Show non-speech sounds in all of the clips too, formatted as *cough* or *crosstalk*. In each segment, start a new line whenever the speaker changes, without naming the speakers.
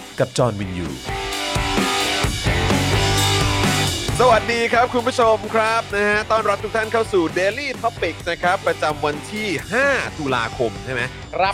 กับจอห์นวินยู
สวัสดีครับคุณผู้ชมครับนะฮะต้อนรับทุกท่านเข้าสู่ Daily Topics นะครับ ประจำวันที่ 5 ตุลาคมใช่ไหม
ครับ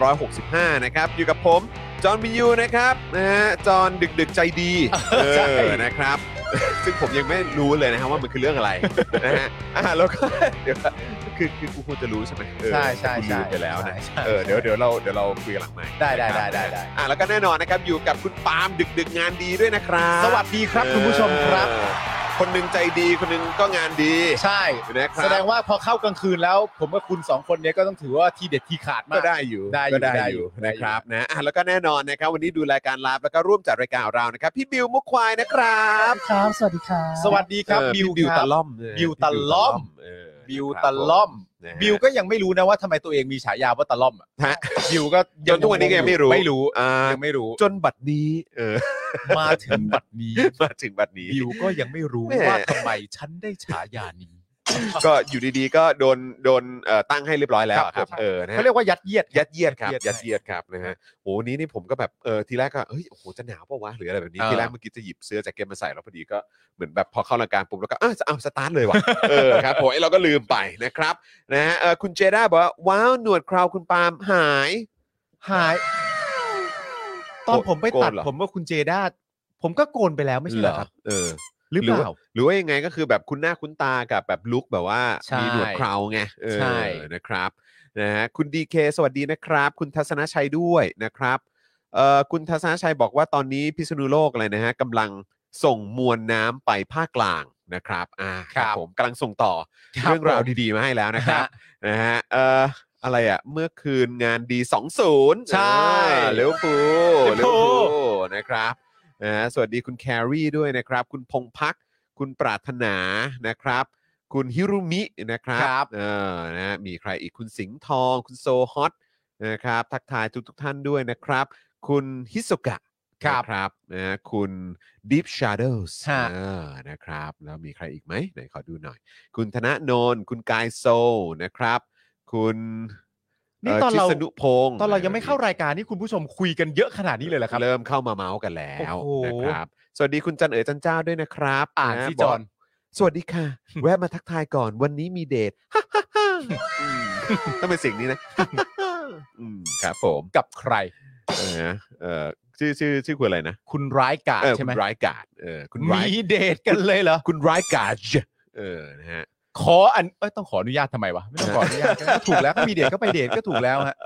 2,565 นะครับ อยู่กับผม จอห์นวินยูนะครับนะฮะจอห์นดึกๆใจ
*laughs*
ดีเออนะครับ *laughs* ซึ่งผมยังไม่รู้เลยนะฮะว่ามันคือเรื่องอะไร *laughs* นะฮะอ่ะแล้วก็ *laughs* เดี๋ยวก่อนคือคือกูควรจะรู้ใช่ไหมเออ
ใช่ใช่
กู
ใช่
ลืมไปแล้วนะ
ใช่ใช่
เออเดี๋ยวเดี๋ยวเราเดี๋ยวเราคุยกันหลังไหม่
ได้ได้ได้ได้ได้
อ่ะแล้วก็แน่นอนนะครับอยู่กับคุณปาล์มดึกๆงานดีด้วยนะครับ
สวัสดีครับคุณผู้ชมครับ
เออคนหนึ่งใจดีคนหนึ่งก็งานดี
ใช่
นะครับ
แสดงว่าพอเข้ากลางคืนแล้ว ผมกับคุณสองคนเนี้ยก็ต้องถือว่าทีเด็ดทีขาดมา
ก็
ก
ได้อยู่
ได้อยู่
ก็ได้
ได้
อ
อยู่
ยู่
ได้
นะ
อยู่
ครับนะอ่ะแล้วก็แน่นอนนะครับวันนี้ดูรายการไลฟ์แล้วก็ร่วมจัดรายการของเรานะครับพี่บิวมุกควายนะครับ
ครับ สวัสดีครับ
สวัสดีครับ
เออ
บิ
พี่
ว
บิว
ค
ตะ
รับ
ล่อม
บิวตะล่อม
เ
บิวตะล่อม
นะฮะ
บิวก็ยังไม่รู้นะว่าทำไมตัวเองมีฉายาว่าตะล่อมอ่ะ
ฮะ
บิวก็
จนทุกวันนี้ก็ยังไม่รู้
ไม่รู้
อ่า
ยังไม่รู้
จนบัดนี้เออ
มาถึงบัดนี้
มาถึงบัดนี้
บิวก็ยังไม่รู้
แหม่
ว่าทำไมฉันได้ฉายานี้
ก็อยู่ดีๆก็โดนโดนเอ่อตั้งให้เรียบร้อยแล้วอะค
ครั
รับบ เออนะ
เขา
ฮะ
เรียกว่ายัดเยียด
ยัดเยียดครับ
ยัดเยียด
ยัดเยียดครับนะฮะโอ้วันนี้นี่ผมก็แบบเออทีแรกก็เฮ้ยโอ้โหจะหนาวเปล่าวะหรืออะไรแบบนี้
เออ
ทีแรกเมื่อกี้จะหยิบเสื้อแจ็คเก็ตมาใส่แล้วพอดีก็เหมือนแบบพอเข้ารายการปุ๊บแล้วก็อ้าวจะเอาสตาร์ทเลยว่ะ เอ
*laughs*
อครับผมไอ้เราก็ลืมไปนะครับนะฮะเออคุณเจด้าบอกว่าว้าวหนวดเคราวคุณปาล์มหาย
หาย ตอน
โกน
ผมไปตัด
โกนเหรอ
ผมว่าคุณเจด้าผมก็โกนไปแล้วไม่ใช่เหรอ
ครับเออ
หรือ
ห
เป
รือว่า
ล่า
หรือว่ายังไงก็คือแบบคุณหน้าคุ้นตากับแบบลุคแบบว่า
ใช่
มีหนวดเคราวไงเออ
ใช่
นะครับนะฮะคุณดีเคสวัสดีนะครับ คุณทัศนชัยด้วยนะครับเอ่อคุณทัศนชัยบอกว่าตอนนี้พิษณุโลกอะไรนะฮะกำลังส่งมวลน้ำไปภาคกลางนะครับอ่าครับผมกำลังส่งต่อเรื่องราวดีๆมาให้แล้ว *laughs* นะครับนะฮะเอ่ออะไรอ่ะเมื่อคืนงานดี 2-0
ใช่
อ่าเลี้ยวปูล
ลิ
เลี้ย
เว
ว
อร์พู
ปู
ล
ลนะครับ นะฮะสวัสดีคุณแครี่ด้วยนะครับ คุณพงพัก คุณปรารถนานะครับ คุณฮิรุมินะครับ
ครับ
เออนะฮะมีใครอีกคุณสิงห์ทอง คุณโซฮอตนะครับ ทักทายทุกทุกๆท่านด้วยนะครับ คุณฮิโซกะนะครับนะฮะคุณ Deep Shadows
ฮะ
เออนะครับ แล้วมีใครอีกไหมไหนขอดูหน่อย คุณธนาโนน คุณกายโซนะครับ คุณ
นี่ตอนเรา
ชิสนุพงศ์
ตอนเรายังไม่เข้ารายการนี่คุณผู้ชมคุยกันเยอะขนาดนี้เลยเหรอครับ
เริ่มเข้ามาเมาส์กันแล้ว
โอ้โห
นะครับ สวัสดีคุณจันเอ๋ยจันเจ้าด้วยนะครับ
อ่านสิ
บ
จ
ก
อน
สวัสดี *laughs* ค่ะ แวะมาทักทายก่อนวันนี้มีเดท อืมต้องเป็นเสิ่งนี้นะ *laughs* อืมครับผม
กับใคร
เออนะเออชื่อชื่อชื่อคุณอะไรนะ
คุณร้ายกาจ
เออ
ใช่
คุณ
ไหม
ร้ายกาดเออคุณร้าย
มีเดทกันเลยเหรอ
คุณร้ายกาดเออนะฮะ
ขออันเอ้ยต้องขออนุญาตทำไมวะไม่ต้องขออนุญาตก็ถูกแล้วก็มีเดทก็ไปเดทก็ถูกแล้วฮะ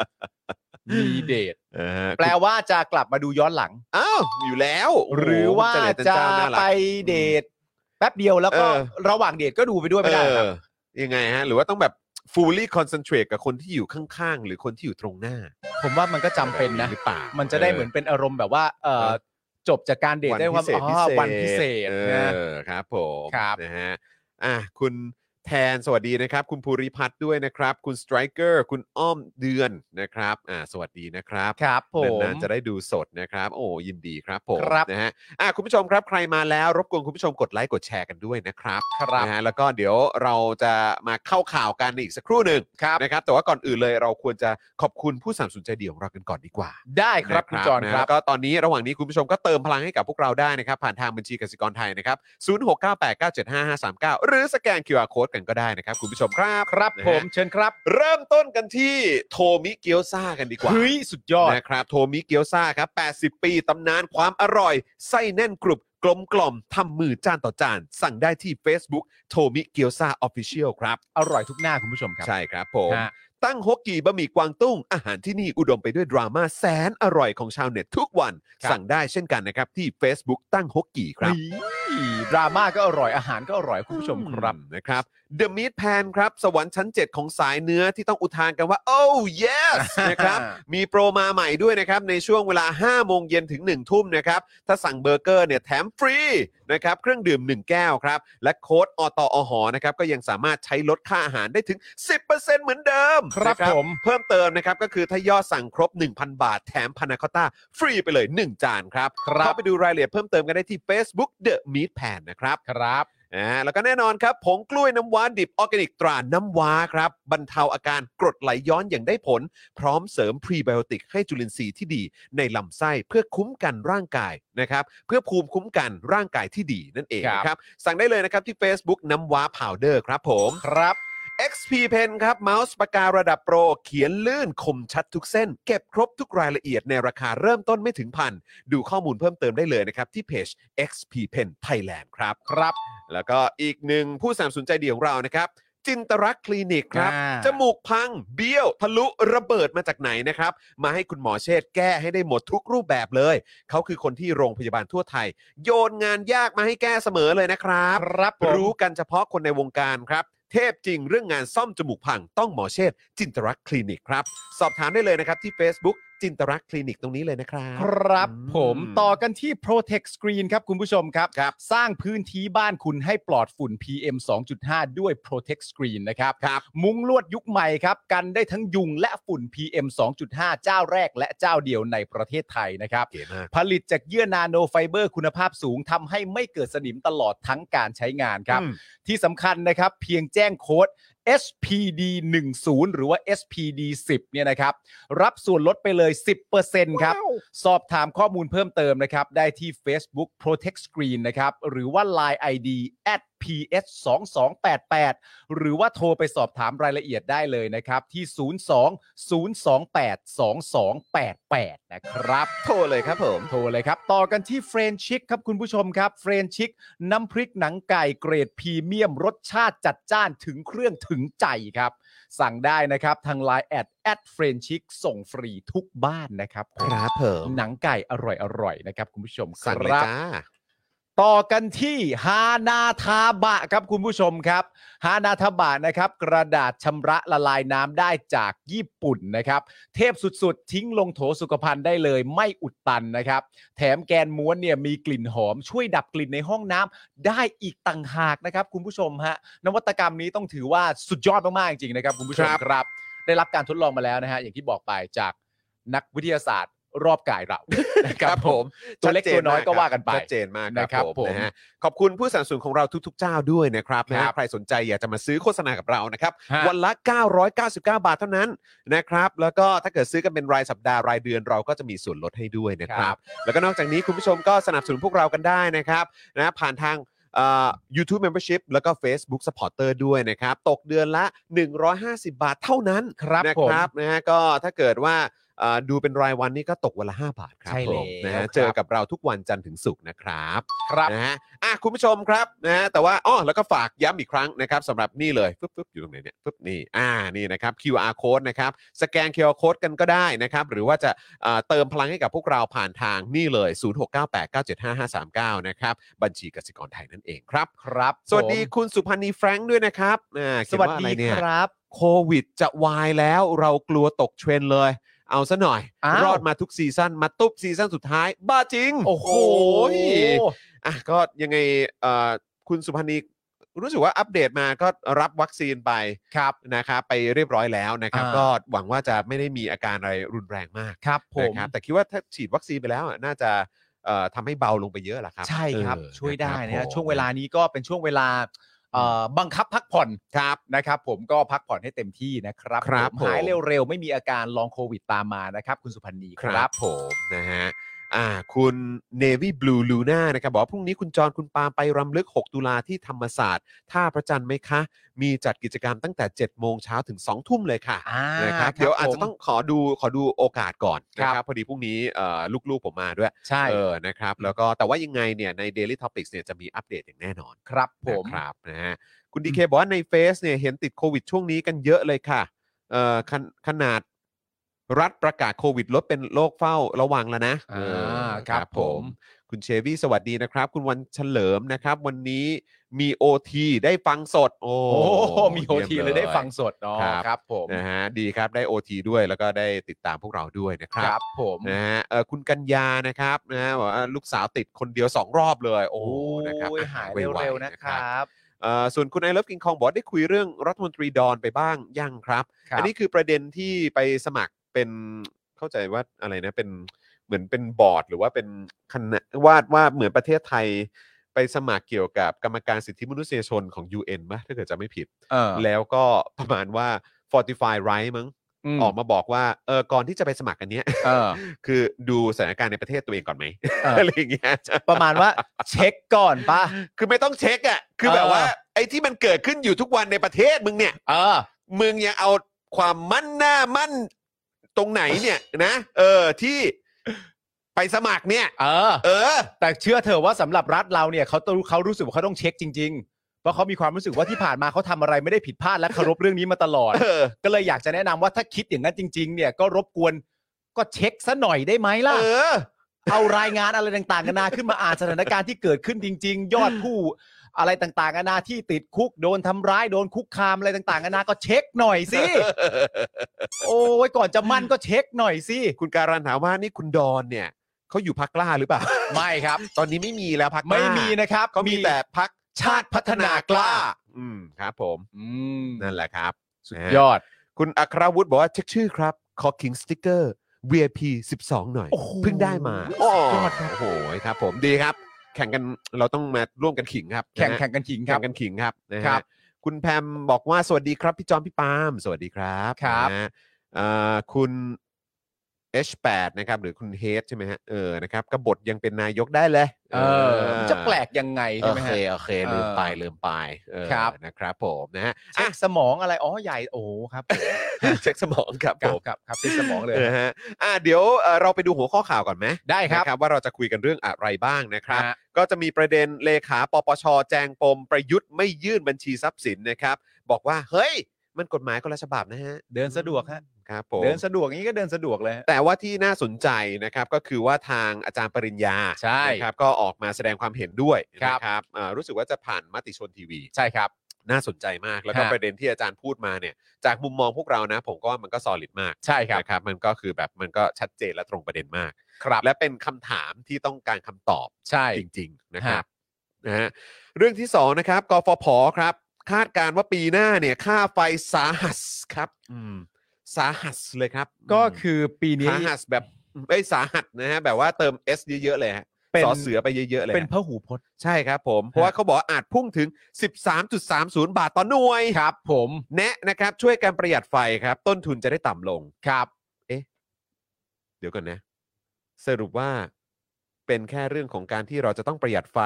มีเดท
เออฮะ
แปลว่าจะกลับมาดูย้อนหลัง
อ้าวอยู่แล้วโโ
หรือว่า
คุณนเอ๋ยน
จะ
เน่ารัก
ไปเดทแป๊บเดียวแล้วก็
เออ
ระหว่างเดทก็ดูไปด้วยไม่ได้เหรอครับ
เออยังไงฮะ หรือว่าต้องแบบ fully concentrate กับคนที่อยู่ข้างๆ หรือคนที่อยู่ตรงหน้า
ผมว่ามันก็จำเป็นนะ
หรือเปล่า
มันจะได้เหมือนเป็นอารมณ์แบบว่าเออจบจากการเด
เอ
ท
อ
ได้ว่าอ๋อวันพิเศษ
เอ
นะ
อครับผม
ครับ
นะฮะอ่ะคุณแทนสวัสดีนะครับ คุณภูริพัฒน์ด้วยนะครับ คุณสไตรเกอร์คุณอ้อมเดือนนะครับอ่าสวัสดีนะครับ
ครับผม
นานๆจะได้ดูสดนะครับ โอ้ยินดีครับผม
ครับ
นะฮะอ่ะคุณผู้ชมครับใครมาแล้วรบกวนคุณผู้ชมกดไลค์กดแชร์กันด้วยนะครับ
ครับ
นะฮะแล้วก็เดี๋ยวเราจะมาเข้าข่าวกันอีกสักครู่หนึ่งนะครับ แต่ว่าก่อนอื่นเลยเราควรจะขอบคุณผู้สนัมสนุนใจดีของเรากันก่อนดีกว่า
ได้ครับ
นะ
คุณจอน
นะครับ ก็ตอนนี้ระหว่างนี้คุณผู้ชมก็เติมพลังให้กับพวกเราได้นะครับ ผ่านทางบัญชีกสิกรไทยนะครับ 0698975539 หรือสแกน QR Code กันก็ได้นะครับ คุณผู้ชมครับ
ครับ
นะฮะ
ผมเชิญครับ
เริ่มต้นกันที่โทมิเกียวซากันดีกว่า
เฮ้ยสุดยอด
นะครับโทมิเกียวซาครับ 80 ปี ตำนานความอร่อย ไส้แน่นกรุบกลมกล่อมทำมือจานต่อจาน สั่งได้ที่ Facebook โทมิเกียวซาออฟฟิเชียลครับ
อร่อยทุกหน้าคุณผู้ชมครับ
ใช่ครับผม
ฮะ
ตั้งฮกกีบะหมี่กวางตุ้ง อาหารที่นี่อุดมไปด้วยดราม่าแสนอร่อยของชาวเน็ตทุกวัน สั่งได้เช่นกันนะครับ ที่ Facebook ตั้งฮกกีครับ
เฮ้ยดราม่าก็อร่อยอาหารก็อร่อยคุณผู้ชมครับ
อืมนะครับ The Meat Pan ครับ สวรรค์ชั้น 7 ของสายเนื้อที่ต้องอุทานกันว่า oh
*laughs*
yes นะครับ มีโปรมาใหม่ด้วยนะครับ ในช่วงเวลา 5 โมงเย็นถึง 1 ทุ่มนะครับ ถ้าสั่งเบอร์เกอร์เนี่ยแถมฟรีนะครับ เครื่องดื่ม 1 แก้วครับ และโค้ดอตอหอนะครับ ก็ยังสามารถใช้ลดค่าอาหารได้ถึง 10%เหมือนเดิม
ครับ
นะ
ผม
เพิ่มเติมนะครับ ก็คือถ้ายอดสั่งครบ 1,000 บาทแถมพานาคอตต้าฟรีไปเลย 1 จานครับเข้าไปดูรายละเอียดเพิ่มเติมกันได้ที่ Facebook The Meat Pan นะครับ
ครับ
นะฮะแล้วก็แน่นอนครับผงกล้วยน้ำว้าดิบออร์แกนิกตราน้ำว้าครับ บรรเทาอาการกรดไหลย้อนอย่างได้ผล พร้อมเสริมพรีไบโอติกให้จุลินทรีย์ที่ดี ในลำไส้เพื่อคุ้มกันร่างกายนะครับเพื่อภูมิคุ้มกันร่างกายที่ดีนั่นเอง
ครับ
นะครับ สั่งได้เลยนะครับที่ Facebook น้ำว้าพาวเดอร์ครับผม
ครับ
XP Pen ครับเมาส์ปากการะดับโปร เขียนลื่นคมชัดทุกเส้น เก็บครบทุกรายละเอียดในราคาเริ่มต้นไม่ถึงพัน ดูข้อมูลเพิ่มเติมได้เลยนะครับ ที่เพจ XP Pen Thailand ครับ
ครับ
แล้วก็อีกหนึ่งผู้สามสนุนใจดีของเรานะครับ จินตรักษณ์คลินิกครับ
อ่า
จมูกพัง เบี้ยว ทะลุระเบิดมาจากไหนนะครับ มาให้คุณหมอเชษฐ์แก้ให้ได้หมดทุกรูปแบบเลย เขาคือคนที่โรงพยาบาลทั่วไทย โยนงานยากมาให้แก้เสมอเลยนะครับ
ครับผม
รู้กันเฉพาะคนในวงการครับ เทพจริงเรื่องงานซ่อมจมูกพังต้องหมอเชษฐ์จินตรักษณ์คลินิกครับ สอบถามได้เลยนะครับที่ Facebook จินตรักษณ์คลินิกตรงนี้เลยนะครับ
ครับ
อืม
ผมต่อกันที่ Protect Screen ครับคุณผู้ชมครับ
ครับ
สร้างพื้นที่บ้านคุณให้ปลอดฝุ่น PM 2.5 ด้วย Protect Screen นะครับ
ครับ
มุ้งลวดยุคใหม่ครับ กันได้ทั้งยุงและฝุ่น PM 2.5 เจ้าแรกและเจ้าเดียวในประเทศไทยนะครับ
เก๋มาก
ผลิตจากเยื่อนาโนไฟเบอร์คุณภาพสูงทำให้ไม่เกิดสนิมตลอดทั้งการใช้งานครับ
อืม
ที่สำคัญนะครับ เพียงแจ้งโค้ด SPD 1 0หรือว่า SPD 10เนี่ยนะครับ รับส่วนลดไปเลย 10%ครับ สอบถามข้อมูลเพิ่มเติมนะครับ ได้ที่ Facebook Protect Screen นะครับ หรือว่า Line ID at ps 2 2 8 8หรือว่าโทรไปสอบถามรายละเอียดได้เลยนะครับ ที่ 02 028 2288 นะครับ
โทรเลยครับผม
โทรเลยครับ ต่อกันที่เฟรนชิกครับคุณผู้ชมครับ เฟรนชิกน้ำพริกหนังไก่เกรดพรีเมียม รสชาติจัดจ้านถึงเครื่องถึงใจครับ สั่งได้นะครับ ทาง Line แอดแอดเฟรนชิกส่งฟรีทุกบ้านนะครับ
ครับผม
หนังไก่อร่อยอร่อยๆนะครับ คุณผู้ชมค
สั่งเลย
รับ
จ้า
ต่อกันที่ฮานาทาบะครับคุณผู้ชมครับฮานาทาบะนะครับ กระดาษชำระละลายน้ำได้จากญี่ปุ่นนะครับ เทพสุดๆ ทิ้งลงโถสุขภัณฑ์ได้เลยไม่อุดตันนะครับ แถมแกนม้วนเนี่ยมีกลิ่นหอมช่วยดับกลิ่นในห้องน้ำได้อีกต่างหากนะครับ คุณผู้ชมฮะนวัตกรรมนี้ต้องถือว่าสุดยอดมากๆจริงๆนะครับคุณผู้ชม
ครับ
ครับ ได้รับการทดลองมาแล้วนะฮะอย่างที่บอกไปจากนักวิทยาศาสตร์รอบกายเรานะครับผม ตัวเล็กตัวน้อยก็ว่ากันไป
ชัดเจนมากครับ
นะครับ
ผ
ผม ม
นะฮะขอบคุณผู้สนับสนุนของเราทุกๆ เจ้าด้วยนะครับนะ
ครั
ฮะ
บ
ใครสนใจอยากจะมาซื้อโฆษณากับเรานะครับ
ฮะ
วันละ 999 บาทเท่านั้นนะครับ แล้วก็ถ้าเกิดซื้อกันเป็นรายสัปดาห์รายเดือนเราก็จะมีส่วนลดให้ด้วยนะครับ แล้วก็นอกจากนี้คุณผู้ชมก็สนับสนุนพวกเรากันได้นะครับนะผ่านทางยูทูบเมมเบอร์ชิพแล้วก็ Facebook Supporter ด้วยนะครับ ตกเดือนละ 150 บาทเท่านั้น
ครับ
นะ
ผม
ครับนะฮะก็ถ้าเกิดว่าเอ่อดูเป็นรายวันนี่ก็ตกวันละ 5 บาทครับ
ใช่
ผม
แล้ว
นะ
ค
ฮะ
รับ
เจอกับเราทุกวันจันทร์ถึงศุกร์นะครับ
ครับ
นะฮะอ่ะคุณผู้ชมครับนะฮะแต่ว่าอ้อแล้วก็ฝากย้ำอีกครั้งนะครับสำหรับนี่เลยปึ๊บปึ๊บอยู่ตรงไหนเนี่ยปึ๊บนี่อ่านี่นะครับ QR code นะครับ สแกน QR code กันก็ได้นะครับ หรือว่าจะเอ่อเติมพลังให้กับพวกเราผ่านทางนี่เลย 0698975539 นะครับบัญชีกสิกรไทยนั่นเองครับ
ครับ
สวัสดี
ผม
คุณสุพันธ์นีแฟรงค์ด้วยนะครับอ่าเขี
ส
ย
วัส
นาอะ
ดี
ไเนี่ย
ครับ
โควิดจะวายแล้วเรากลัวตกเทรนด์เลย เอาซะหน่อย
อ้าว
รอดมาทุกซีซั่นมาตุ๊บซีซั่นสุดท้าย บ้าจริง
โอ้โห
อ่ะก็ยังไงเอ่อคุณสุพันธ์นีรู้สึกว่าอัปเดตมาก็รับวัคซีนไป
ครับ
นะครับไปเรียบร้อยแล้วนะครับ
อ่า
ก็หวังว่าจะไม่ได้มีอาการอะไรรุนแรงมาก
ครับผ
นะ
ม
ครับแต่คิดว่าถ้าฉีดวัคซีนไปแล้วอ่ะน่าจะเอ่อทำให้เบาลงไปเยอะแหละครับ
ใช่ครับ
เออ
ช่วยได้นะ
ครั
ฮะ
บผม
ช่วงเวลานี้ก็เป็นช่วงเวลาเอ่อบังคับพักผ่อน
ครับ
นะครับ ผมก็พักผ่อนให้เต็มที่นะครับ
ครับ
ผมหาย
ผม
เร็วๆ ไม่มีอาการลองโควิดตามมานะครับ คุณสุพันธ์นี
ครับผมนะฮะ อ่าคุณ Navy Blue Luna นะครับบอกว่าพรุ่งนี้คุณจรคุณปาล์มไปรำลึก 6 ตุลาที่ธรรมศาสตร์ท่าพระจันทร์ไหมคะ มีจัดกิจกรรมตั้งแต่ 7 โมงเช้าถึง 2 ทุ่มเลยค่ะ
อ่า
นะครั
ครั
บ
บ
เดี๋ยวอาจจะ
ผม
ต้องขอดูขอดูโอกาสก่อนนะ
ค
ค
รั
รับบ พอดีพรุ่งนี้เอ่อลูกๆผมมาด้วย
ใช่
เออนะครับแล้วก็แต่ว่ายังไงเนี่ยใน Daily Topics เนี่ยจะมีอัปเดตอย่างแน่นอน
ครับผม
นะครับนะฮะคุณดีเคบอกว่าในเฟซเนี่ยเห็นติดโควิดช่วงนี้กันเยอะเลยค่ะเอ่อขนขนาดรัฐประกาศโควิดลดเป็นโรคเฝ้าระวังแล้วนะ
อ่า
เออ
ครับผม
คุณเชวี่สวัสดีนะครับ คุณวันเฉลิมนะครับ วันนี้มีโอทีได้ฟังสด โอ้
โอ้โหมีโอที
ม
เลยได้ฟังสดเนาะ
ครับ
ครับผม
นะฮะดีครับได้โอทีด้วยแล้วก็ได้ติดตามพวกเราด้วยนะค
ค
รั
รั
บบ
ผม
นะฮะเอ่อคุณกัญญานะครับนะฮะบอกว่าลูกสาวติดคนเดียวสองรอบเลย โอ้โหนะครับ
โอ้ย
อ่ะ
หาย
ไๆ
เร็วๆนะค
บ
รับ
เอ่อส่วนคุณไอเลิฟกิงคองบอกว่าได้คุยเรื่องรัฐมนตรีดอนไปบ้างยังครับ
ครับ
อันี้คือประเด็นที่ไปสมัครเป็นเข้าใจว่าอะไรนะเป็นเหมือนเป็นบอร์ด หรือว่าเป็นคณะวาดว่าเหมือนประเทศไทย ไปสมัครเกี่ยวกับกรรมการสิทธิมนุษยชนของ UN มะถ้าเกิดจะไม่ผิด
เออ
แล้วก็ประมาณว่า Fortify Right มั้ง
ม
ออกมาบอกว่าเออก่อนที่จะไปสมัครอันเนี้ย *laughs*
เออ
คือดูสถานการณ์ในประเทศตัวเองก่อน
*laughs*
ไหม
เอออ
อะไรอย่างเงี้ย
*laughs*
*laughs*
ประมาณว่า เช็คก่อนป่ะ
คือไม่ต้องเช็คอะ่ะ คือแบบ
เออ
ว่าไอ้ที่มันเกิดขึ้นอยู่ทุกวันในประเทศมึงเนี่ย
เออ
มึงยังเอาความมั่นหน้ามั่นตรงไหนเนี่ย นะ เออที่ไปสมัครเนี่ย
เออ
เออ
แต่เชื่อเถอะว่าสำหรับรัฐเราเนี่ยเขาต้องเขารู้สึกว่าเขาต้องเช็คจริง ๆ เพราะเขามีความรู้สึกว่าที่ผ่านมาเขาทำอะไรไม่ได้ผิดพลาดและเค *laughs* ารพเรื่องนี้มาตลอด
เออ
ก็เลยอยากจะแนะนำว่าถ้าคิดอย่างนั้นจริง ๆ เนี่ยก็รบกวนก็เช็คซะหน่อยได้ไหมล่ะ
เออ
เอารายงานอะไรต่างๆกันานาขึ้นมาอ่านสถานการณ์ที่เกิดขึ้นจริง ๆ ยอดผู้อะไรต่างๆกันานาที่ติดคุกโดนทำร้ายโดนคุกคามอะไรต่างๆกันานาก็เช็คหน่อยสิโอ้ยก่อนจะมั่นก็เช็คหน่อยสิ
คุณการันถามว่านี่คุณดอนเนี่ย เขาอยู่พักกล้าหรือเปล่า *laughs*
ไม่ครับ
ตอนนี้ไม่มีแล้วพัก
ไม่มีนะครับ
เขามีแต่พัก
ชาติพัฒนากล้า
อืมครับ ผม
อืม
นั่นแหละครับ สุด
ยอด
คุณอัครวุฒิบอกว่าเช็คชื่อครับ ขอคิงสติกเกอร์ VIP 12 หน่อย
โอ้โห
เพิ่งได้มา
สุดยอดครับ
โอ้โหครับผมดีครับ แข่งกันเราต้องมาร่วมกันขิงครับ
แข่ง
นะฮะ
แข่งกันขิงค
แข่
รับ
งกันขิงครับนะ
ครั
ฮะ
บ
คุณแพมบอกว่าสวัสดีครับพี่จอมพี่ปาล์มสวัสดีครับ
ครับ
นะฮะเอ่อคุณ H8 นะครับ หรือคุณเฮดใช่ไหมฮะเออนะครับกบฏยังเป็นนายกได้เลย
เออมันจะแปลกยังไง
โอ
ใช่ไหม
เค
ฮะ
โอเคลืมไป
เออ
ลืมไปเออ
ครับ
นะครับผมนะฮะ
เช็
อ่ะ
คสมองอะไรอ๋อใหญ่โอ้ครับ
*laughs* เช็คสมองครับ
ค
ผ
รับ
ม
ครับครับเช็คสมองเลย
นะฮะอ่ะเดี๋ยวเอ่อเราไปดูหัวข้อข่าวก่อนไหม
ได้ครับ
นะว่าเราจะคุยกันเรื่องอะไรบ้างนะครับ
ฮะ
ก็จะมีประเด็นเลขาปปช แจงปม ประยุทธ์ไม่ยื่นบัญชีทรัพย์สินนะครับ บอกว่า เฮ้ย มันกฎหมายคนละฉบับนะฮะ
เดินสะดวกฮะ
ครับผม
เดินสะดวกอย่างนี้ก็เดินสะดวกเลยฮะ
แต่ว่าที่น่าสนใจนะครับก็คือว่าทางอาจารย์ปริญญา
ใช่
นะครับก็ออกมาแสดงความเห็นด้วย
ครั
นะ
บ
ครับอ่ารู้สึกว่าจะผ่านมติชนทีวี
ใช่ครับ
น่าสนใจมากแล้วก็
ฮะ
ประเด็นที่อาจารย์พูดมาเนี่ยจากมุมมองพวกเรานะ ผมก็ว่ามันก็สอลิดมาก
ใช่ครับ
นะครับมันก็คือแบบมันก็ชัดเจนและตรงประเด็นมาก
ครับ
และเป็นคำถามที่ต้องการคำตอบ
ใช่
จริง ๆ นะครับ
ฮะ
นะฮะเรื่องที่ 2 นะครับกฟผครับ คาดการณ์ว่าปีหน้าเนี่ย ค่าไฟสาหัสครับอืมสาหัสเลยครับ
ก็
ม
คือปีนี้
สาหัสแบบไอ้ยสาหัสนะฮะแบบว่าเติม S เยอะ ๆ เลยฮะ
เป็น
สอเสือไปเยอะๆเลยฮะ
เป็นพหูพจน์
ใช่ครับผม เพราะว่าเขาบอกว่าอาจพุ่งถึง 13.30 บาทต่อหน่วย
ครับผม
แนะนะครับช่วยการประหยัดไฟครับ ต้นทุนจะได้ต่ำลง
ครับ
เดี๋ยวก่อนนะ สรุปว่าเป็นแค่เรื่องของการที่เราจะต้องประหยัดไฟ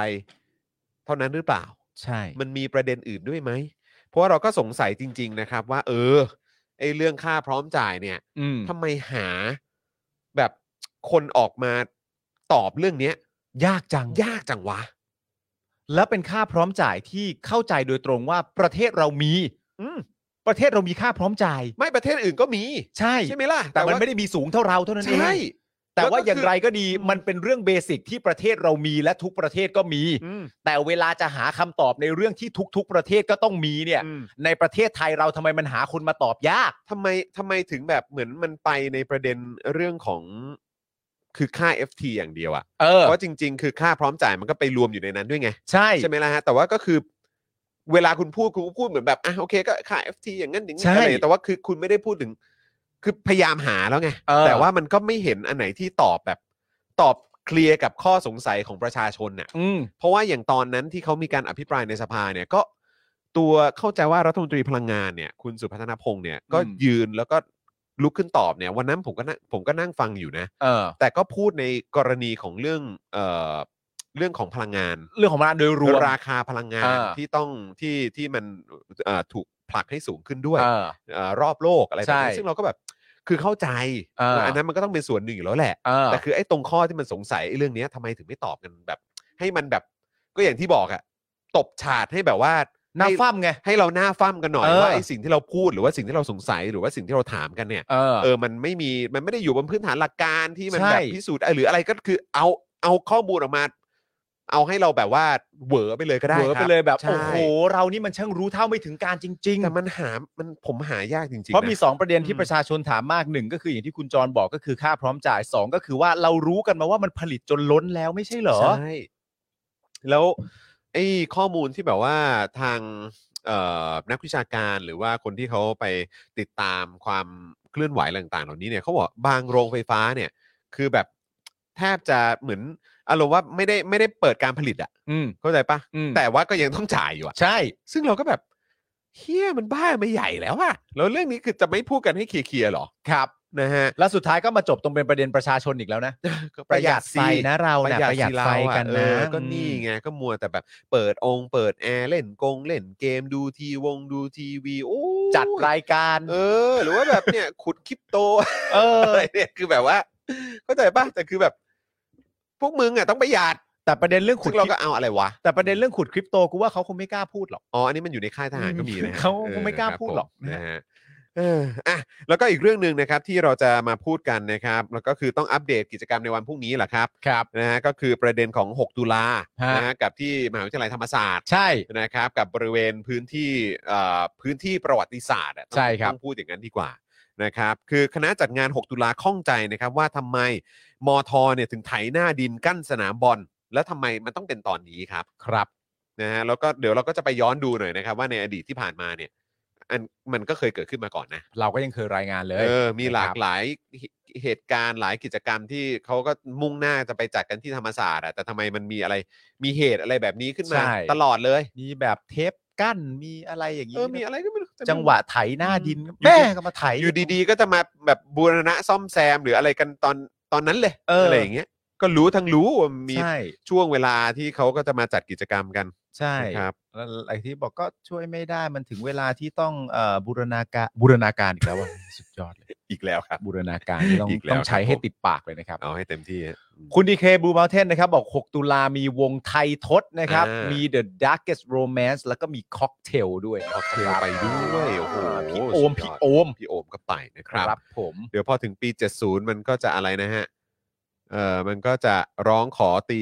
เท่านั้นหรือเปล่า
ใช่
มันมีประเด็นอื่นด้วยไหม เพราะว่าเราก็สงสัยจริง ๆ นะครับ ว่า เออไอเรื่องค่าพร้อมจ่ายเนี่ย
อืม
ทำไมหาแบบคนออกมาตอบเรื่องเนี้ย
ยากจัง
ยากจังวะ
แล้วเป็นค่าพร้อมจ่ายที่เข้าใจโดยตรงว่าประเทศเรามี
อืม
ประเทศเรามีค่าพร้อมจ่าย
ไม่ประเทศอื่นก็มี
ใช่
ใช่ไหมล่ะ
แต่มัน
ว่า
ไม่ได้มีสูงเท่าเราเท่านั้นเอง
ใช่
แต่ว่า
แล้วก็คืออ
อย่างไรก็ดีมันเป็นเรื่องเบสิกที่ประเทศเรามีและทุกประเทศก็มี
อืม
แต่เวลาจะหาคำตอบในเรื่องที่ทุก ๆ ประเทศก็ต้องมีเนี่ย
อืม
ในประเทศไทยเราทำไมมันหาคนมาตอบยาก
ทำไมทำไมถึงแบบเหมือนมันไปในประเด็นเรื่องของคือค่า FT อย่างเดียวอะ
เออ
เพราะจริง ๆ คือค่าพร้อมจ่ายมันก็ไปรวมอยู่ในนั้นด้วยไง
ใช่
ใช่ไหมล่ะฮะ แต่ว่าก็คือเวลาคุณพูดคุณก็พูดเหมือนแบบอ่ะโอเคก็ค่า FT อย่างนั้นอย่างนี้
ใช่
อะไรแต่ว่าคือคุณไม่ได้พูดถึง คือพยายามหาแล้วไง
เออ
แต่ว่ามันก็ไม่เห็นอันไหนที่ตอบแบบ ตอบเคลียร์กับข้อสงสัยของประชาชนน่ะ
อืม
เพราะว่าอย่างตอนนั้นที่เขามีการอภิปรายในสภาเนี่ยก็ตัวเข้าใจว่ารัฐมนตรีพลังงานเนี่ย คุณสุพัฒนพงศ์เนี่ยก็
อืม
ยืนแล้วก็ ลุกขึ้นตอบเนี่ยวันนั้นผมก็นั่งผมก็นั่งฟังอยู่นะ
เออ
แต่ก็พูดในกรณีของเรื่องเอ่อเรื่องของพลังงาน
เรื่องของมันโดยรวม
ราคาพลังงาน
อ่า
ที่ต้องที่ที่มันเอ่อถูกผลักให้สูงขึ้นด้วย
เออ
เอ่อรอบโลกอะไรแบบ
ใช่
นี้ซึ่งเราก็แบบคือเข้าใจ
เออ
ว่าอันนั้นมันก็ต้องเป็นส่วนหนึ่งอยู่แล้วแหละ
เออ
แต่คือไอ้ตรงข้อที่มันสงสัยไอ้เรื่องเนี้ยทำไมถึงไม่ตอบกันแบบ ให้มันแบบก็อย่างที่บอกอะตบฉาดให้แบบว่า
หน้า
ให้
ฟั่มไง
ให้เราหน้าฟั่มกันหน่อย
เออ
ว่าไอ้สิ่งที่เราพูดหรือว่าสิ่งที่เราสงสัยหรือว่าสิ่งที่เราถามกันเนี่ย
เออ
เออ มันไม่มี มันไม่ได้อยู่บนพื้นฐานหลักการที่มัน
ใช่
แบบพิสูจน์เออหรืออะไรก็คือเอาเอาข้อมูลออกมา เอาให้เราแบบว่าเหวอไปเลยก็ได้
เหวอ
ค
ไป
รับ
เลยแบบ
ใช่
โอ้โหเรานี่มันช่างรู้เท่าไม่ถึงการจริง
แต่มันหา มันผมหายากจริ
ๆ
งๆ
เพราะมี
น
2 ประเด็น
อื
ที่
ม
ประชาชนถามมากหนึ่งก็คืออย่างที่คุณจรบอกก็คือค่าพร้อมจ่าย 2 ก็คือว่าเรารู้กันมาว่ามันผลิตจนล้นแล้วไม่ใช่เหรอ
ใช่แล้วไอ้ข้อมูลที่แบบว่าทางเอ่อนักวิชาการหรือว่าคนที่เขาไปติดตามความเคลื่อนไหวต่างๆ เหล่านี้เนี่ยเขาบอกบางโรงไฟฟ้าเนี่ย คือแบบแทบจะเหมือนอารมณ์ว่าไม่ได้ไม่ได้เปิดการผลิตอะ
อืม
เข้าใจปะ
อืม
แต่ว่าก็ยังต้องจ่ายอยู่อะ
ใช่
ซึ่งเราก็แบบเฮียมันบ้าไม่ใหญ่แล้วอะแล้วเรื่องนี้คือจะไม่พูดกันให้เคลียร์ๆหรอ ครับนะฮะ
แล้วสุดท้ายก็มาจบตรงเป็นประเด็นประชาชนอีกแล้วนะ ประหยัดไฟนะเรา
ประ
นะ
หยัด
ประหยัด
สิเรา
ไฟ
อะ
กัน
เอ
นะ
อก็นี่ไงก็มัวแต่แบบ เปิดองค์เปิดแอร์เล่นกงเล่นเกมดูทีวงดูทีวีโอ้ย
จัดรายการ
เออ หรือว่าแบบเนี่ย ขุดคริปโต
เออ
อะไรเนี่ยคือแบบว่าเข้าใจป่ะแต่คือแบบ พวกมึงอะต้องประหยัด
แต่ประเด็นเรื่องขุ
ซึ่
ด
งเรา
คริป
ก็เอาอะไรวะ
แต่ประเด็นเรื่องขุดคริปโตกูว่าเขาคงไม่กล้าพูดหรอก
อ๋ออันนี้มันอยู่ในค่ายทหารก็มีนะฮะ
เขา
ออ
ไม่กล้า
คบ
พูดหรอก
ผมนะฮะเอออ่ะแล้วก็อีกเรื่องหนึ่งนะครับที่เราจะมาพูดกันนะครับ แล้วก็คือต้องอัปเดตกิจกรรมในวันพรุ่งนี้แหละครับ
ครับ
นะฮะก็คือประเด็นของ 6 ตุลา
ฮะ
นะฮะกับที่มหาวิทยาลัยธรรมศาสตร์
ใช่
นะครับกับบริเวณพื้นที่เอ่อพื้นที่ประวัติศาสตร์อะต้อง
ใช่ครับ
ต้องพูดอย่างนั้นดีกว่านะครับคือคณะจัดงาน 6 ตุลาข้องใจนะครับว่าทำไมมทเนี่ยถึงไถหน้าดินกั้นสนามบอลแล้วทำไมมันต้องเป็นตอนนี้ครับครับนะฮะแล้วก็เดี๋ยวเราก็จะไปย้อนดูหน่อยนะครับ ว่าในอดีตที่ผ่านมาเนี่ยอันมันก็เคยเกิดขึ้นมาก่อนนะ
เราก็ยังเคยรายงานเลย
เออ มีหลา
ค
ก
รับ
หลายเหเหตุการณ์หลายกิจกรรมที่เขาก็มุ่งหน้าจะไปจัดกันที่ธรรมศาสตร์อะแต่ทำไมมันมีอะไร มีเหตุอะไรแบบนี้ขึ้นมา
ใช่
ตลอดเลย
มีแบบเทปกั้นมีอะไรอย่าง
เออ มีอะไรก็ไม่รู้แต่ไม่รู้
จังหวะไถหน้าดิน
อืม
แม่ก็มาไถ
อยู่ดีๆ ก็จะมาแบบบูรณะซ่อมแซมหรืออะไรกันตอนตอนนั้นเลย
เอออ
ไรอย่างเงี้ย ก็รู้ทั้งรู้ว่ามี
ใช่
ช่วงเวลาที่เขาก็จะมาจัดกิจกรรมกัน
ใช่
นะครับ
แล้วไอ้ที่บอกก็ช่วยไม่ได้มันถึงเวลาที่ต้องเอ่อบูรณาการบูรณาการอีกแล้วว่ะสุดยอดเลย
อีกแล้วครับ
บูรณาการนี่ต้อง
*laughs* อีกแล้ว
ต้องใช้
ครับ
ให้
ผม
ติดปากเลยนะครับ
เอาให้เต็มที่ฮะ
คุณดีเคบูมาเทนนะครับ บอก 6 ตุลามีวงไทยทศนะครับ
อ่า
มี
มี
The Darkest Romance แล้วก็มีค็อกเทลด้วย
พอเทลไปด้วยโอ้โห
พี่โอม
สุ
พี่
ดยด
โอม
พี่โอมก็ไปนะครับ
ผม
เดี๋ยวพอถึงปี 70 มันก็จะอะไรนะฮะ เออมันก็จะร้องขอตี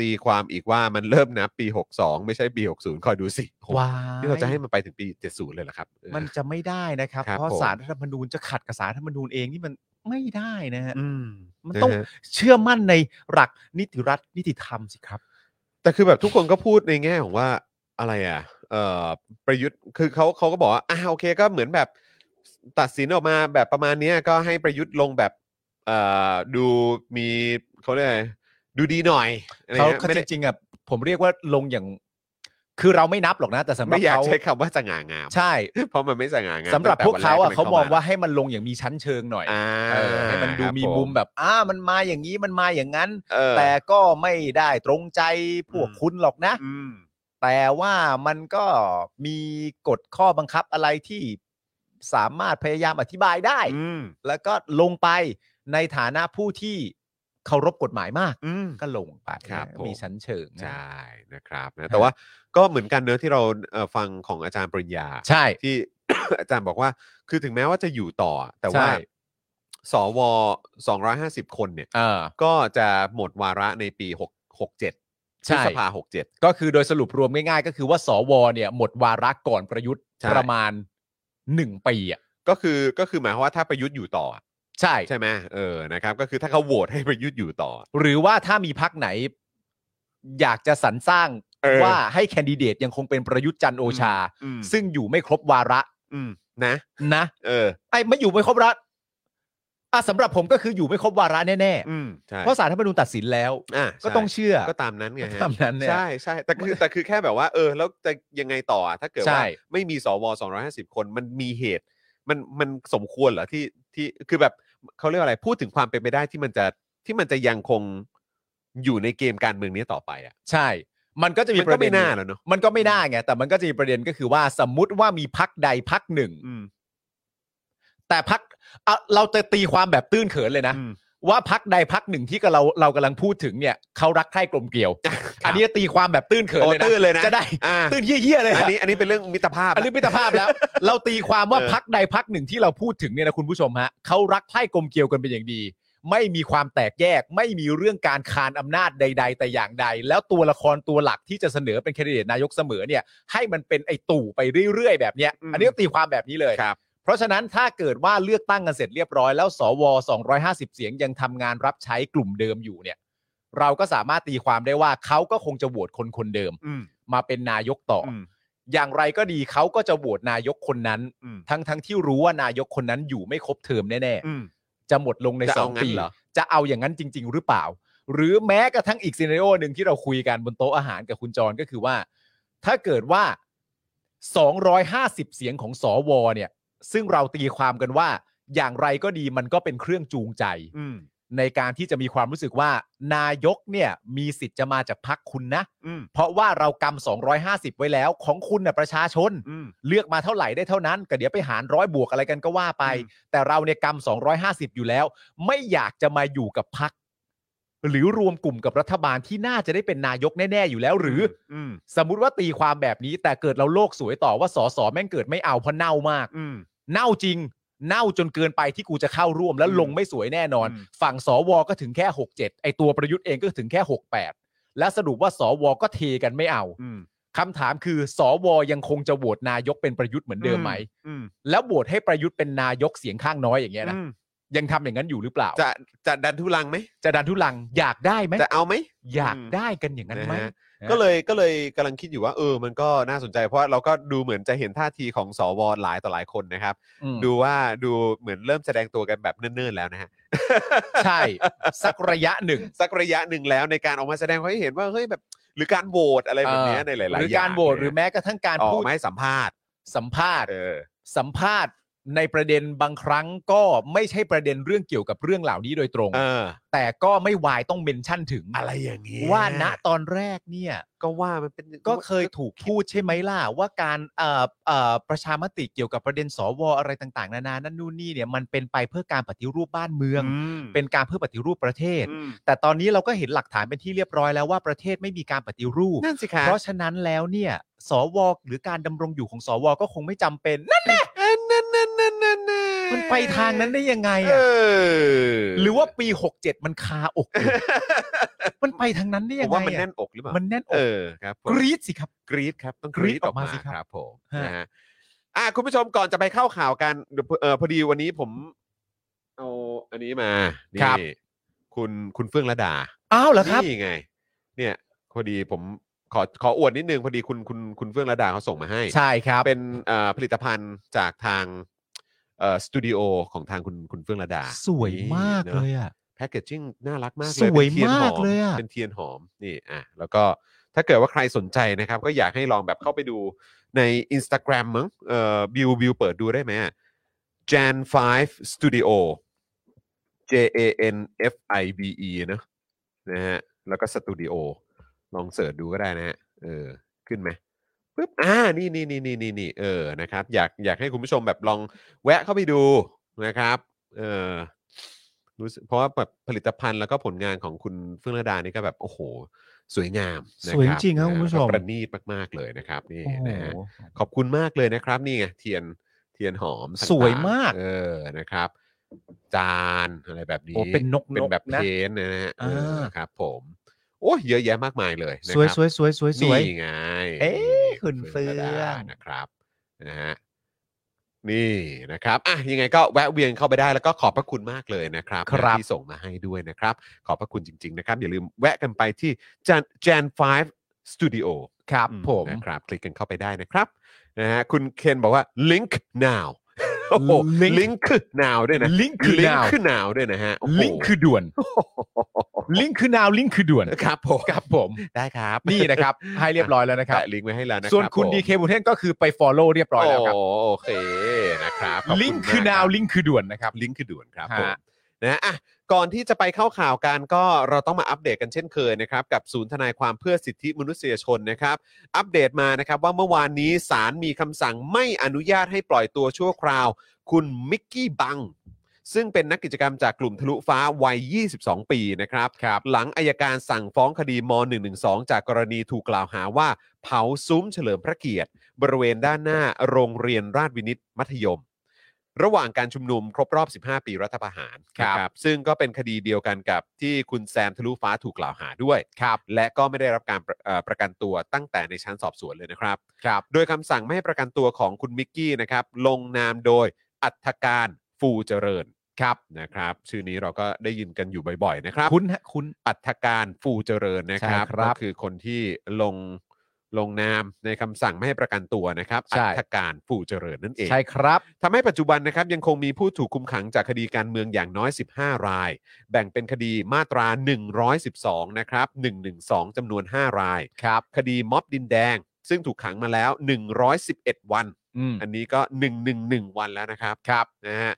ตีความอีกว่ามันเริ่มนับปี 62 ไม่ใช่ปี 60 คอยดูสิโห
ว้า
ที่เราจะให้มันไปถึงปี 70 เลยเหรอครับเออ
มันจะไม่ได้นะครับ
ครับ
เพราะ
ผม
สารรัฐธรรมนูญจะขัดกับสารรัฐธรรมนูญเองนี่มันไม่ได้นะฮะ
อืม
มันต้อง
ะฮะ
เชื่อมั่นในหลักนิติรัฐนิติธรรมสิครับ
แต่คือแบบทุกคนก็พูดในแง่ของว่าอะไรอ่ะ เออประยุทธ์คือเขาเขาก็บอกว่าอ่าโอเคก็เหมือนแบบ ตัดสินออกมาแบบประมาณเนี้ยก็ให้ประยุทธ์ลงแบบเอ่อดูมีเขาเรียกอะไรดูดีหน่อยอะไร
เขา
เงี้ย
เขา
ไม่
จ
ได้
ริงๆอ่ะผมเรียกว่าลงอย่าง คือเราไม่นับหรอกนะแต่สำหรั
ไม่
บ
อยาก
เขา
ใช้คำว่าสง่างาม
ใช่
*laughs* เพราะมันไม่สง่างาม
สำหรับ
ตั้งแต่
พวกเขาอ่ะ
นแร
เขามองว่า
ที่
ให้มันลงอย่างมีชั้นเชิงหน่อย
นเข้ามาอ่า
เออให้มันดูมี
ครั
มุมแบบอ่ามันมาอย่างนี้มันมาอย่างนั้น
เออ
แต่ก็ไม่ได้ตรงใจพวก
อืม
คุณหรอกนะ
อืม
แต่ว่ามันก็มีกฎข้อบังคับอะไรที่สามารถพยายามอธิบายได้
อืม
แล้วก็ลงไปในฐานะผู้ที่เคารพกฎหมายมาก
อืม
ก็ลงไป
ครับ
นะ
ผม
มีชั้นเชิงนะ
ใช่นะครับนะแต่ว่าก็เหมือนกันเนอะที่เราเอ่อฟังของอาจารย์ปริญญา
ใช่
ที่ *coughs* อาจารย์บอกว่า คือถึงแม้ว่าจะอยู่ต่อ แต่ว่า
ใช่
สว250 คนเนี่ย
เออ
ก็จะหมดวาระในปี6 67
ใช่
พฤษภา67
ก็คือโดยสรุปรวมง่ายๆ ก็คือว่าสวเนี่ยหมดวาระก่อนประยุทธ์
ใช่
ประมาณหนึ่งปีอ่ะ
ก็คือก็คือหมายความว่าถ้าประยุทธ์อยู่ต่อ
ใช่
ใช่ไหมเออนะครับ ก็คือถ้าเขาโหวตให้ประยุทธ์อยู่ต่อ
หรือว่าถ้ามีพักไหน อยากจะสรรสร้าง
เออ
ว่าให้แคนดิเดตยังคงเป็นประยุทธ์จันทร์โอชา
อืม
ซึ่งอยู่ไม่ครบวาระ
อืมนะ
นะ
เออ
ไอ้ไม่อยู่ไม่ครบวาระอ่ะสำหรับผมก็คืออยู่ไม่ครบวาระแน่
อืมใช่
ๆ เพราะสารรัฐธรรมนูญตัดสินแล้ว
อ่ะ
ก็
ใช่
ต้องเชื่อ
ก็ตามนั้นไงฮะ
ตามนั้นเนี่ย
ใช่ใช่แต่คือแต่คือแค่แบบว่า เออ แล้วจะยังไงต่ออะถ้าเกิด
ใช่
ว่าไม่มีสวสองร้อยห้าสิบคนมันมีเหตุ มันมันสมควรเหรอที่ ที่คือแบบเขาเรียกว่าอะไรพูดถึงความเป็นไปได้ที่มันจะที่มันจะยังคงอยู่ในเกมการเมืองนี้ต่อไปอ่ะ
ใช่ มันก็จะมี
มั
ป
นก็
ระเด็น
ไม่น่าแล้วเนาะ
มันก็ไม่น่าไงแต่มันก็จะมีประเด็นก็คือว่าสมมุติว่ามีพักใดพักหนึ่ง
อืม
แต่พักเราจะตีความแบบตื้นเขินเลยนะ
อื
*laughs*
ม
ว่าพักใดพักหนึ่งที่กับเราเรากำลังพูดถึงเนี่ยเขารักใคร่กลมเก
*laughs*
ลียว อันนี้จะตีความแบบตื้นเขิน
โอ้
เลยนะ
ตื้นเลยนะ
จะได้
อ่า
ตื้นเยี่ยๆเลย
อัน
อะ
นี้อันนี้เป็นเรื่องมิตรภาพ
อัน
อะ
นี้มิตรภาพแล้ว *laughs* เราตีความว่า
เออ
พักใดพักหนึ่งที่เราพูดถึงเนี่ยนะคุณผู้ชมฮะเขารักไพ่กลมเกลียวกันเป็นอย่างดี ไม่มีความแตกแยก ไม่มีเรื่องการคานอำนาจใด ๆ แต่อย่างใด แล้วตัวละครตัวหลักที่จะเสนอเป็นแคนดิเดตนายกเสมอเนี่ย ให้มันเป็นไอ้ตู่ไปเรื่อยๆ แบบเนี้ย อันนี้ต้องตีความแบบนี้เลย
ครับ
เพราะฉะนั้นถ้าเกิดว่าเลือกตั้งกันเสร็จเรียบร้อยแล้วสว 250 เสียงยังทำงานรับใช้กลุ่มเดิมอยู่เนี่ย เราก็สามารถตีความได้ว่าเขาก็คงจะโหวตคนคนๆเดิม
อืม
มาเป็นนายกต่ออ
ม
อย่างไรก็ดีเขาก็จะโหวตนายกคนนั้น
อืม
ทั้งทั้งที่รู้ว่านายกคนนั้นอยู่ไม่ครบเทอมแน่
อืม
ๆ จะหมดลงใน
จะ
ส
เอา
องปี
งั้นเหรอ
จะเอาอย่างนั้นจริง ๆ หรือเปล่า หรือแม้กระทั่งอีกซีเนโอหนึ่งที่เราคุยกันบนโต๊ะอาหารกับคุณจรก็คือว่า ถ้าเกิดว่า 250 เสียงของสวเนี่ย ซึ่งเราตีความกันว่า อย่างไรก็ดีมันก็เป็นเครื่องจูงใจ
อืม
ในการที่จะมีความรู้สึกว่า นายกเนี่ยมีสิทธิ์จะมาจากพักคุณนะ
อืม
เพราะว่าเรากำ250 ไว้แล้วของคุณน่ะประชาชน
อืม
เลือกมาเท่าไหร่ได้เท่านั้น ก็เดี๋ยวไปหารร้อยบวกอะไรกันก็ว่าไป
อืม
แต่เราเนี่ยกำ250 อยู่แล้ว ไม่อยากจะมาอยู่กับพัก หรือรวมกลุ่มกับรัฐบาลที่น่าจะได้เป็นนายกแน่ๆอยู่แล้ว หรือ
อืม
สมมุติว่าตีความแบบนี้ แต่เกิดเราโลกสวยต่อว่าสอสอแม่งเกิดไม่เอาเพราะเน่ามาก
อืม
เน่าจริง เน่าจนเกินไปที่กูจะเข้าร่วมแล้ว
อืม
ลงไม่สวยแน่นอน
อืม
ฝั่งสวก็ถึงแค่ 67 ไอตัวประยุทธ์เองก็ถึงแค่ 68 และสรุปว่าสวก็เทกันไม่เอา
อืม
คำถามคือสวยังคงจะโหวตนายกเป็นประยุทธ์เหมือนเดิมไหม
อืม
แล้วโหวตให้ประยุทธ์เป็นนายกเสียงข้างน้อยอย่างเงี้ยนะ
อืม
ยังทำอย่างนั้นอยู่หรือเปล่า
จะจะดันทุลังไหม
จะดันทุลังอยากได้ไหม
จะเอาไหม
อยากได้กันอย่างนั้นไหม
นะฮะ
นะ
ก็เลยก็เลยกำลังคิดอยู่ว่าเออมันก็น่าสนใจ เพราะเราก็ดูเหมือนจะเห็นท่าทีของสวหลายต่อหลายคนนะครับ
อืม
ดูว่าดูเหมือนเริ่มแสดงตัวกันแบบเนิ่นๆแล้วนะฮะ
ใช่ สักระยะหนึ่ง
สักระยะหนึ่งแล้วในการออกมาแสดงความให้เห็นว่าเฮ้ยแบบ หรือการโหวตอะไรแบบเนี้
เอ
ย
อ
ในหลายๆอย่าง
หรือการโหวตหรือแม้กระทั่งการ
ออก
พูด
มาให้สัมภาษณ์
สัมภาษณ์
เออ
สัมภาษณ์ในประเด็นบางครั้งก็ไม่ใช่ประเด็นเรื่องเกี่ยวกับเรื่องเหล่านี้โดยตรง
เออ
แต่ก็ไม่วายต้องเมนชั่นถึง
อะไรอย่างเงี้ย
ว่าณตอนแรกเนี่ย
ก็ว่ามันเป็น
ก็เคยถูกพูดใช่ไหมล่ะ ว่าการเอ่อเอ่อประชามติเกี่ยวกับประเด็นสวอะไรต่างๆ นานานั่นนู่นนี่เนี่ยมันเป็นไปเพื่อการปฏิรูปบ้านเมือง
อืม
เป็นการเพื่อปฏิรูปประเทศ
อืม
แต่ตอนนี้เราก็เห็นหลักฐานเป็นที่เรียบร้อยแล้วว่าประเทศไม่มีการปฏิรูป
นั่นสิคะ
เพราะฉะนั้นแล้วเนี่ยสวหรือการดำรงอยู่ของสวก็คงไม่จำเป็นนั่นแหละ
เอ้ยนั่นนั่นนั่นนั่นนั่น
มันไปทางนั้นได้ยังไง
เอ
อะ
อ
หรือว่าปี 67 มันคาอกอยู่
*laughs*
มันไปทางนั้นได้
ผ
ยั
ม
งไง
ว่ามัน
อะ
แน่นอกหรือเปล่า
มันแน่นอ
เอก อครับผม
กรีดสิครับ
กรีดครับต้อง
ก
ก
รี๊ด
รีด
อ
อ
อ
อก ก
มา
มา
สิครับ
ครับผม
ฮะ
นะฮะอ่ะคุณผู้ชมก่อนจะไปเข้าข่าวกันเดี๋ยวเอ่อพอดีวันนี้ผมเอาอันนี้มานี่คุณคุณเฟื่องระดา
อ้าวเหรอครับ
นี่ไง เนี่ยพอดีผมขอขออวดนิดนึงพอดีคุณคุณคุณเฟื่องระดาเขาส่งมาให้
ใช่ครับ
เป็นเอ่อผลิตภัณฑ์จากทางเอ่อสตูดิโอของทางคุณคุณเฟื่องระดา
สวยมาก
นี่นอะ
เลยอ่ะ
แพคเกจจิ้งน่ารักมากเล
สวย
ป็นทีนหอ
มากเลยอะ
เป็นเทียนหอมนี่อ่ะแล้วก็ถ้าเกิดว่าใครสนใจนะครับ ก็อยากให้ลองแบบเข้าไปดูใน Instagram มั้งเอ่อบิวบิวเปิดดูได้ไหมอะ Jan 5 Studio J A N F I B E นะนะฮะแล้วก็สตูดิโอลองเสิร์ชดูก็ได้นะฮะเออขึ้นไหมปึ๊บอ่านี่นี่นี่นี่นี่นี่เออนะครับ อยากอยากให้คุณผู้ชมแบบลองแวะเข้าไปดูนะครับ เออรู้สึกเพราะว่าแบบผลิตภัณฑ์แล้วก็ผลงานของคุณเฟื่องระดานี่ก็แบบ โอ้โห สวยงามนะ
สวย
คบ
จริงครับ
เออ
คุณผู้ชม
แล้วก็ประณีตมาก ๆ เลยนะครับนี่
โอ้โห
นะฮะ ขอบคุณมากเลยนะครับ นี่ไงเทียนเทียนหอมต่งๆ
สวยมาก
เออนะครับ จานอะไรแบบนี้
โอ้เป็นนก
เป็นแบบ
นะ
เพ้นท์นะฮะเออ
อ่า
ครับผมโอ้ยเยอะแยะมากมายเลยนะ
สวย
ครับ
สวยสวยสวยสวย
นี่ไง
เอ๊ะ
คุณ
คุณเฟื่อง
ระดานะครับนะฮะนี่นะครับอ่ะยังไงก็แวะเวียนเข้าไปได้แล้วก็ขอบพระคุณมากเลยนะครับ
ครับ
ที่ส่งมาให้ด้วยนะครับ ขอบพระคุณจริง ๆ นะครับ อย่าลืมแวะกันไปที่ Jan 5 Studio
ครับผม
นะครับคลิกกันเข้าไปได้นะครับนะฮะคุณเคนบอกว่า link now *laughs* โอ้โห
Link
ลิงก์คือหนาวด้วยนะ
ลิงก์คือ
ลิง
นาว
ก์คือหนาวด้วยนะฮะโโห
ลิงก์คือด่วน ลิงก์คือนาวลิงก์คือด่วน
ครับผม
ครับผม
ได้ครับ
นี่นะครับ ให้เรียบร้อยแล้วนะครับ
แปะลิงก์ไว้ให้แล้วนะรับ
ส่วนคุณ
ผม
ดีเคบุญเทนก็คือไป Follow เรียบร้อยแล้วครับ
โโอเคนะครับขบณ
ลิงก์คือ
มก
นาว
รับ
ลิงก์คือด่วนนะครับ
ลิงก์คือด่วนครับ
ฮะ
ผมนะอ่ะก่อนที่จะไปเข้าข่าวการก็เราต้องมาอัปเดตกันเช่นเคยนะครับ กับศูนย์ทนายความเพื่อสิทธิมนุษยชนนะครับ อัปเดตมานะครับว่าเมื่อวานนี้ศาลมีคำสั่งไม่อนุญาตให้ปล่อยตัวชั่วคราว คุณมิกกี้บัง ซึ่งเป็นนักกิจกรรมจากกลุ่มทะลุฟ้าวัย 22 ปีนะครับ
ครับ
หลังอายการสั่งฟ้องคดีม .112 จากกรณีถูกกล่าวหาว่า เผาซุ้มเฉลิมพระเกียรติ บริเวณด้านหน้าโรงเรียนราชวินิตมัธยม ระหว่างการชุมนุมครบรอบ 15 ปีรัฐประหาร
ครับ
นะซึ่งก็เป็นคดีเดียวกันกับที่คุณแซมทะลุฟ้าถูกกล่าวหาด้วย และก็ไม่ได้รับการประเอ่อประกันตัวตั้งแต่ในชั้นสอบสวนเลยนะครับ
ครับ
โดยคำสั่งไม่ให้ประกันตัวของคุณมิกกี้นะครับ ลงนามโดยอัธการฟูเจริญครับนะครับ ชื่อนี้เราก็ได้ยินกันอยู่บ่อยๆนะครับ
คุณฮะคุณ
อัฐการฟูเจริญนะครับ
ใช่ครับ
ก็คือคนที่ลงลงนามในคำสั่งไม่ให้ประกันตัวนะครับ
ใช่
อัฐการฟูเจริญนั่นเอง
ใช่ครับ
ทำให้ปัจจุบันนะครับยังคงมีผู้ถูกคุมขังจากคดีการเมืองอย่างน้อย 15 ราย แบ่งเป็นคดีมาตรา 112 นะครับ 112จำนวน 5 ราย
ครับ
คดีม็อบดินแดง ซึ่งถูกขังมาแล้ว 111 วัน
อืม
อันนี้ก็ 111 วันแล้วนะครับครับนะฮะ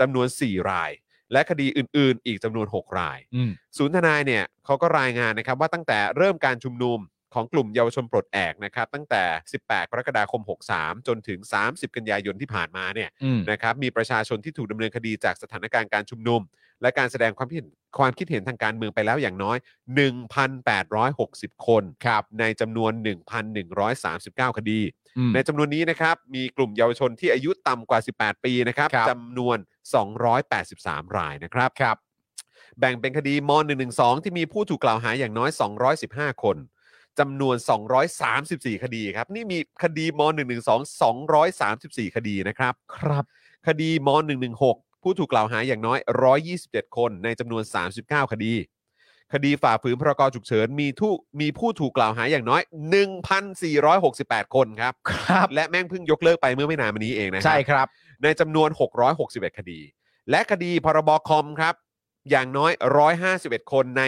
จำนวน 4 ราย และคดีอื่น ๆ อีกจำนวน 6 ราย
อืม
ศูนย์ทนายเนี่ยเขาก็รายงานนะครับว่าตั้งแต่เริ่มการชุมนุมของกลุ่มเยาวชนปลดแอกนะครับตั้งแต่ 18 กรกฎาคม 63 จนถึง 30 กันยายนที่ผ่านมาเนี่ย
อืม
นะครับมีประชาชนที่ถูกดำเนินคดีจากสถานการณ์การชุมนุม และการแสดงความคิดเห็นความคิดเห็นทางการเมืองไปแล้วอย่างน้อย 1,860 คนครับในจำนวน 1,139 คดี
อืม
ในจำนวนนี้นะครับมีกลุ่มเยาวชนที่อายุต่ำกว่า 18 ปีนะครับ
ครับ
จำนวน 283 รายนะครับครับแบ่งเป็นคดีม .112 ที่มีผู้ถูกกล่าวหาอย่างน้อย 215 คนจำนวน 234 คดีครับนี่มีคดีม .112 234 คดีนะครับ
ครับ
คดีม .116 ผู้ถูกกล่าวหาอย่างน้อย 127 คนในจำนวน 39 คดี คดีฝ่าฝืนพรกฉุกเฉินมีทุมีผู้ถูกกล่าวหาอย่างน้อย 1,468 คนครับ
ครับ
และแม่งเพิ่งยกเลิกไปเมื่อไม่นานมานี้เองนะ
ใช่ครับ
ในจำนวน 661 คดี และคดีพรบคอมครับ อย่างน้อย 151 คนใน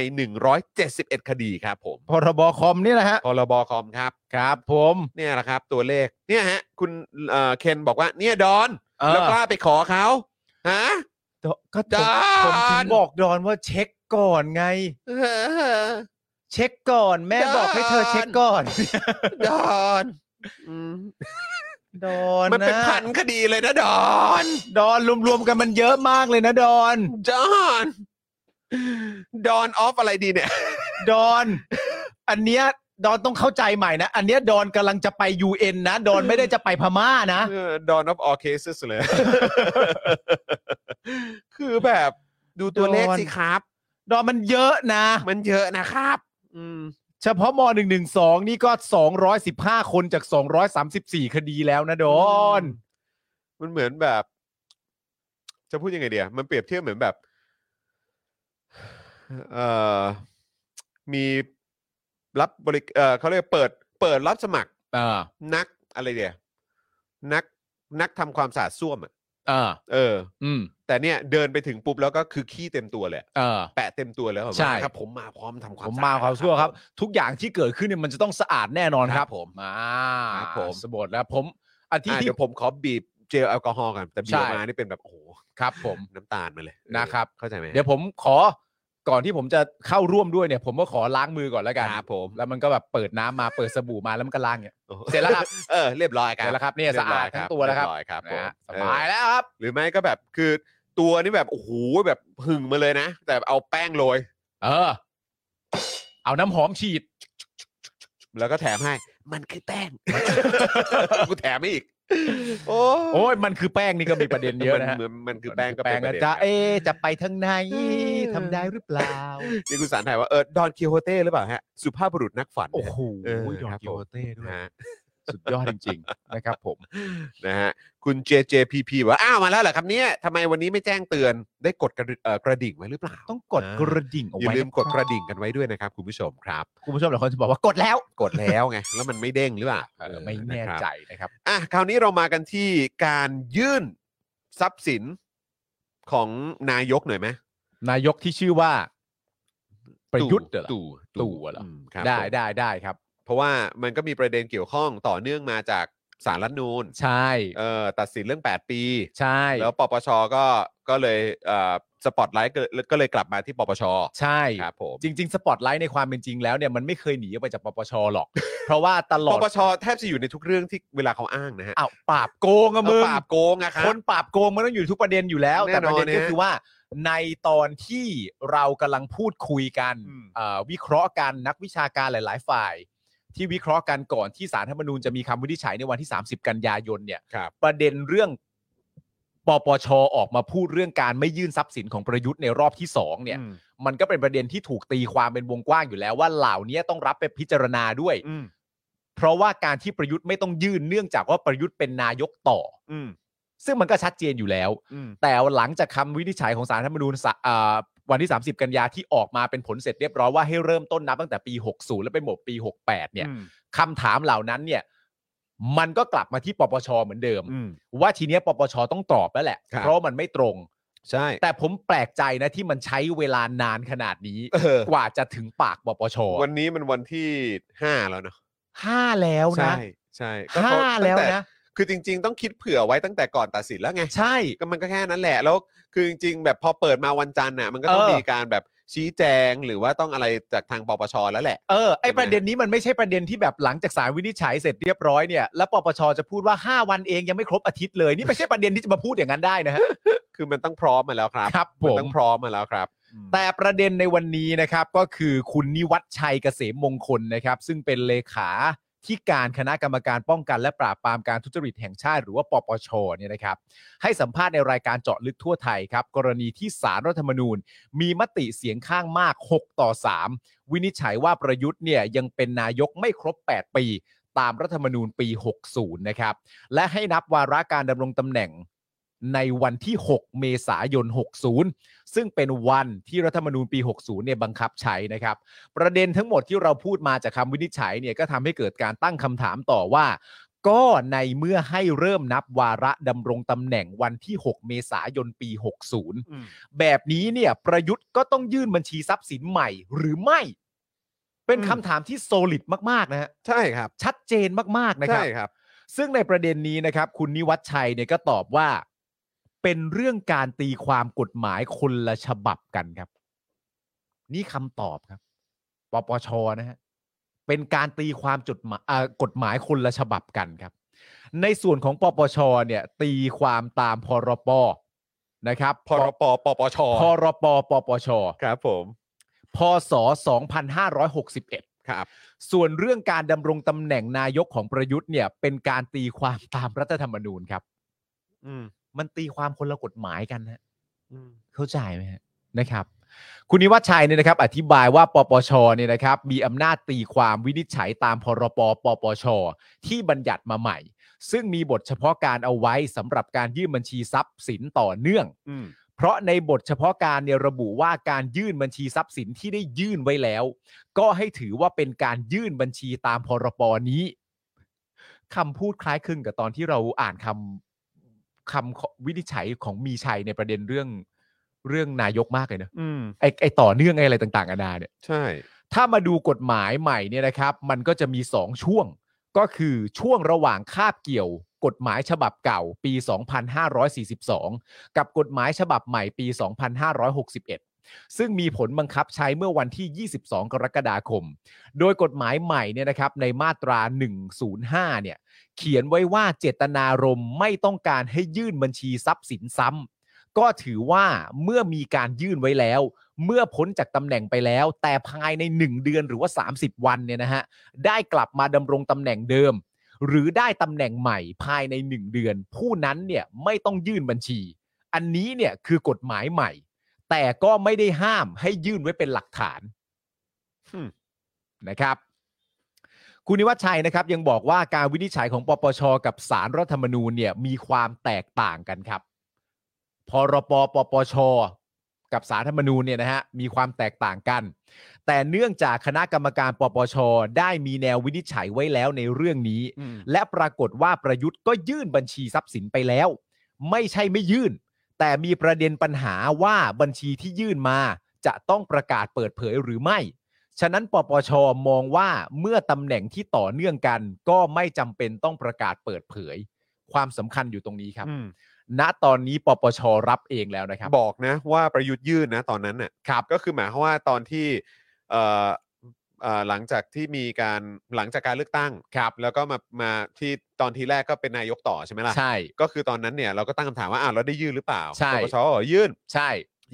171 คดีครับผม
พรบคอมนี่แหละฮะ
พรบคอมครับ
ครับผม
เนี่ยแหละครับ ตัวเลขเนี่ยฮะ คุณเอ่อเคนบอกว่าเนี่ยดอน
เออ
แล้วกล้าไปขอเขาฮะ
ก็
ด
ผม
อน
ผมถึงบอกดอนว่าเช็คก่อนไง
เออ
เช็คก่อนแม่
ดอน
บอกให้เธอเช็คก่อน
ดอนอืม
ดอน
มันเป็น
นะ
พันคดีเลยนะดอน
ดอนรวมๆกันมันเยอะมากเลยนะดอน
ดอน ดอนออฟอะไรดีเนี่ย
ดอน อันเนี้ยดอนต้องเข้าใจใหม่นะ อันเนี้ยดอนกำลังจะไป UN นะ ดอนไม่ได้จะไปพม่านะ
ดอนออฟออเคสเลย *laughs* คือแบบดูตัวเลขสิครับ
ดอนมันเยอะนะ
มันเยอะนะครับ อืม
เฉพาะม .112 นี่ก็ 215 คนจาก 234 คดีแล้วนะดอน
มันเหมือนแบบ จะพูดยังไงเดียมันเปรียบเทียบเหมือนแบบ เอ่อ มีรับบริเอ่อเขาเรียกเปิด เปิดรับสมัคร
เออ
นักอะไรเดียนักนักทำความสะอาดส้วมอ่ะ
เออ
เออ
อืม
แต่เนี่ยเดินไปถึงปุ๊บแล้วก็คือขี้เต็มตัวเลยอะ
เออ
แปะเต็มตัวแล้วเหรอ
ใช่
ครับ ผมมาพร้อมทำความ
ผม
สะอด
มาความชั่วครับ ทุกอย่างที่เกิดขึ้นเนี่ยมันจะต้องสะอาดแน่นอน
ค
ค
รั
รั
บบ ผม
อ่า
ครับผม
สะบดแล้วผมอาทิต
อ่ะ
ย์ที่
เดี๋ยวผมขอบีบเจลแอลกอฮอล์กันแต่บี
ใช่
บออกมานี่เป็นแบบโอ้โห
ครับผม
น้ำตาลมาเลย
นะครับ
เข้าใจไหม
เดี๋ยวผมขอก่อนที่ผมจะเข้าร่วมด้วยเนี่ย ผมก็ขอล้างมือก่อนแล้วกัน
ครับผม
แล้วมันก็แบบเปิดน้ำมาเปิดสบู่มาแล้วมันก็ล้างเนี่ย
โอ้โห
เสร็จแล้วครับ
เออเรียบร้อยค
เส
รั
ร็จ
บ
แล้วครับเนี่ยสะอาดทั้งตัวแล้วครับ
เรียบร้อยครับผ
นะ
ม
ฮะส
เออบ
ายแล้วครับ
หรือไม่ก็แบบคือตัวนี่แบบโอ้โหแบบหึ่งมาเลยนะ แต่เอาแป้งโรย
เออ เอาน้ำหอมฉีด
แล้วก็แถมให้ มันคือแป้
*laughs*
ง กูแถมให้อีก โอ้
โอ้ยมันคือแป้งนี่ก็มีประเด็นเยอะนะฮะ
มันมันคือแป้งก็เป็นประเด็น
จะ
ครับ
เอะจะไปทางไหนทำได้หรือเปล่า
นี่คุณสารไทยว่าเออดอนคิโฮเต้หรือเปล่าฮะ สุภาพบุรุษนักฝัน
โอ้โห
เออ
ดอ
คน รับผม
กิโอเต้ด้วย
นะฮะ
สุดยอดจริงๆ นะครับผม
*laughs* นะฮะคุณ JJPP บอกว่าอ้าวมาแล้วเหรอครับเนี่ยทำไมวันนี้ไม่แจ้งเตือนได้กดกระดิเอ่อกระดิ่งไว้หรือเปล่า
ต้องกด
อ่า
กระดิ่งเอา
อย่า
ไว้
ลืมกดกระดิ่งกันไว้ด้วยนะครับคุณผู้ชมครับ
คุณผู้ชมหลายคนจะบอกว่ากดแล้ว
กดแล้วไง แล้วมันไม่เด้งหรือเปล่า
เออไม่แน่
ะครับ
ใจนะครับ
อ่ะคราวนี้เรามากันที่การยื่น ทรัพย์สินของนายกหน่อยไหม
นายกที่ชื่อว่า ประยุทธ์เหรอ
ตู่
ตู่เหรอ
มครับ
ได้
ผม
ได้ได้ครับ
เพราะว่ามันก็มีประเด็นเกี่ยวข้องต่อเนื่องมาจากสารรัฐธรรมนูน
ใช่
เอ่อตัดสินเรื่อง 8 ปี
ใช่
แล้วปปชก็ก็เลยเอ่อสปอตไลท์ก็ก็เลยกลับมาที่ปปช
ใช่
ครับผม
จริง ๆ สปอตไลท์ในความเป็นจริงแล้วเนี่ยมันไม่เคยหนีออกไปจากปปชหรอก *laughs* เพราะว่าตล
ป
อด
ปชแทบจะอยู่ในทุกเรื่องที่เวลาเขาอ้างนะฮะ
อ้าวปราบโกงอะมึง
ปราบโกงอะครับ
คนปราบโกงมันต้องอยู่ทุกประเด็นอยู่แล้ว
แน่
แต่
นอน
ประเด็นก็
นะ
คือว่า ในตอนที่เรากำลังพูดคุยกัน
อืม
เอ่อวิเคราะห์กันนักวิชาการหลาย ๆ ฝ่าย ที่วิเคราะห์กันก่อนที่สารธรรมนูญจะมีคำวินิจฉัยในวันที่ 30 กันยายนเนี่ย
ครับ
ประเด็นเรื่องปปชออกมาพูดเรื่องการไม่ยื่นทรัพย์สินของประยุทธ์ในรอบที่สองเนี่ย มันก็เป็นประเด็นที่ถูกตีความเป็นวงกว้างอยู่แล้วว่าเหล่านี้ต้องรับไปพิจารณาด้วย
อืม
เพราะว่าการที่ประยุทธ์ไม่ต้องยื่นเนื่องจากว่าประยุทธ์เป็นนายกต่อ
อืม
ซึ่งมันก็ชัดเจนอยู่แล้ว
อืม
แต่หลังจากคำวินิจฉัยของสารรฐธรรมนูญสะอ่าวันที่ 30 กันยาที่ออกมาเป็นผลเสร็จเรียบร้อยว่าให้เริ่มต้นนับตั้งแต่ปี 60 แล้วไปหมดปี 68 เนี่ยคำถามเหล่านั้นเนี่ย มันก็กลับมาที่ปปชเหมือนเดิม ว่าทีเนี้ยปปชต้องตอบแล้วแหละ
ครับ
เพราะมันไม่ตรง
ใช่
แต่ผมแปลกใจนะที่มันใช้เวลานานขนาดนี้
เออก
ว่าจะถึงป *laughs* ากปปช
วันนี้มันวันที่ห้าแล้วเนาะ
ห้าแล้วนะ
ใช่ใช่ก็เข
ห้าแล้ว
ตั้งต่
นะ
คือจริง ๆ ต้องคิดเผื่อไว้ตั้งแต่ก่อนตัดสินแล้วไง
ใช่
ก็มันก็แค่นั้นแหละแล้วคือจริง ๆ แบบพอเปิดมาวันจันทร์น่ะมันก็ต้อง
เออ
มีการแบบชี้แจงหรือว่าต้องอะไรจากทางปปชแล้วแหละ
เออไอประเด็นนี้มันไม่ใช่ประเด็นที่แบบหลังจากสารวินิจฉัยเสร็จเรียบร้อยเนี่ยแล้วปปชจะพูดว่าห้าวันเองยังไม่ครบอาทิตย์เลยนี่ไม่ใช่ประเด็นที่จะมาพูดอย่างนั้นได้นะฮะ
คือมันต้องพร้อมมาแล้วครับ
ครับผม
นต้องพร้อมมาแล้วครับ
แต่ประเด็นในวันนี้นะครับก็คือคุณนิวัฒน์ชัยเกษมมงคลนะครับ ซึ่งเป็นเลขาที่การคณะกรรมการป้องกันและปราบปรามการทุจริตแห่งชาติ หรือว่าปปชเนี่ยนะครับ ให้สัมภาษณ์ในรายการเจาะลึกทั่วไทยครับ กรณีที่สารรัฐธรรมนูญ มีมติเสียงข้างมาก 6 ต่อ 3 วินิจฉัยว่าประยุทธ์เนี่ยยังเป็นนายกไม่ครบ 8 ปี ตามรัฐธรรมนูญปี 60 นะครับ และให้นับวาระการดำรงตำแหน่งในวันที่ 6 เมษายน 60 ซึ่งเป็นวันที่รัฐธรรมนูญปี 60 เนี่ยบังคับใช้นะครับ ประเด็นทั้งหมดที่เราพูดมาจากคำวินิจฉัยเนี่ยก็ทำให้เกิดการตั้งคำถามต่อว่า ก็ในเมื่อให้เริ่มนับวาระดำรงตำแหน่งวันที่ 6 เมษายนปี
อืม
60 แบบนี้เนี่ยประยุทธ์ก็ต้องยื่นบัญชีทรัพย์สินใหม่หรือไม่ เป็นคำถามที่โซลิดมาก ๆ นะฮะ
ใช่ครับ
ชัดเจนมาก ๆ นะครั
ใช่
บ
ครับ
ซึ่งในประเด็นนี้นะครับ คุณนิวัฒชัยเนี่ยก็ตอบว่า เป็นเรื่องการตีความกฎหมายคนละฉบับกันครับ นี่คำตอบครับปปชนะฮะเป็นการตีความจดหมายเอ่อกฎหมายคนละฉบับกันครับ ในส่วนของปปชเนี่ย ตีความตามพรปนะครับ
พรปปปช
พรปปปช
ครับผม
พศ2561
ครับ
ส่วนเรื่องการดำรงตำแหน่งนายกของประยุทธ์เนี่ย เป็นการตีความตามรัฐธรรมนูญครับ
อืม
มันตีความคนละกฎหมายกันฮะ
อืม
เข้าใจไหมฮะนะครับ คุณนิวัชชัยเนี่ยนะครับ อธิบายว่าปปชเนี่ยนะครับ มีอำนาจตีความวินิจฉัยตามพรปปปช ที่บัญญัติมาใหม่ ซึ่งมีบทเฉพาะการเอาไว้สำหรับการยื่นบัญชีทรัพย์สินต่อเนื่อง
อืม
เพราะในบทเฉพาะการเนี่ยระบุว่าการยื่นบัญชีทรัพย์สินที่ได้ยื่นไว้แล้ว ก็ให้ถือว่าเป็นการยื่นบัญชีตามพรบนี้คำพูดคล้ายคลึงกับตอนที่เราอ่านคำคำวินิจฉัยของมีชัยในประเด็นเรื่องเรื่องนายกมากเลยนะ
อืม
ไอไอต่อเนื่องไออะไรต่างๆนานาเนี่ย
ใช่
ถ้ามาดูกฎหมายใหม่เนี่ยนะครับ มันก็จะมี 2 ช่วง ก็คือช่วงระหว่างคาบเกี่ยว กฎหมายฉบับเก่าปี 2542 กับกฎหมายฉบับใหม่ปี 2561 ซึ่งมีผลบังคับใช้เมื่อวันที่ 22 กรกฎาคม โดยกฎหมายใหม่เนี่ยนะครับในมาตรา 105 เนี่ย เขียนไว้ว่าเจตนารมณ์ไม่ต้องการให้ยื่นบัญชีทรัพย์สินซ้ำ ก็ถือว่าเมื่อมีการยื่นไว้แล้ว เมื่อพ้นจากตำแหน่งไปแล้ว แต่ภายใน 1 เดือนหรือว่า 30 วันเนี่ยนะฮะได้กลับมาดำรงตำแหน่งเดิม หรือได้ตำแหน่งใหม่ภายใน 1 เดือน ผู้นั้นเนี่ยไม่ต้องยื่นบัญชี อันนี้เนี่ยคือกฎหมายใหม่ แต่ก็ไม่ได้ห้ามให้ยื่นไว้เป็นหลักฐาน
อืม
นะครับ คุณนิวัชชัยนะครับ ยังบอกว่าการวินิจฉัยของปปช กับสารรัฐธรรมนูญเนี่ยมีความแตกต่างกันครับพรปปปช กับสารธรรมนูญเนี่ยนะฮะมีความแตกต่างกัน แต่เนื่องจากคณะกรรมการปปช ได้มีแนววินิจฉัยไว้แล้วในเรื่องนี้ และปรากฏว่าประยุทธ์ก็ยื่นบัญชีทรัพย์สินไปแล้ว ไม่ใช่ไม่ยื่น แต่มีประเด็นปัญหาว่าบัญชีที่ยื่นมา จะต้องประกาศเปิดเผยหรือไม่ ฉะนั้นปปชมองว่าเมื่อตำแหน่งที่ต่อเนื่องกัน ก็ไม่จำเป็นต้องประกาศเปิดเผย ความสำคัญอยู่ตรงนี้ครับ
อืม
ณตอนนี้ปปชรับเองแล้วนะครับ
บอกนะว่าประยุทธ์ยื่นนะตอนนั้นน่ะ
ครับ
ก็คือหมายความว่าตอนที่เอ่อเอ่อหลังจากที่มีการหลังจากการเลือกตั้งครับ แล้วก็มามาที่ตอนทีแรกก็เป็นนายกต่อใช่ไหมล่ะ
ใช่
ก็คือตอนนั้นเนี่ยเราก็ตั้งคำถามว่าอ้าวเราได้ยื่นหรือเปล่า
ใช่
ปปชบอกยื่น
ใช่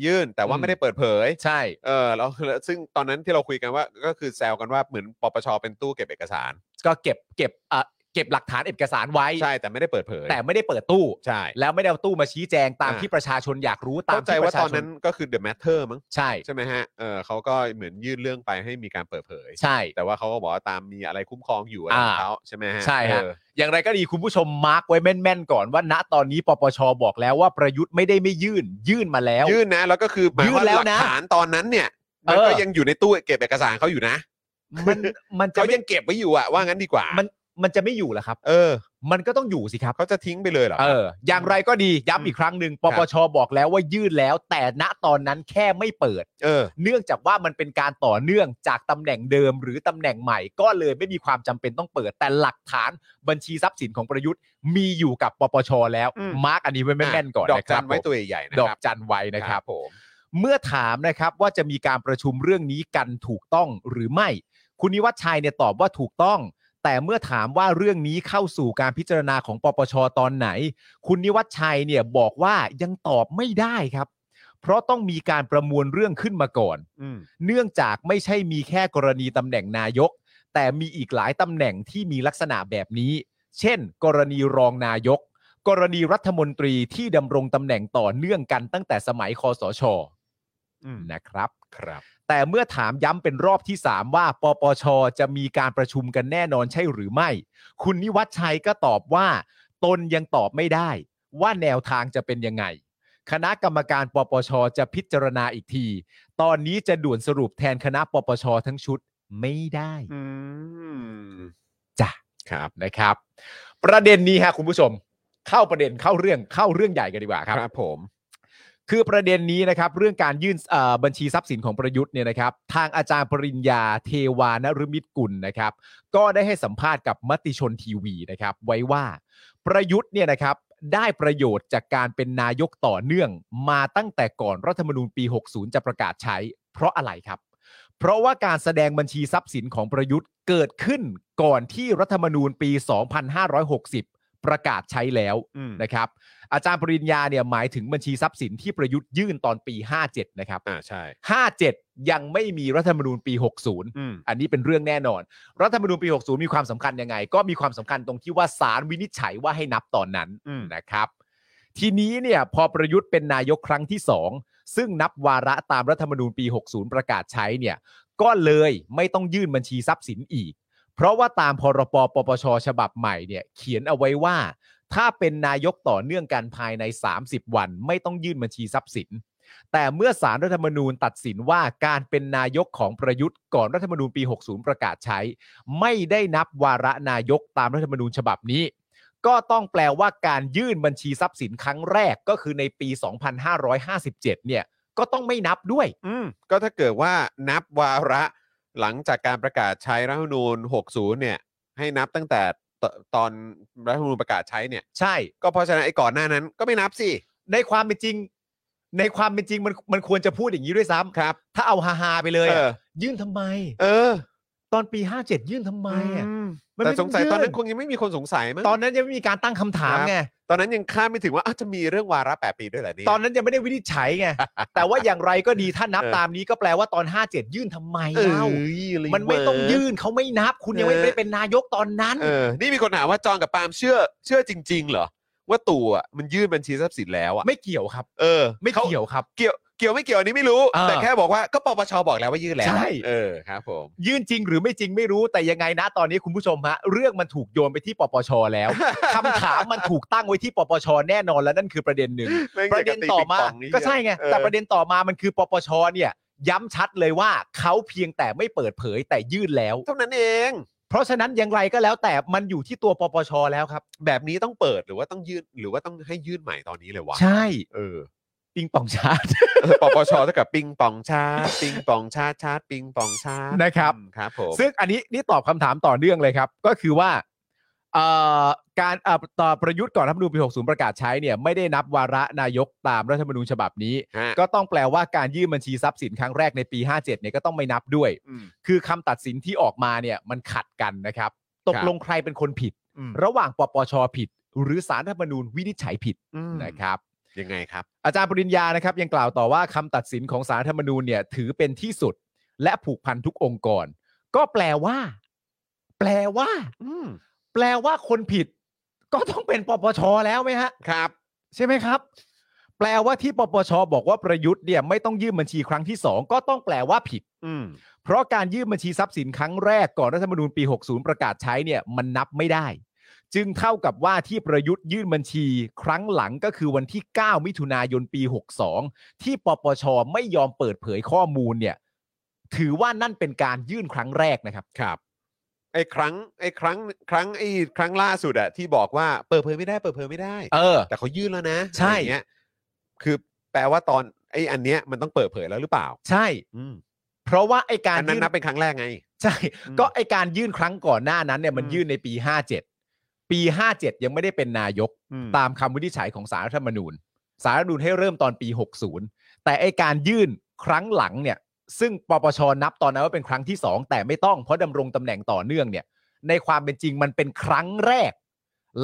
ยื่น แต่ว่า
อืม
ไม่ได้เปิดเผย
ใช่
เออแล้วแล้วซึ่งตอนนั้นที่เราคุยกันว่า ก็คือแซวกันว่าเหมือนปปชเป็นตู้เก็บเอกสาร
ก็เก็บเก็บเอ่อเก็บหลักฐานเอกสารไว้
ใช่แต่ไม่ได้เปิดเผย
แต่ไม่ได้เปิดตู้
ใช่
แล้วไม่ได้เอาตู้มาชี้แจงตาม
อ่า
ที่ประชาชนอยากรู้ตาม
เข้าใจ
ที่ป
ว่า
ระชา
ตอน
ชน
นั้นก็คือ The Matter มั้ง
ใช่
ใช่ไหมฮะเออเขาก็เหมือนยื่นเรื่องไปให้มีการเปิดเผย
ใช่
แต่ว่าเขาก็บอกว่าตามมีอะไรคุ้มครองอยู่อะไร
อ่า
ของเขาใช่ไหมฮะ
ใช่ฮะ
เออ
อย่างไรก็ดีคุณผู้ชมมาร์กไว้แม่นๆก่อนว่าณตอนนี้ปปชบอกแล้วว่าประยุทธ์ไม่ได้ไม่ยื่น ยื่นมาแล้ว
ยื่นนะแล้วก็คือหมาย
ยื่
ว่าน
แล้ว
หลัก
นะ
ฐานตอนนั้นเนี่ยมัน
เออ
ก็ยังอยู่ในตู้เก็บเอกสารเขาอยู่นะ *laughs*
มันมันจะ
เขา
ไม่
ยังเก็บไว้อยู่อะว่างั้นดีกว่า
มันมันจะไม่อยู่เหรอครับ
เออ
มันก็ต้องอยู่สิครับ
เขาจะทิ้งไปเลยเหรอ
เออ อย่างไรก็ดี
อืม
ย้ำอีกครั้งหนึ่งปปชบอกแล้วว่ายื่นแล้ว แต่ณตอนนั้นแค่ไม่เปิด
เออ
เนื่องจากว่ามันเป็นการต่อเนื่องจากตำแหน่งเดิมหรือตำแหน่งใหม่ก็เลยไม่มีความจำเป็นต้องเปิด แต่หลักฐานบัญชีทรัพย์สินของประยุทธ์ มีอยู่กับปปชแล้ว
อืม
มาร์กอันนี้ไว้แม่นๆก่อน
ดอก
นะค
จั
รับ
นไว้
ผม
ตัวใหญ่ๆนะ
ดอก
ครับ
จันไว้นะครับ
ผม
เมื่อถามนะครับว่าจะมีการประชุมเรื่องนี้กันถูกต้องหรือไม่ คุณนิวัฒน์ชัยเนี่ยตอบว่าถูกต้อง แต่เมื่อถามว่าเรื่องนี้เข้าสู่การพิจารณาของปปชตอนไหน คุณนิวัฒน์ชัยเนี่ยบอกว่ายังตอบไม่ได้ครับ เพราะต้องมีการประมวลเรื่องขึ้นมาก่อน
อืม
เนื่องจากไม่ใช่มีแค่กรณีตำแหน่งนายก แต่มีอีกหลายตำแหน่งที่มีลักษณะแบบนี้ เช่น กรณีรองนายก กรณีรัฐมนตรีที่ดำรงตำแหน่งต่อเนื่องกันตั้งแต่สมัยคอสช
อืม
นะครับ
ครับ
แต่เมื่อถามย้ำเป็นรอบที่ 3 ว่าปปช จะมีการประชุมกันแน่นอนใช่หรือไม่ คุณนิวัฒน์ชัยก็ตอบว่า ตนยังตอบไม่ได้ ว่าแนวทางจะเป็นยังไง คณะกรรมการปปช จะพิจารณาอีกที ตอนนี้จะด่วนสรุปแทนคณะปปช ทั้งชุดไม่ได้
อืม
จ้ะ
ครับ
นะครับ ประเด็นนี้ฮะคุณผู้ชม เข้าประเด็นเข้าเรื่องเข้าเรื่องใหญ่กันดีกว่าครับ
ครับผม
คือประเด็นนี้นะครับเรื่องการยื่นเอ่อบัญชีทรัพย์สินของประยุทธ์เนี่ยนะครับ ทางอาจารย์ปริญญาเทวานรุมิตรกุลนะครับ ก็ได้ให้สัมภาษณ์กับมติชนทีวีนะครับ ไว้ว่า ประยุทธ์เนี่ยนะครับได้ประโยชน์จากการเป็นนายกต่อเนื่อง มาตั้งแต่ก่อนรัฐธรรมนูญปี 60 จะประกาศใช้ เพราะอะไรครับ เพราะว่าการแสดงบัญชีทรัพย์สินของประยุทธ์เกิดขึ้นก่อนที่รัฐธรรมนูญปี 2560 ประกาศใช้แล้ว
อืม
นะครับอาจารย์ปริญญาเนี่ยหมายถึงบัญชีทรัพย์สินที่ประยุทธ์ยื่นตอนปี 57 นะครับ
อ่าใช่
57 ยังไม่มีรัฐธรรมนูญปี 60
อืม
อันนี้เป็นเรื่องแน่นอน รัฐธรรมนูญปี 60 มีความสำคัญยังไง ก็มีความสำคัญตรงที่ว่าศาลวินิจฉัยว่าให้นับตอนนั้น
อืม
นะครับ ทีนี้เนี่ยพอประยุทธ์เป็นนายกครั้งที่ 2 ซึ่งนับวาระตามรัฐธรรมนูญปี 60 ประกาศใช้เนี่ยก็เลยไม่ต้องยื่นบัญชีทรัพย์สินอีก เพราะว่าตามพรปปปชฉบับใหม่เนี่ยเขียนเอาไว้ว่า ถ้าเป็นนายกต่อเนื่องกันภายใน 30 วัน ไม่ต้องยื่นบัญชีทรัพย์สิน แต่เมื่อสารรัฐธรรมนูญตัดสินว่าการเป็นนายกของประยุทธ์ก่อนรัฐธรรมนูญปี 60 ประกาศใช้ ไม่ได้นับวาระนายกตามรัฐธรรมนูญฉบับนี้ ก็ต้องแปลว่าการยื่นบัญชีทรัพย์สินครั้งแรกก็คือในปี 2557 เนี่ยก็ต้องไม่นับด้วย
อืม ก็ถ้าเกิดว่านับวาระหลังจากการประกาศใช้รัฐธรรมนูญ 60 เนี่ย ให้นับตั้งแต่ตตอนรัฐธรรมนูญประกาศใช้เนี่ย
ใช่
ก็เพราะฉะนั้นไอ้ก่อนหน้านั้นก็ไม่นับสิ
ในความเป็นจริง ในความเป็นจริงมันมันควรจะพูดอย่างนี้ด้วยซ้ำ
ครับ
ถ้าเอาฮาฮาๆไปเลย
เอ
อะ
อ
ยื่นทำไม
เออ
ตอนปี 57 ยื่นทำไมอ่ะ
อืม
มัน
แต่
ไม่
สงสัยตอนนั้นค
ยื่
งยังไม่มีคนสงสัยมั้ง
ตอนนั้นยังไม่มีการตั้งคำถาม
ครับ
ไง
ตอนนั้นยังคาดไม่ถึงว่าอ้าวจะมีเรื่องวาระ8ปีด้วยเหรอเนี่ย
ตอนนั้นยังไม่ได้วินิจฉัย *laughs* ไง แต่ว่าอย่างไรก็ดีถ้านับ
เออ
ตามนี้ก็แปลว่าตอน 57 ยื่นทำไม
เออ
เล่า
เลย
มันไม่ต้อง
เว้
ยื่นเขาไม่นับ คุณยัง
เออ
ไม่ได้เป็นนายกตอนนั้น
เออ นี่มีคนถามว่าจองกับปาล์มเชื่อ เชื่อจริง ๆ เหรอ ว่าตู่อ่ะมันยื่นบัญชีทรัพย์สินแล้วอ่ะ
ไม่เกี่ยวครับ
เออ
ไม่
ขา
เกี่ยวครับ
เกี่ยวเกี่ยวไม่เกี่ยวอันนี้ไม่รู้
อ่า
แต่แค่บอกว่าก็ปปชบอกแล้วว่ายื่นแล้ว
ใช่
เออครับผม
ยื่นจริงหรือไม่จริงไม่รู้แต่ยังไงนะตอนนี้คุณผู้ชมฮะเรื่องมันถูกโยนไปที่ปปช *laughs* แล้ว คำถามมันถูกตั้งไว้ที่ปปชแน่นอนแล้วนั่นคือประเด็นหนึ่ง ประเด็นต่อมา ก็ใช่ไง แต่ประเด็นต่อมามันคือปปชเนี่ย ย้ำชัดเลยว่าเขาเพียงแต่ไม่เปิดเผยแต่ยื่นแล้ว
เท่านั้นเอง
เพ เพราะฉะนั้นอย่างไรก็แล้วแต่มันอยู่ที่ตัวปปชแล้วครับ
แบบนี้ต้องเปิดหรือว่าต้องยื่นหรือว่าต้องให้ยื่นใหม่ตอนนี้เลยวะ
ใช่
เออ
ปิงปองชาติ
เออปปชเท่ากับปิงปองชาติปิงปองชาติชาติปิงปองชาติ
นะครับ
อืมครับผม
ซึ่งอันนี้นี่ตอบคำถามต่อเนื่องเลยครับ ก็คือว่าเอ่อการเอ่อต่อประยุทธ์ก่อนรัฐธรรมนูญปี 60 ประกาศใช้เนี่ยไม่ได้นับวาระนายกตามรัฐธรรมนูญฉบับนี้
ฮะ
ก็ต้องแปลว่าการยื่นบัญชีทรัพย์สินครั้งแรกในปี 57เนี่ยก็ต้องไม่นับด้วย
อืม
คือคำตัดสินที่ออกมาเนี่ยมันขัดกันนะครับ ตกลงใครเป็นคนผิด
อืม
ระหว่างปปชผิด หรือสารรัฐธรรมนูญวินิจฉัยผิด
อืม
นะครับ
ยังไงครับ
อาจารย์ปริญญานะครับยังกล่าวต่อว่าคำตัดสินของสารรัฐธรรมนูญเนี่ยถือเป็นที่สุด และผูกพันทุกองค์กร ก็แปลว่า แปลว่า
อืม
แปลว่าคนผิด ก็ต้องเป็นปปชแล้วไหมฮะ
ครับ
ใช่ไหมครับ แปลว่าที่ปปชบอกว่าประยุทธ์เนี่ยไม่ต้องยื่นบัญชีครั้งที่สองก็ต้องแปลว่าผิด
อืม
เพราะการยื่นบัญชีทรัพย์สินครั้งแรกก่อนรัฐธรรมนูญปี 60 ประกาศใช้เนี่ยมันนับไม่ได้ จึงเท่ากับว่าที่ประยุทธ์ยื่นบัญชีครั้งหลังก็คือวันที่ 9 มิถุนายนปี 62 ที่ปปชไม่ยอมเปิดเผยข้อมูลเนี่ยถือว่านั่นเป็นการยื่นครั้งแรกนะครับ
ครับไอ้ครั้งไอ้ครั้งครั้งไอ้ครั้งล่าสุดอะที่บอกว่าเปิดเผยไม่ได้เปิดเผยไม่ได้
เออ
แต่เขายื่นแล้วนะ
ใช่
อะไรอย่างเงี้ยคือแปลว่าตอนไอ้อันเนี้ยมันต้องเปิดเผยแล้วหรือเปล่า
ใช่
อืม
เพราะว่าไอการ
อันนั้น
ยื่
นับเป็นครั้งแรกไง
ใช่
อืม
ก็ไอการยื่นครั้งก่อนหน้านั้นเนี่ยมัน
อืม
ยื่นในปี 57 ปี 57 ยังไม่ได้เป็นนายก
อืม
ตามคำวินิจฉัยของสารรัฐธรรมนูญ สารรัฐธรรมนูญให้เริ่มตอนปี 60 แต่ไอการยื่นครั้งหลังเนี่ย ซึ่งปปชนับตอนนั้นว่าเป็นครั้งที่ 2 แต่ไม่ต้องเพราะดำรงตำแหน่งต่อเนื่องเนี่ย ในความเป็นจริงมันเป็นครั้งแรก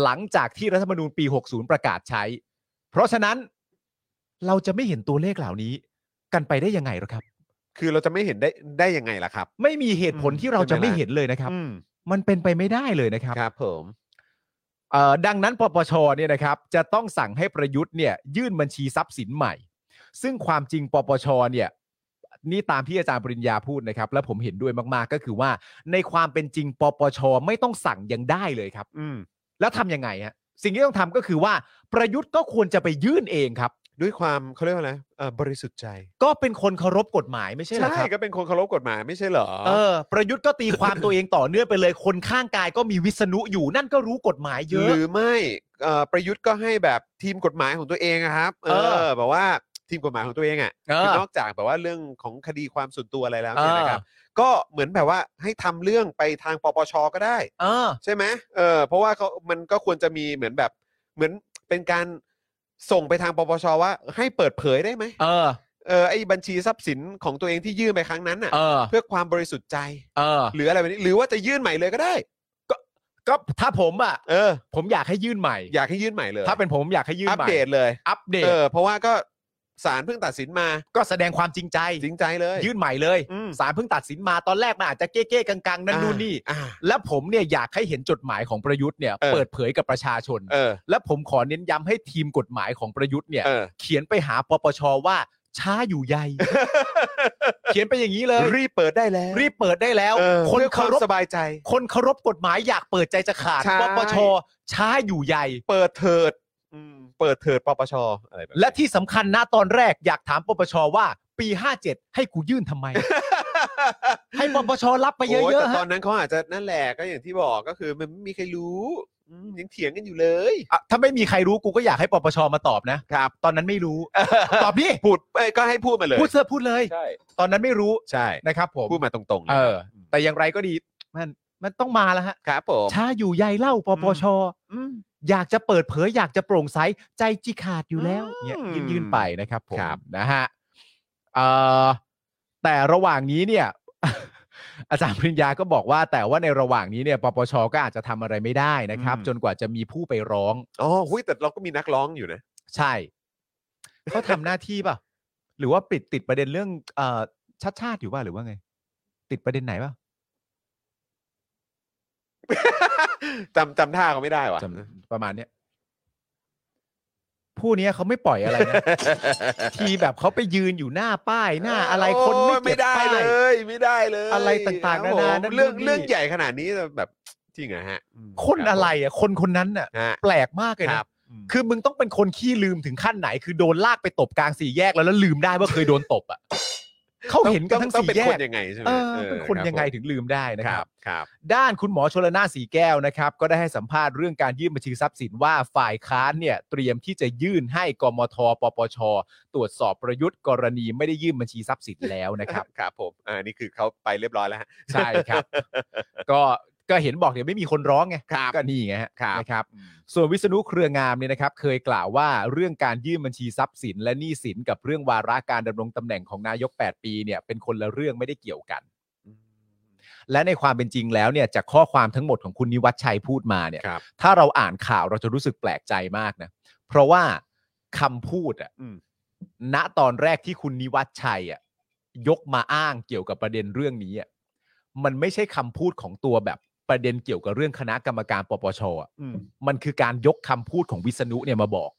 หลังจากที่รัฐธรรมนูญปี 60 ประกาศใช้ เพราะฉะนั้นเราจะไม่เห็นตัวเลขเหล่านี้ กันไปได้ยังไงหรอครับ
คือเราจะไม่เห็นได้ได้ยังไงล่ะครับ
ไม่มีเหตุผล
อืม
ที่เรา
ใช่
จะ
ไหม
ไม่
ล่ะ
เห็นเลยนะครับ
อืม
มันเป็นไปไม่ได้เลยนะครับ
ครับผม
เอ่อดังนั้นปปชเนี่ยนะครับจะต้องสั่งให้ประยุทธ์เนี่ยยื่นบัญชีทรัพย์สินใหม่ ซึ่งความจริงปปชเนี่ยนี่ตามที่อาจารย์ปริญญาพูดนะครับ และผมเห็นด้วยมากๆก็คือว่า ในความเป็นจริงปปชไม่ต้องสั่งยังได้เลยครับ
อืม
แล้วทำยังไงฮะสิ่งที่ต้องทำก็คือว่าประยุทธ์ก็ควรจะไปยื่นเองครับ
ด้วยความเขาเรียกว่าอะไรเอ่อบริสุทธิ์ใจ
ก็เป็นคนเคารพกฎหมายไม่ใช่เหรอครับ
ก็เป็นคนเคารพกฎหมายไม่ใช่เหรอ
เออประยุทธ์ก็ตีความตัวเองต่อเนื่องไปเลย คนข้างกายก็มีวิษณุอยู่นั่นก็รู้กฎหมายเยอะ
หรือไม่เอ่อประยุทธ์ก็ให้แบบทีมกฎหมายของตัวเองอะครับ
เออ
แบบว่าทีมกฎหมายของตัวเองอ่ะ
เอ
คือ
อ
นอกจากแบบว่าเรื่องของคดีความส่วนตัวอะไรแล้วเนี่ย
อ่าน
นะครับ ก็เหมือนแบบว่าให้ทำเรื่องไปทางปปชก็ได้
เออ
ใช่ไหมเออเพราะว่าเขามันก็ควรจะมีเหมือนแบบเหมือนเป็นการส่งไปทางปปชว่าให้เปิดเผยได้ไหม
เออ
เออไอ้บัญชีทรัพย์สินของตัวเองที่ยื่นไปครั้งนั้นน่ะ
เออ
เพื่อความบริสุทธิ์ใจ
เออ
หรืออะไรแบบนี้หรือว่าจะยื่นใหม่เลยก็ได้
ก็ถ้าผมอ่ะ
เออ
ผมอยากให้ยื่นใหม่
อยากให้ยื่นใหม่เลย
ถ้าเป็นผมอยากให้ยื่น
อัป
ใหม่
เดตเลย
อัปเดต
เออเพราะว่าก็ศาลเพิ่งตัดสินมา
ก็แสดงความจริงใจ
จริงใจเลย
ยื่นใหม่เลย
อืม
ศาลเพิ่งตัดสินมาตอนแรกมันอาจจะเก้เก้ๆกังๆนั่นนู่นนี่
อ่า
และผมเนี่ยอยากให้เห็นจดหมายของประยุทธ์เนี่ย
เออ
เปิดเผยกับประชาชน
เออ
และผมขอเน้นย้ำให้ทีมกฎหมายของประยุทธ์เนี่ย
เออ
เขียนไปหาปปชว่าช้าอยู่
*laughs*
ใย เขียนไปอย่างนี้เลย
รีบเปิดได้แล้ว
รีบเปิดได้แล้ว
เออ
คน
เพื่อควา
เคาม รพ
สบายใจ
คนเคารพกฎหมายอยากเปิดใจจะขาด
ใช่
ปปชช้าอยู่ใย
เปิดเถิดอืมเปิดเถิดปปชอะไรแบบนี้
และที่สำคัญนะตอนแรกอยากถามปปชว่าปี 57 ให้กูยื่นทำไม ให้ปปชรับไปเย
โอ้ย
อะๆ
แต่ต
ฮะ
อนนั้นเขาอาจจะนั่นแหละก็อย่างที่บอกก็คือมันไม่มีใครรู้อืมยังเถียงกันอยู่เลย
อ่ะถ้าไม่มีใครรู้กูก็อยากให้ปปชมาตอบนะ
ครับ
ตอนนั้นไม่รู้ ตอบดิ
พูดเอ้ยก็ให้พูดมาเลย
พูดเธอะพูดเลย
ใช่
ตอนนั้นไม่รู้
ใช่
นะครับผม
พูดมาตรงๆลย
เออ แต่อย่างไรก็ดีมันมันต้องมาแล้วฮะ
ครับผม
ช้าอยู่ใยเล่าปปช
อืม
อยากจะเปิดเผยอยากจะโปร่งใสใจจิขาดอยู่แล้ว
อืม
เนี่ยยื่นยื่นไปนะครับผม
ครับ
นะฮะเอ่อแต่ระหว่างนี้เนี่ย *laughs* อาจารย์ปริญญาก็บอกว่า แต่ว่าในระหว่างนี้เนี่ยปปชก็อาจจะทำอะไรไม่ได้นะครับ จนกว่าจะมีผู้ไปร้อง
อ๋อหุ้ยแต่เราก็มีนักร้องอยู่นะ
ใช่ เขาทำหน้าที่ป่ะ หรือว่าปิดติดประเด็นเรื่องเอ่อชาติชาติอยู่ป่ะหรือว่าไง ติดประเด็นไหนป่ะ
จำจำท่าเขาไม่ได้วะ
จำประมาณเนี้ยผู้เนี้ยเขาไม่ปล่อยอะไรนะ ทีแบบเขาไปยืนอยู่หน้าป้ายหน้า อะไร
โย
คนไม่
ไม่
เก็บ
ได้
ป้าย
เลยไม่ได้เลย
อะไรต่างๆ
ครับ
นานา
ผม
นั่น
เรื่อง
นู่นนี่
เรื่องใหญ่ขนาดนี้แบบจริงเหรอฮะอืม
คนอะไรอ่ะ คนคนนั้นน่ะ
ฮะ
แปลกมากเลย
ค
นะ
รับม
คือมึงต้องเป็นคนขี้ลืมถึงขั้นไหน คือโดนลากไปตบกลางสี่แยกแล้วแล้วลืมได้ว่าเคยโดนตบอ่ะ เขาเห็นกันทั้ง
ต้อ
สี่
เป็น
แย
ค
ก
นยังไงใช่ไหม
เออเป็นคน
รับ
ยังไง
ผม
ถึงลืมได้นะค
ครั
รั
บบ ครับ
ด้านคุณหมอชลนานสีแก้วนะครับ ก็ได้ให้สัมภาษณ์เรื่องการยื่นบัญชีทรัพย์สินว่าฝ่ายค้านเนี่ยเตรียมที่จะยื่นให้กมทปปช ตรวจสอบประยุทธ์กรณีไม่ได้ยื่นบัญชีทรัพย์สินแล้วนะครับ
ครับผมอ่านี่คือเขาไปเรียบร้อยแล้วฮะ
ใช่ครับ ก็ก็เห็นบอกเดี๋ยวไม่มีคนร้องไง
ครับ
ก็นี่ไงฮะ
ครับ
นะครับ ส่วนวิษณุเครืองามเนี่ยนะครับเคยกล่าวว่าเรื่องการยื่นบัญชีทรัพย์สิน และหนี้สินกับเรื่องวาระการดำรงตำแหน่งของนายก 8 ปีเนี่ยเป็นคนละเรื่องไม่ได้เกี่ยวกัน และในความเป็นจริงแล้วเนี่ยจากข้อความทั้งหมดของคุณนิวัฒชัยพูดมาเนี่ย
ครับ
ถ้าเราอ่านข่าวเราจะรู้สึกแปลกใจมากนะ เพราะว่าคำพูดอะ
อืม
ณตอนแรกที่คุณนิวัฒชัยอะยกมาอ้างเกี่ยวกับประเด็นเรื่องนี้อะมันไม่ใช่คำพูดของตัวแบบประเด็นเกี่ยวกับเรื่องคณะกรรมการปปชอะ
อืม
มันคือการยกคำพูดของวิษณุเนี่ยมาบอก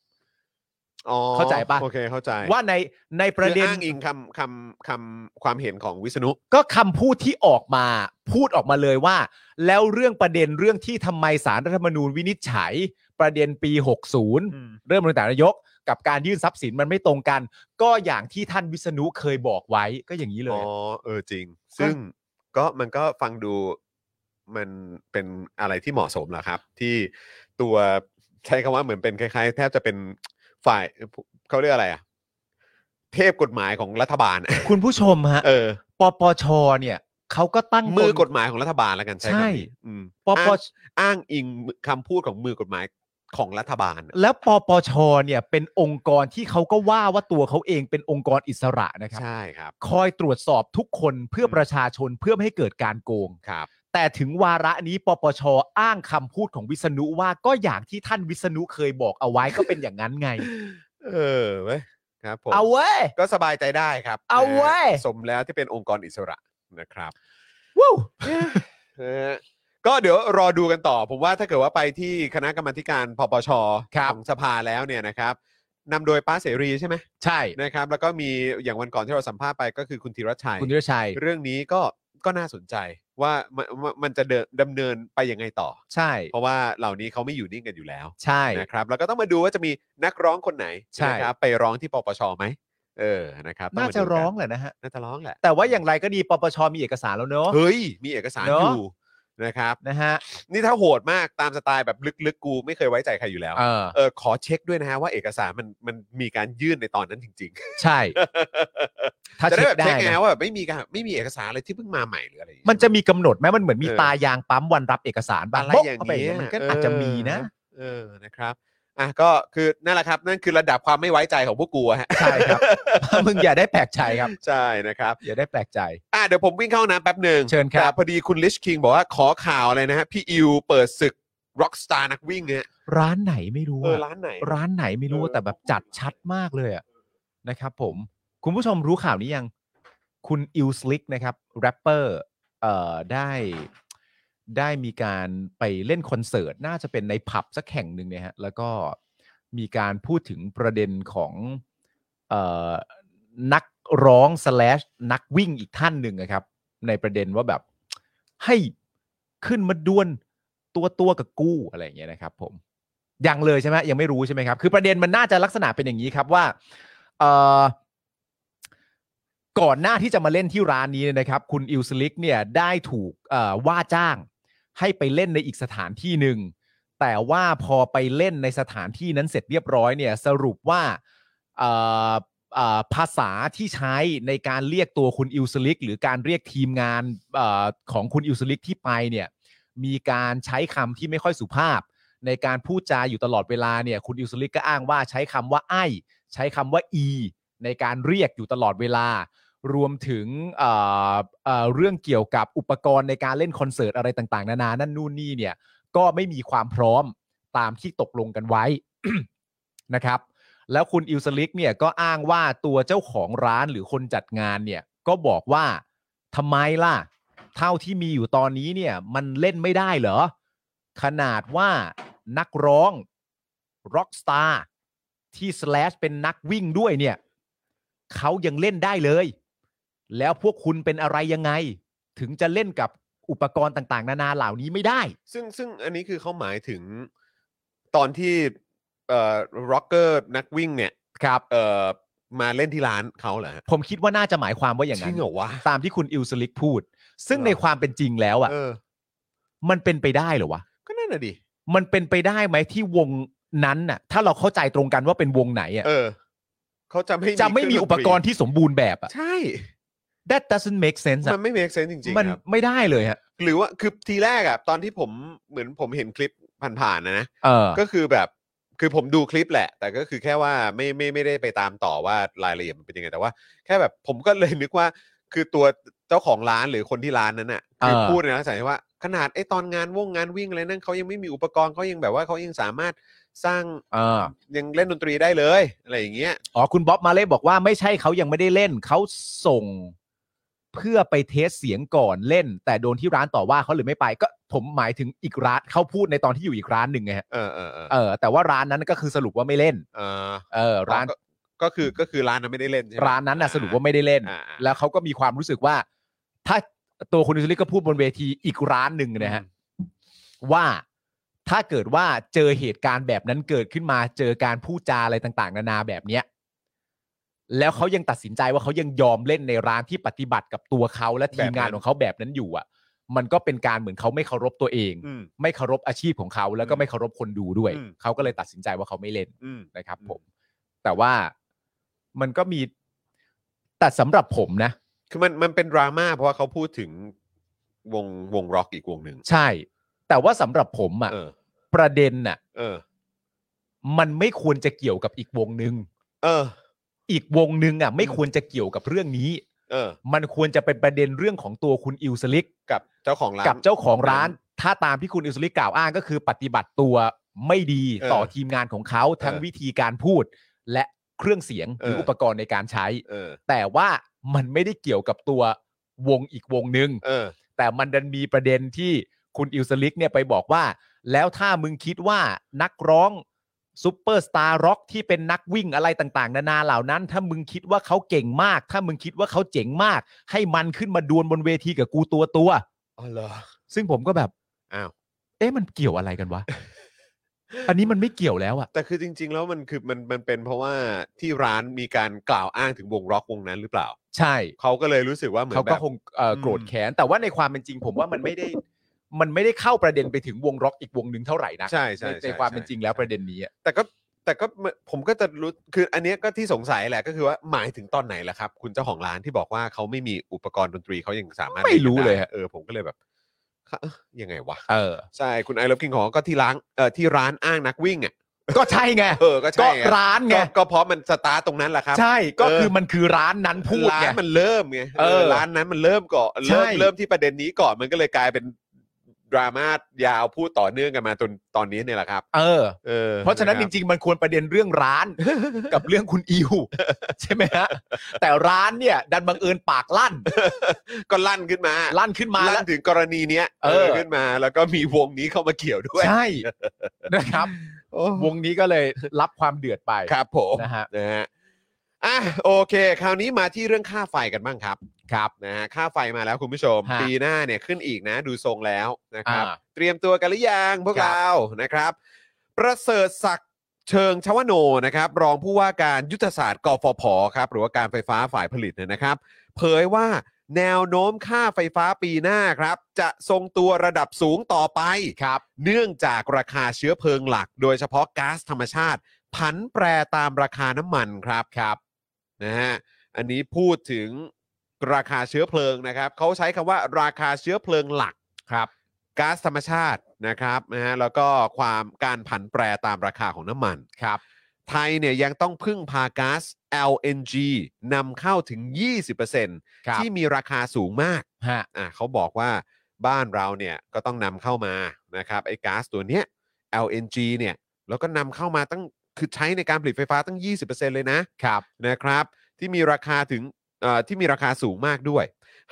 อ๋อ
เข้าใจปะ
โอเคเข้าใจ
ว่าในในประเด็น
คืออ้างอิงคำคำคำความเห็นของวิษณุ
ก็คำพูดที่ออกมา พูดออกมาเลยว่า แล้วเรื่องประเด็นเรื่องที่ทำไมสารรัฐธรรมนูญวินิจฉัย ประเด็นปี 60 เริ่มตั้งแต่นายกกับการยื่นทรัพย์สินมันไม่ตรงกัน ก็อย่างที่ท่านวิษณุเคยบอกไว้ก็อย่างนี้เลย
อ๋อเออจริง ซึ่งก็มันก็ฟังดูมันเป็นอะไรที่เหมาะสมเหรอครับ ที่ตัวใช้คำว่าเหมือนเป็นคล้ายๆ แทบจะเป็นฝ่ายเขาเรียกอะไรอะเทพกฎหมายของรัฐบาล *laughs* อะ
คุณผู้ชมฮะ
เออ
ปปชเนี่ยเขาก็ตั้ง
มือก
น
ฎหมายของรัฐบาลแล้วกันใช่
ใช่
อืม
ปป
อ้าง
ช
อ้างอิงคำพูดของมือกฎหมายของรัฐบาลอะ
แล้วปปชเนี่ยเป็นองค์กรที่เขาก็ว่าว่าตัวเขาเองเป็นองค์กรอิสระนะครับ
ใช่ครับ
คอยตรวจสอบทุกคนเพื่อประชาชนเพื่อไม่ให้เกิดการโกง
ครับ
แต่ถึงวาระนี้ปปชอ้างคำพูดของวิษณุว่าก็อย่างที่ท่านวิษณุเคยบอกเอาไว้ก็เป็นอย่างนั้นไง
เออเว้ยครับผม
เอาเว้ย
ก็สบายใจได้ครับ
เอาเว้ย
นะฮะสมแล้วที่เป็นองค์กรอิสระนะครับ
วู้
นะฮะก็เดี๋ยวรอดูกันต่อ ผมว่าถ้าเกิดว่าไปที่คณะกรรมาธิการปปช
ครับ
ของสภาแล้วเนี่ยนะครับนำโดยป้าเสรีใช่ไหม
ใช่
นะครับ แล้วก็มีอย่างวันก่อนที่เราสัมภาษณ์ไปก็คือคุณธีรชัย
คุณธีรชัย
เรื่องนี้ก็ก็น่าสนใจว่ามันมันมันจะเดินดำเนินไปยังไงต่อ
ใช่
เพราะว่าเหล่านี้เขาไม่อยู่นิ่งกันอยู่แล้ว
ใช่
นะครับ แล้วก็ต้องมาดูว่าจะมีนักร้องคนไหน
ใช่
นะครับไปร้องที่ปปชไหมเออนะครับต้ม
น่า
ดู
จะ
กัน
ร้องแหละนะฮะ
น่าจะร้องแหละ
แต่ว่าอย่างไรก็ดีปปชมีเอกสารแล้วเนอะ
เฮ้ยมีเอกสาร
เนอะ
อยู่นะครับ
นะฮะ
นี่ถ้าโหดมากตามสไตล์แบบลึกๆ กูไม่เคยไว้ใจใครอยู่แล้ว
เออ
เออขอเช็คด้วยนะฮะว่าเอกสารมันมันมีการยื่นในตอนนั้นจ
*laughs*
ริง
ใช่
ๆ
ถ้า
จะ
เช็
ได้
ค
แบบ
ได้
เช็คไง
นะ
ว่าแบบไม่มีการไม่มีเอกสารอะไรที่เพิ่งมาใหม่หรืออะไรอย่างเงี้ย
มันจะมีกำหนดไหมมันเหมือนมี
เออ
ตายางปั๊มวันรับเอกสารบ้าง
อะไร
บ๊ก
อย่าง
เข้ไป
เงี้ย
มันก็อาจจะมีนะ
เออนะครับอ่ะก็คือนั่นแหละครับ นั่นคือระดับความไม่ไว้ใจของพวกกูอะ *laughs* ฮะ
ใช่ครับ *laughs* มึงอย่าได้แปลกใจครับ
ใช่นะครับ
อย่าได้แปลกใจ
อ่ะเดี๋ยวผมวิ่งเข้าน้ำแป๊บหนึ่ง
เชิญครับ
แต่พอดีคุณลิชคิงบอกว่าขอข่าวอะไรนะฮะพี่อิวเปิดศึกร็อกสตาร์นักวิ่งเนี่ย
ร้านไหนไม่รู้
เออ
อะ
ร้านไหน
ร้านไหนไม่รู้
เออ
แต่แบบจัดชัดมากเลยอะนะครับผม คุณผู้ชมรู้ข่าวนี้ยัง คุณอิลสลิกนะครับแรปเปอร์เอ่อได้ได้มีการไปเล่นคอนเสิร์ต น่าจะเป็นในผับสักแห่งหนึ่งเนี่ยฮะแล้วก็มีการพูดถึงประเด็นของเอ่อนักร้อง slash นักวิ่งอีกท่านหนึ่งนะครับ ในประเด็นว่าแบบให้ขึ้นมาดวลตัวตัวกับกู้อะไรอย่างเงี้ยนะครับผมยังเลยใช่ไหมยังไม่รู้ใช่ไหมครับ คือประเด็นมันน่าจะลักษณะเป็นอย่างนี้ครับว่าเอ่อ ก่อนหน้าที่จะมาเล่นที่ร้านนี้เนี่ยนะครับ คุณอิลสลิกเนี่ยได้ถูกเอ่อว่าจ้างให้ไปเล่นในอีกสถานที่หนึ่ง แต่ว่าพอไปเล่นในสถานที่นั้นเสร็จเรียบร้อยเนี่ยสรุปว่าเอ่อเอ่อภาษาที่ใช้ในการเรียกตัวคุณอิลสลิกหรือการเรียกทีมงานเออของคุณอิลสลิกที่ไปเนี่ยมีการใช้คำที่ไม่ค่อยสุภาพ ในการพูดจาอยู่ตลอดเวลาเนี่ยคุณอิลสลิกก็อ้างว่าใช้คำว่าไอ ใช้คำว่า e ในการเรียกอยู่ตลอดเวลา รวมถึงเอ่อเอ่อเรื่องเกี่ยวกับอุปกรณ์ในการเล่นคอนเสิร์ตอะไรต่างๆ นานา นั่นนู่นนี่เนี่ย ก็ไม่มีความพร้อมตามที่ตกลงกันไว้ นะครับ แล้วคุณอิลสลิกเนี่ยก็อ้างว่าตัวเจ้าของร้านหรือคนจัดงานเนี่ยก็บอกว่าทำไมล่ะ เท่าที่มีอยู่ตอนนี้เนี่ยมันเล่นไม่ได้เหรอ ขนาดว่านักร้องร็อกสตาร์ที่ slash เป็นนักวิ่งด้วยเนี่ยเขายังเล่นได้เลย แล้วพวกคุณเป็นอะไรยังไง ถึงจะเล่นกับอุปกรณ์ต่างๆ นานาเหล่านี้ไม่ได้
ซึ่งซึ่งอันนี้คือเขาหมายถึงตอนที่เอ่อร็อกเกอร์นักวิ่งเนี่ย
ครับ
เอ่อ มาเล่นที่ร้านเขาเหรอฮะ
ผมคิดว่าน่าจะหมายความว่าอย่าง
จ
นั้
ริ
น
งเหรอวะ
ตามที่คุณอิลสลิกพูด ซึ่ง
เออ
ในความเป็นจริงแล้วอ่ะ
เออ
มันเป็นไปได้เหรอวะ
ก็นั่นน่ะดิ
มันเป็นไปได้ไหมที่วงนั้นน่ะ ถ้าเราเข้าใจตรงกันว่าเป็นวงไหนอ่ะ
เออ เขาจะไม่
จะไม่มีอุปกรณ์ที่สมบูรณ์แบบอ่ะ
ใช่
that doesn't make sense อะ
มันไม่ make sense จริง
มั
ๆครับ
ไม่ได้เลยฮะ
หรือว่าคือทีแรกอะตอนที่ผมเหมือนผมเห็นคลิปผ่านๆนะนะ
เออ
ก็คือแบบคือผมดูคลิปแหละ แต่ก็คือแค่ว่าไม่ไม่ไม่ได้ไปตามต่อว่ารายละเอียดมันเป็นยังไงแต่ว่า แค่แบบผมก็เลยนึกว่า คือตัวเจ้าของร้านหรือคนที่ร้านนั้นน่ะคือ
เออ
พูดในลักษณะที่ว่า ขนาดไอ้ตอนงานวงงานวิ่งอะไรนั่นเขายังไม่มีอุปกรณ์เขายังแบบว่าเขายังสามารถสร้าง
เออ
ยังเล่นดนตรีได้เลยอะไรอย่างเงี้ย
อ๋อคุณบ๊อบมาเล่บอกว่าไม่ใช่เขายังไม่ได้เล่นเขาส่ง เพื่อไปเทสเสียงก่อนเล่น แต่โดนที่ร้านต่อว่าเขาหรือไม่ไป ก็ผมหมายถึงอีกร้านเขาพูดในตอนที่อยู่อีกร้านหนึ่งไงฮะ
เออเออเออ
เออแต่ว่าร้านนั้นก็คือสรุปว่าไม่เล่น
เออ
เออร้าน
ก็ก็คือก็คือร้านนั้นไม่ได้เล่นใช่ไหม
ร้านนั้นน่ะสรุปว่าไม่ได้เล่น
อ่าอ่า
แล้วเขาก็มีความรู้สึกว่า ถ้าตัวคุณอิสลิกก็พูดบนเวทีอีกร้านหนึ่งนะฮะว่าถ้าเกิดว่าเจอเหตุการณ์แบบนั้นเกิดขึ้นมาเจอการพูดจาอะไรต่างๆ นานาแบบเนี้ยแล้วเขายังตัดสินใจว่าเขายังยอมเล่นในร้านที่ปฏิบัติกับตัวเขาและทีมงานของเขาแบบนั้นอยู่อ่ะ มันก็เป็นการเหมือนเขาไม่เคารพตัวเอง
อืม
ไม่เคารพอาชีพของเขาแล้วก็ไม่เคารพคนดูด้วย
อืม
เขาก็เลยตัดสินใจว่าเขาไม่เล่น
อืม
นะครับ
อืม
ผม แต่ว่ามันก็มีแต่สำหรับผมนะ
คือมันมันเป็นดราม่าเพราะว่าเขาพูดถึงวงวงร็อกอีกวงหนึ่ง
ใช่ แต่ว่าสำหรับผมอะ
เออ
ประเด็นน่ะ
เออ
มันไม่ควรจะเกี่ยวกับอีกวงหนึ่ง
เออ
อีกวงหนึ่งอะไม่ควรจะเกี่ยวกับเรื่องนี้
เออ
มันควรจะเป็นประเด็นเรื่องของตัวคุณอิวสลิก
กับเจ้าของร้าน
กับเจ้าของร้าน ถ้าตามที่คุณอิวสลิกกล่าวอ้างก็คือ ปฏิบัติตัวไม่ดี
เออ
ต่อทีมงานของเขาทั้ง
เออ
วิธีการพูด และเครื่องเสียงหรือ
เอออุ
อุปกรณ์ในการใช้
เออ
แต่ว่ามันไม่ได้เกี่ยวกับตัววงอีกวงหนึ่ง
เออ
แต่มันดันมีประเด็นที่คุณอิวสลิกเนี่ยไปบอกว่า แล้วถ้ามึงคิดว่านักร้องซูเปอร์สตาร์ร็อกที่เป็นนักวิ่งอะไรต่างๆ นานาเหล่านั้น ถ้ามึงคิดว่าเขาเก่งมาก ถ้ามึงคิดว่าเขาเจ๋งมาก ให้มันขึ้นมาดวลบนเวทีกับกูตัวตัว
อ๋อเหรอ
ซึ่งผมก็แบบ
อ้าว
เอ๊ะมันเกี่ยวอะไรกันวะ *laughs* อันนี้มันไม่เกี่ยวแล้วอะ
แต่คือจริง ๆ แล้วมันคือมันมันเป็นเพราะว่าที่ร้านมีการกล่าวอ้างถึงวงร็อกวงนั้นหรือเปล่า
ใช่
เขาก็เลยรู้สึกว่าเหมือน
เขา
แบ
ก็
บ
คงเอ่อ
อืม
โกรธแค้นแต่ว่าในความเป็นจริง ผมว่ามันไม่ได้ มันไม่ได้เข้าประเด็นไปถึงวงร็อกอีกวงหนึ่งเท่าไหร่นะ
ใช่ใช่
ใน
ช่
ความเป็นจริงแล้วประเด็นนี้อะ
แต่ก็แต่ก็เหมือนผมก็จะรู้คืออันเนี้ยก็ที่สงสัยแหละก็คือว่าหมายถึงตอนไหนล่ะครับ คุณเจ้าของร้านที่บอกว่าเขาไม่มีอุปกรณ์ดนตรีเขายังสามารถ
ไม่รู้เลยฮะ
เออผมก็เลยแบบค่ะเอ๊ะยังไงวะ
เออ
ใช่คุณไอรับกินของก็ที่ร้านเอ่อที่ร้านอ้างนักวิ่งอ่ะ
ก็ใช่ไง
เออก็
ก็
ใช่ไง
ร้านไง
ก็ก็เพราะมันสตาร์ตตรงนั้นแหละครับ
ใช่ ก็
เออ
คือมันคือร้านนั้นพูด
ร้า
ไง
นมันเริ่มไง
เออ
ร้านนั้นมันเริ่มก่อนเริ่ม
ใช่
เริ่มที่ประเด็นนี้ก่อนมันก็เลยกลายเป็นดราม่ายาวพูดต่อเนื่องกันมาจนตอนนี้เนี่ยแหละครับ
เออ
เออ
เพราะฉะนั้นจ
คบ
ริง ๆ มันควรประเด็นเรื่องร้าน
*laughs*
กับเรื่องคุณอิว ใช่ไหมฮะ แต่ร้านเนี่ย ดันบังเอิญปากลั่น
ก็ลั่นขึ้นมา
ลั่นขึ้นมา
ลั่
แล้ว
นถึงกรณีเนี้ย
เออ
ขึ้นมาแล้วก็มีวงนี้เข้ามาเกี่ยวด้วย
ใช่ นะครับ
โอ้
วงนี้ก็เลยรับความเดือดไป
ครับผม
นะฮะ
นะฮะอ่ะโอเค คราวนี้มาที่เรื่องค่าไฟกันบ้างครับ
ครับ
นะฮะค่าไฟมาแล้วคุณผู้ชม
ฮะ
ปีหน้าเนี่ยขึ้นอีกนะดูทรงแล้วนะครับ
อ่า
เตรียมตัวกันหรือยังพวก
ครับ
เรานะครับ ประเสริฐศักดิ์เชิงชวโนนะครับ รองผู้ว่าการยุทธศาสตร์กฟผครับ หรือว่าการไฟฟ้าฝ่ายผลิตเนี่ยนะครับ เผยว่าแนวโน้มค่าไฟฟ้าปีหน้าครับ จะทรงตัวระดับสูงต่อไป
ครับ
เนื่องจากราคาเชื้อเพลิงหลัก โดยเฉพาะก๊าซธรรมชาติ ผันแปรตามราคาน้ำมันครับครับนะฮะอันนี้พูดถึงราคาเชื้อเพลิงนะครับเขาใช้คำว่าราคาเชื้อเพลิงหลัก
ครับ
ก๊าซธรรมชาตินะครับนะฮะแล้วก็ความการผันแปรตามราคาของน้ำมัน
ครับ
ไทยเนี่ยยังต้องพึ่งพาก๊าซ LNG นำเข้าถึง 20%
ครับ
ที่มีราคาสูงมาก
ฮะ
อ่ะเขาบอกว่าบ้านเราเนี่ยก็ต้องนำเข้ามานะครับไอ้ก๊าซตัวเนี้ย LNG เนี่ยแล้วก็นำเข้ามาตั้งคือใช้ในการผลิตไฟฟ้าตั้ง 20%เลยนะครับ นะครับที่มีราคาถึงเอ่อที่มีราคาสูงมากด้วย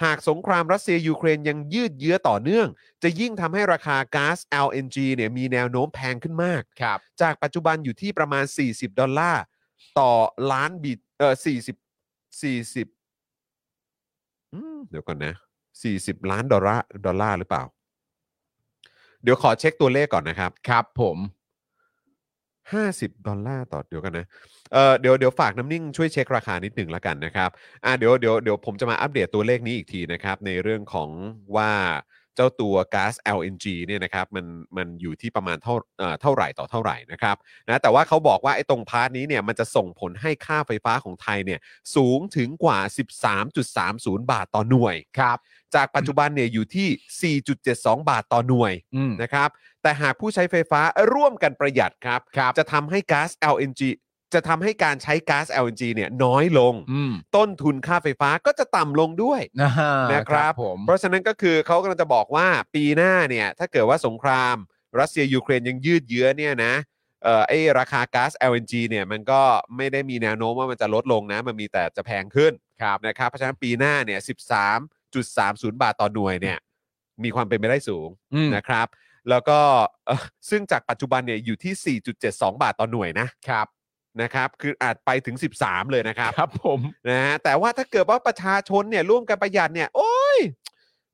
หากสงครามรัสเซียยูเครนยังยืดเยื้อต่อเนื่อง จะยิ่งทำให้ราคาก๊าซ LNG เนี่ยมีแนวโน้มแพงขึ้นมาก
ครับ
จากปัจจุบันอยู่ที่ประมาณ 40 ดอลลาร์ ต่อล้านบิตเออ40 40อืมเดี๋ยวก่อนนะ 40 ล้านดอลลาร์ดอลลาร์หรือเปล่า เดี๋ยวขอเช็คตัวเลขก่อนนะครับ
ครับผม
50 ดอลลาร์ต่อเดี๋ยวกันนะเอ่อเดี๋ยวเดี๋ยวฝากน้ำนิ่งช่วยเช็คราคานิดหนึ่งละกันนะครับอ่าเดี๋ยวเดี๋ยวเดี๋ยวผมจะมาอัปเดตตัวเลขนี้อีกทีนะครับ ในเรื่องของว่าเจ้าตัวก๊าซ LNG เนี่ยนะครับมันมันอยู่ที่ประมาณเท่าเอ่อเท่าไหร่ต่อเท่าไหร่นะครับนะแต่ว่าเขาบอกว่าไอ้ตรงพาร์ทนี้เนี่ยมันจะส่งผลให้ค่าไฟฟ้าของไทยเนี่ยสูงถึงกว่า 13.30 บาทต่อหน่วย
ครับ
จากปัจจุบันเนี่ยอยู่ที่ 4.72 บาทต่อหน่วย
อืม
นะครับ แต่หากผู้ใช้ไฟฟ้าร่วมกันประหยัดครับ
ครับ
จะทำให้ก๊าซ LNG จะทำให้การใช้ก๊าซ LNG เนี่ยน้อยลง
อืม
ต้นทุนค่าไฟฟ้าก็จะต่ำลงด้วย
นะฮะ
นะครับ
ผม
เพราะฉะนั้นก็คือเขากำลังจะบอกว่าปีหน้าเนี่ยถ้าเกิดว่าสงครามรัสเซียยูเครนยังยืดเยื้อเนี่ยนะเอ่อไอราคาก๊าซ LNG เนี่ยมันก็ไม่ได้มีแนวโน้มว่ามันจะลดลงนะ มันมีแต่จะแพงขึ้น
ครับ
นะครับเพราะฉะนั้นปีหน้าเนี่ย13.30 บาทต่อหน่วยเนี่ยมีความเป็นไปได้สูง
อืม
นะครับ แล้วก็เอ่อซึ่งจากปัจจุบันเนี่ยอยู่ที่ 4.72 บาทต่อหน่วยนะครับ นะครับคืออาจไปถึง 13 เลยนะครับ
ครับผม
นะฮะแต่ว่าถ้าเกิดว่าประชาชนเนี่ยร่วมกันประหยัดเนี่ย โอ้ย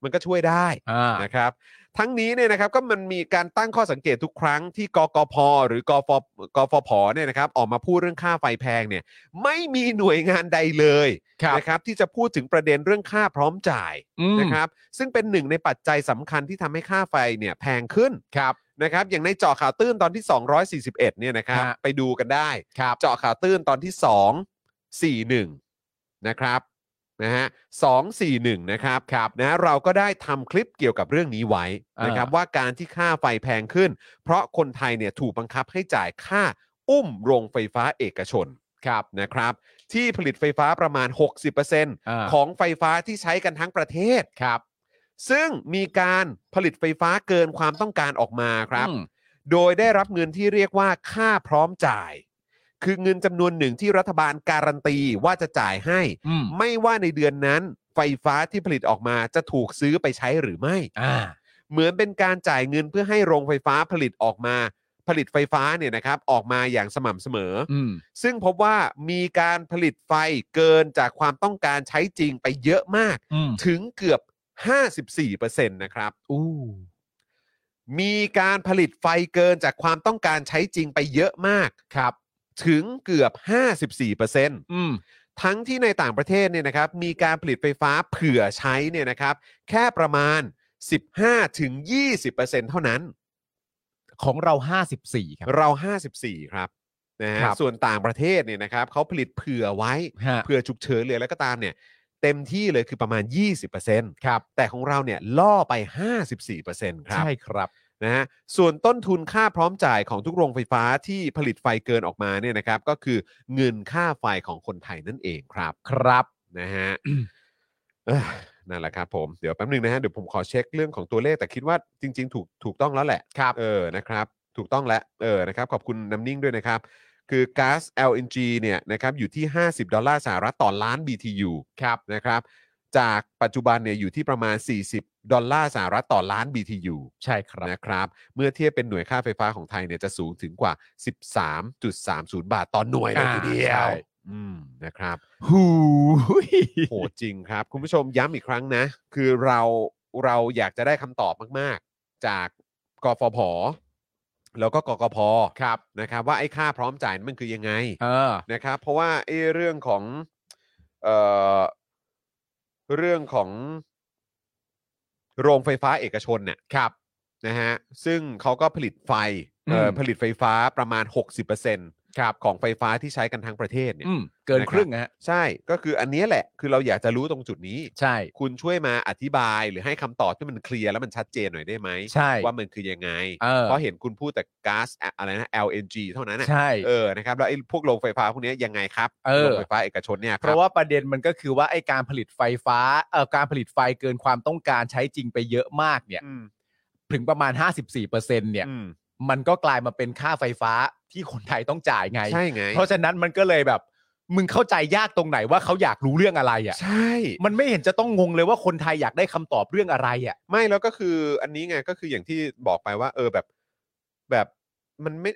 มันก็ช่วยได้
อ่า
นะครับ ทั้งนี้เนี่ยนะครับก็มันมีการตั้งข้อสังเกตทุกครั้งที่กกพหรือกฟกฟผเนี่ยนะครับออกมาพูดเรื่องค่าไฟแพงเนี่ย ไม่มีหน่วยงานใดเลย
ครับ
นะครับ ที่จะพูดถึงประเด็นเรื่องค่าพร้อมจ่าย
อืม
นะครับ ซึ่งเป็นหนึ่งในปัจจัยสำคัญที่ทำให้ค่าไฟเนี่ยแพงขึ้น
ครับ
นะครับ อย่างในเจาะข่าวตื้นตอนที่ 241เนี่ยนะครับ
ฮะ
ไปดูกันได้
ครับ
เจาะข่าวตื้นตอนที่ 2 4 1 นะครับนะฮะสองสี่หนึ่งนะครับครับนะเราก็ได้ทำคลิปเกี่ยวกับเรื่องนี้ไว้นะครับ
อ่า
ว่าการที่ค่าไฟแพงขึ้น เพราะคนไทยเนี่ยถูกบังคับให้จ่ายค่าอุ้มโรงไฟฟ้าเอกชน
ครับ
นะครับ ที่ผลิตไฟฟ้าประมาณ 60%
อ่า
ของไฟฟ้าที่ใช้กันทั้งประเทศ
ครับ
ซึ่งมีการผลิตไฟฟ้าเกินความต้องการออกมาครับ
อืม
โดยได้รับเงินที่เรียกว่าค่าพร้อมจ่าย คือเงินจำนวนหนึ่งที่รัฐบาลการันตีว่าจะจ่ายให้
อืม
ไม่ว่าในเดือนนั้น ไฟฟ้าที่ผลิตออกมาจะถูกซื้อไปใช้หรือไม่
อ่า
เหมือนเป็นการจ่ายเงินเพื่อให้โรงไฟฟ้าผลิตออกมา ผลิตไฟฟ้าเนี่ยนะครับออกมาอย่างสม่ำเสมออ
อืม
ซึ่งพบว่ามีการผลิตไฟเกินจากความต้องการใช้จริงไปเยอะมาก
อืม
*laughs* ถึงเกือบ 54%นะครับ
อู้
มีการผลิตไฟเกินจากความต้องการใช้จริงไปเยอะมากครับ ถึงเกือบ 54%
อืม
ทั้งที่ในต่างประเทศเนี่ยนะครับ มีการผลิตไฟฟ้าเผื่อใช้เนี่ยนะครับ แค่ประมาณ 15ถึง20%เท่านั้น
ของเราห้าสิบสี่ครับ
เรา 54 ครับนะฮะ
ครับ
ส่วนต่างประเทศเนี่ยนะครับเขาผลิตเผื่อไว้
ฮะ
เผื่อฉุกเฉินเลยแล้วก็ตามเนี่ย เต็มที่เลยคือประมาณ 20%
ครับ
แต่ของเราเนี่ยล่อไป 54%ครับ
ใช่ครับ
นะฮะส่วนต้นทุนค่าพร้อมจ่ายของทุกโรงไฟฟ้าที่ผลิตไฟเกินออกมาเนี่ยนะครับ ก็คือเงินค่าไฟของคนไทยนั่นเองครับ
ครับ
นะฮะเอ้อนั่นแหละครับผมเดี๋ยวแป๊บหนึงนะฮะเดี๋ยวผมขอเช็คเรื่องของตัวเลขแต่คิดว่าจริง ๆ ถูกถูกต้องแล้วแหละ
ครับ
เออนะครับ ถูกต้องแล้วเออนะครับ ขอบคุณน้ำนิ่งด้วยนะครับ คือก๊าซ LNG เนี่ยนะครับอยู่ที่ 50 ดอลลาร์สหรัฐต่อล้าน BTU ครับนะครับ จากปัจจุบันเนี่ยอยู่ที่ประมาณ 40 ดอลลาร์สหรัฐต่อล้าน BTU
ใช่ครับ
นะครับเมื่อเทียบเป็นหน่วยค่าไฟฟ้าของไทยเนี่ยจะสูงถึงกว่า 13.30 บาทต่อหน่วยเลย
อ่า
ทีเดีย
ใช่
วอืมนะครับ
หูย
โหจริงครับ คุณผู้ชมย้ำอีกครั้งนะ คือเราเราอยากจะได้คำตอบมาก ๆ จากกฟผ แล้วก็กกพ
ครับ
นะครับ ว่าไอ้ค่าพร้อมจ่ายนั้นมันคือยังไง
เออ
นะครับ เพราะว่าไอ้เรื่องของเอ่อเรื่องของโรงไฟฟ้าเอกชนเนี่ย
ครับ
นะฮะซึ่งเขาก็ผลิตไฟเอ่ออ
ม
ผลิตไฟฟ้าประมาณ 60%
ครับ
ของไฟฟ้าที่ใช้กันทั้งประเทศเนี่ย
อืมเกินครึ่งนะฮะ
ใช่ก็คืออันเนี้ยแหละ คือเราอยากจะรู้ตรงจุดนี้
ใช่
คุณช่วยมาอธิบายหรือให้คำตอบที่มันเคลียร์แล้วมันชัดเจนหน่อยได้ไหม
ใช่
ว่ามันคือยังไง
เออ
เพราะเห็นคุณพูดแต่ก๊าซอะอะไรนะ LNG เท่านั้นนะ
ใช่
เออนะครับแล้วไอ้พวกโรงไฟฟ้าพวกเนี้ยยังไงครับ
เออ
โรงไฟฟ้าเอกชนเนี่ยคบ
เพราะว่าประเด็นมันก็คือว่าไอการผลิตไฟฟ้าเอ่อการผลิตไฟเกินความต้องการใช้จริงไปเยอะมากเนี่ย
อืม
ถึงประมาณ 54%เนี่ย
อืม
มันก็กลายมาเป็นค่าไฟฟ้าที่คนไทยต้องจ่ายไง
ใช่ไง
เพราะฉะนั้นมันก็เลยแบบ มึงเข้าใจยากตรงไหนว่าเขาอยากรู้เรื่องอะไรอ่ะ
ใช่
มันไม่เห็นจะต้องงงเลยว่าคนไทยอยากได้คำตอบเรื่องอะไรอ่ะ
ไม่แล้วก็คืออันนี้ไงก็คืออย่างที่บอกไปว่า เออแบบแบบมันไม่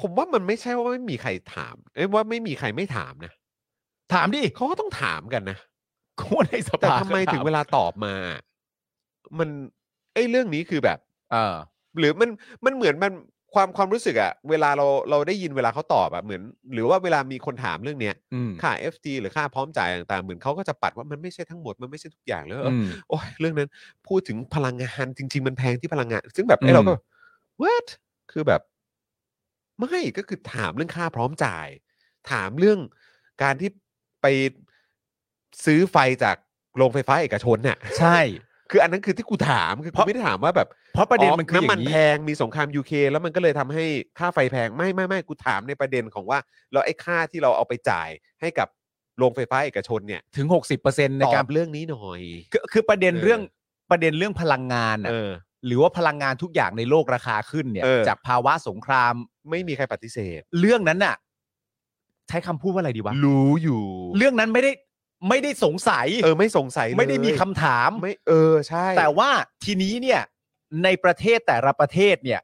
ผมว่ามันไม่ใช่ว่าไม่มีใครถาม เอ้ยว่าไม่มีใครไม่ถามนะ
ถามดิ
เขาก็ต้องถามกันนะ
คนในส
แต่
ภา
ทำไมถึงเวลาตอบมา มันไอ้ยเรื่องนี้คือแบบ
เออ
หรือมันมันเหมือนมัน ความความรู้สึกอะเวลาเราเราได้ยินเวลาเขาตอบอะเหมือน หรือว่าเวลามีคนถามเรื่องเนี้ย
อืม
ค่า FT หรือค่าพร้อมจ่ายต่างๆเหมือนเขาก็จะปัดว่ามันไม่ใช่ทั้งหมดมันไม่ใช่ทุกอย่างเลยเอออ
อืม
โอ้ยเรื่องนั้นพูดถึงพลังงานจริง ๆ มันแพงที่พลังงาน ซึ่งแบบ
อื
ไอ้
ม
เราก็ what คือแบบ ไม่ก็คือถามเรื่องค่าพร้อมจ่าย ถามเรื่องการที่ไปซื้อไฟจากโรงไฟฟ้าเอกชนเนี่ย
ใช่
*laughs* คืออันนั้นคือที่กูถามคือ
เพ
กู
ราะ
ไม่ได้ถามว่าแบบ
เพราะประเด็นมันคืออ
น้ำมั
ย่าน ง
แพ
นี้
งมีสงครามยูเคแล้วมันก็เลยทำให้ค่าไฟแพงไม่ไม่ไม่กูถามในประเด็นของว่าเราไอ้ค่าที่เราเอาไปจ่ายให้กับโรงไฟฟ้าเอกชนเนี่ย
ถึง 60%ใน
ตอ
การ
บเรื่องนี้หน่อย
คือคือประเด็น
เออ
เรื่องประเด็นเรื่องพลังงานน่ะ
เออ
หรือว่าพลังงานทุกอย่างในโลกราคาขึ้นเนี่ย
เออ
จากภาวะสงคราม
ไม่มีใครปฏิเสธ
เรื่องนั้นน่ะ ใช้คำพูดว่าอะไรดีวะ
รู้อยู่
เรื่องนั้นไม่ได้ไม่ได้สงสัย
เออไม่สงสัยเลย
ไม่ได้มีคำถาม
ไม่เออใช่
แต่ว่าทีนี้เนี่ยในประเทศแต่ละประเทศเนี่ย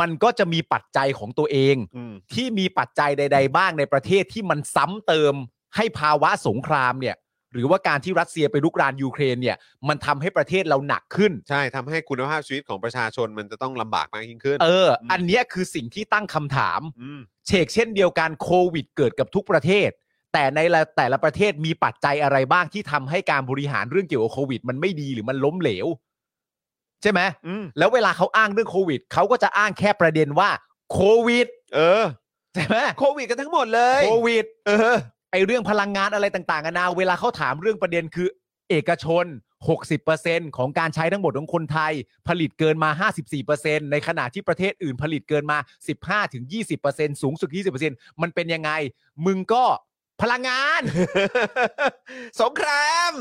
มันก็จะมีปัจจัยของตัวเอง
อืม
ที่มีปัจจัยใด ๆ บ้างในประเทศที่มันซ้ำเติมให้ภาวะสงครามเนี่ย หรือว่าการที่รัสเซียไปรุกรานยูเครนเนี่ย มันทำให้ประเทศเราหนักขึ้น
ใช่ทำให้คุณภาพชีวิตของประชาชนมันจะต้องลำบากมากยิ่งขึ้น
เออ
อืม
อันเนี้ยคือสิ่งที่ตั้งคำถาม
ม
เชกเช่นเดียวกันโควิดเกิดกับทุกประเทศ แต่ในละแต่ละประเทศมีปัจจัยอะไรบ้างที่ทำให้การบริหารเรื่องเกี่ยวกับโควิด มันไม่ดีหรือมันล้มเหลว ใช่ไหม
อืม
แล้วเวลาเขาอ้างเรื่องโควิดเขาก็จะอ้างแค่ประเด็นว่าโควิด
เออ
ใช่ไหม
โควิดกันทั้งหมดเลย
โควิด
เออ
ไอเรื่องพลังงานอะไรต่างๆนานาเวลาเขาถามเรื่องประเด็นคือ เอกชน 60%ของการใช้ทั้งหมดของคนไทย ผลิตเกินมา 54%ในขณะที่ประเทศอื่นผลิตเกินมา 15-20%สูงสุด 20%มันเป็นยังไง มึงก็พลังงาน
*laughs* สงคราม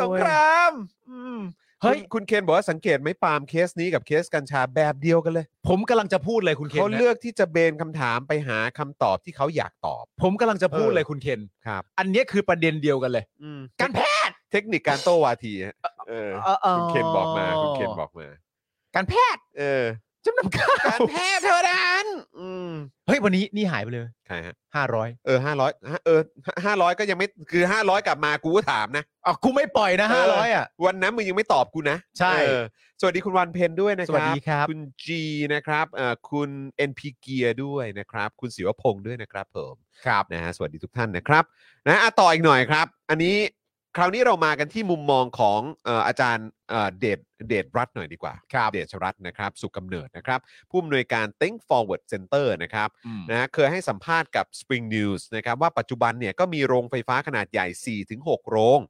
สงครามอืม
เฮ้ย
คุณคุณเคนบอกว่าสังเกตไหมปาล์มเคสนี้กับเคสกัญชาแบบเดียวกันเลย
ผมกำลังจะพูดเลยคุณเคน
เขา
นะ
เลือกที่จะเบนคำถามไปหาคำตอบที่เขาอยากตอบ
ผมกำลังจะพูด
เออ
เลยคุณเคน
ครับ
อันเนี้ยคือประเด็นเดียวกันเลย
อืม
การแพทย์
เทคนิคการโต้วาทีฮะเออ
เออเออ
คุณเคนบอกมาคุณเคนบอกมา
การแพทย์
เออ
จำนำข้าว
การแพทย์เท่านั้นอืม
เฮ้ยวันนี้นี่หายไปเลย
ใครฮะ
ห้าร้อย
เออห้าร้อยเออห้าร้อยก็ยังไม่คือห้าร้อยกลับมากูก็ถามนะ
อ่ะกูไม่ปล่อยนะ
เอ
ห้า
อ
ร้อยอ่ะ
วันนั้นมึงยังไม่ตอบกูนะ
ใช่
เออสวัสดีคุณวันเพนด้วยนะค
สวั
รับ
สดีครับ
คุณ G นะครับเอ่อคุณ NP เกียร์ด้วยนะครับ คุณศิวพงศ์ด้วยนะครับผม
ครับ
นะฮะสวัสดีทุกท่านนะครับนะอ่ะต่ออีกหน่อยครับ อันนี้คราวนี้เรามากันที่มุมมองของเอ่ออาจารย์เอ่อเดชเดชรัตน์หน่อยดีกว่า
ครับ
เดชรัตน์นะครับ สุขกำเนิดนะครับ ผู้อำนวยการ Think Forward Center นะครับ
นะ
นะเคยให้สัมภาษณ์กับ Spring News นะครับว่าปัจจุบันเนี่ยก็มีโรงไฟฟ้าขนาดใหญ่ 4-6 โรง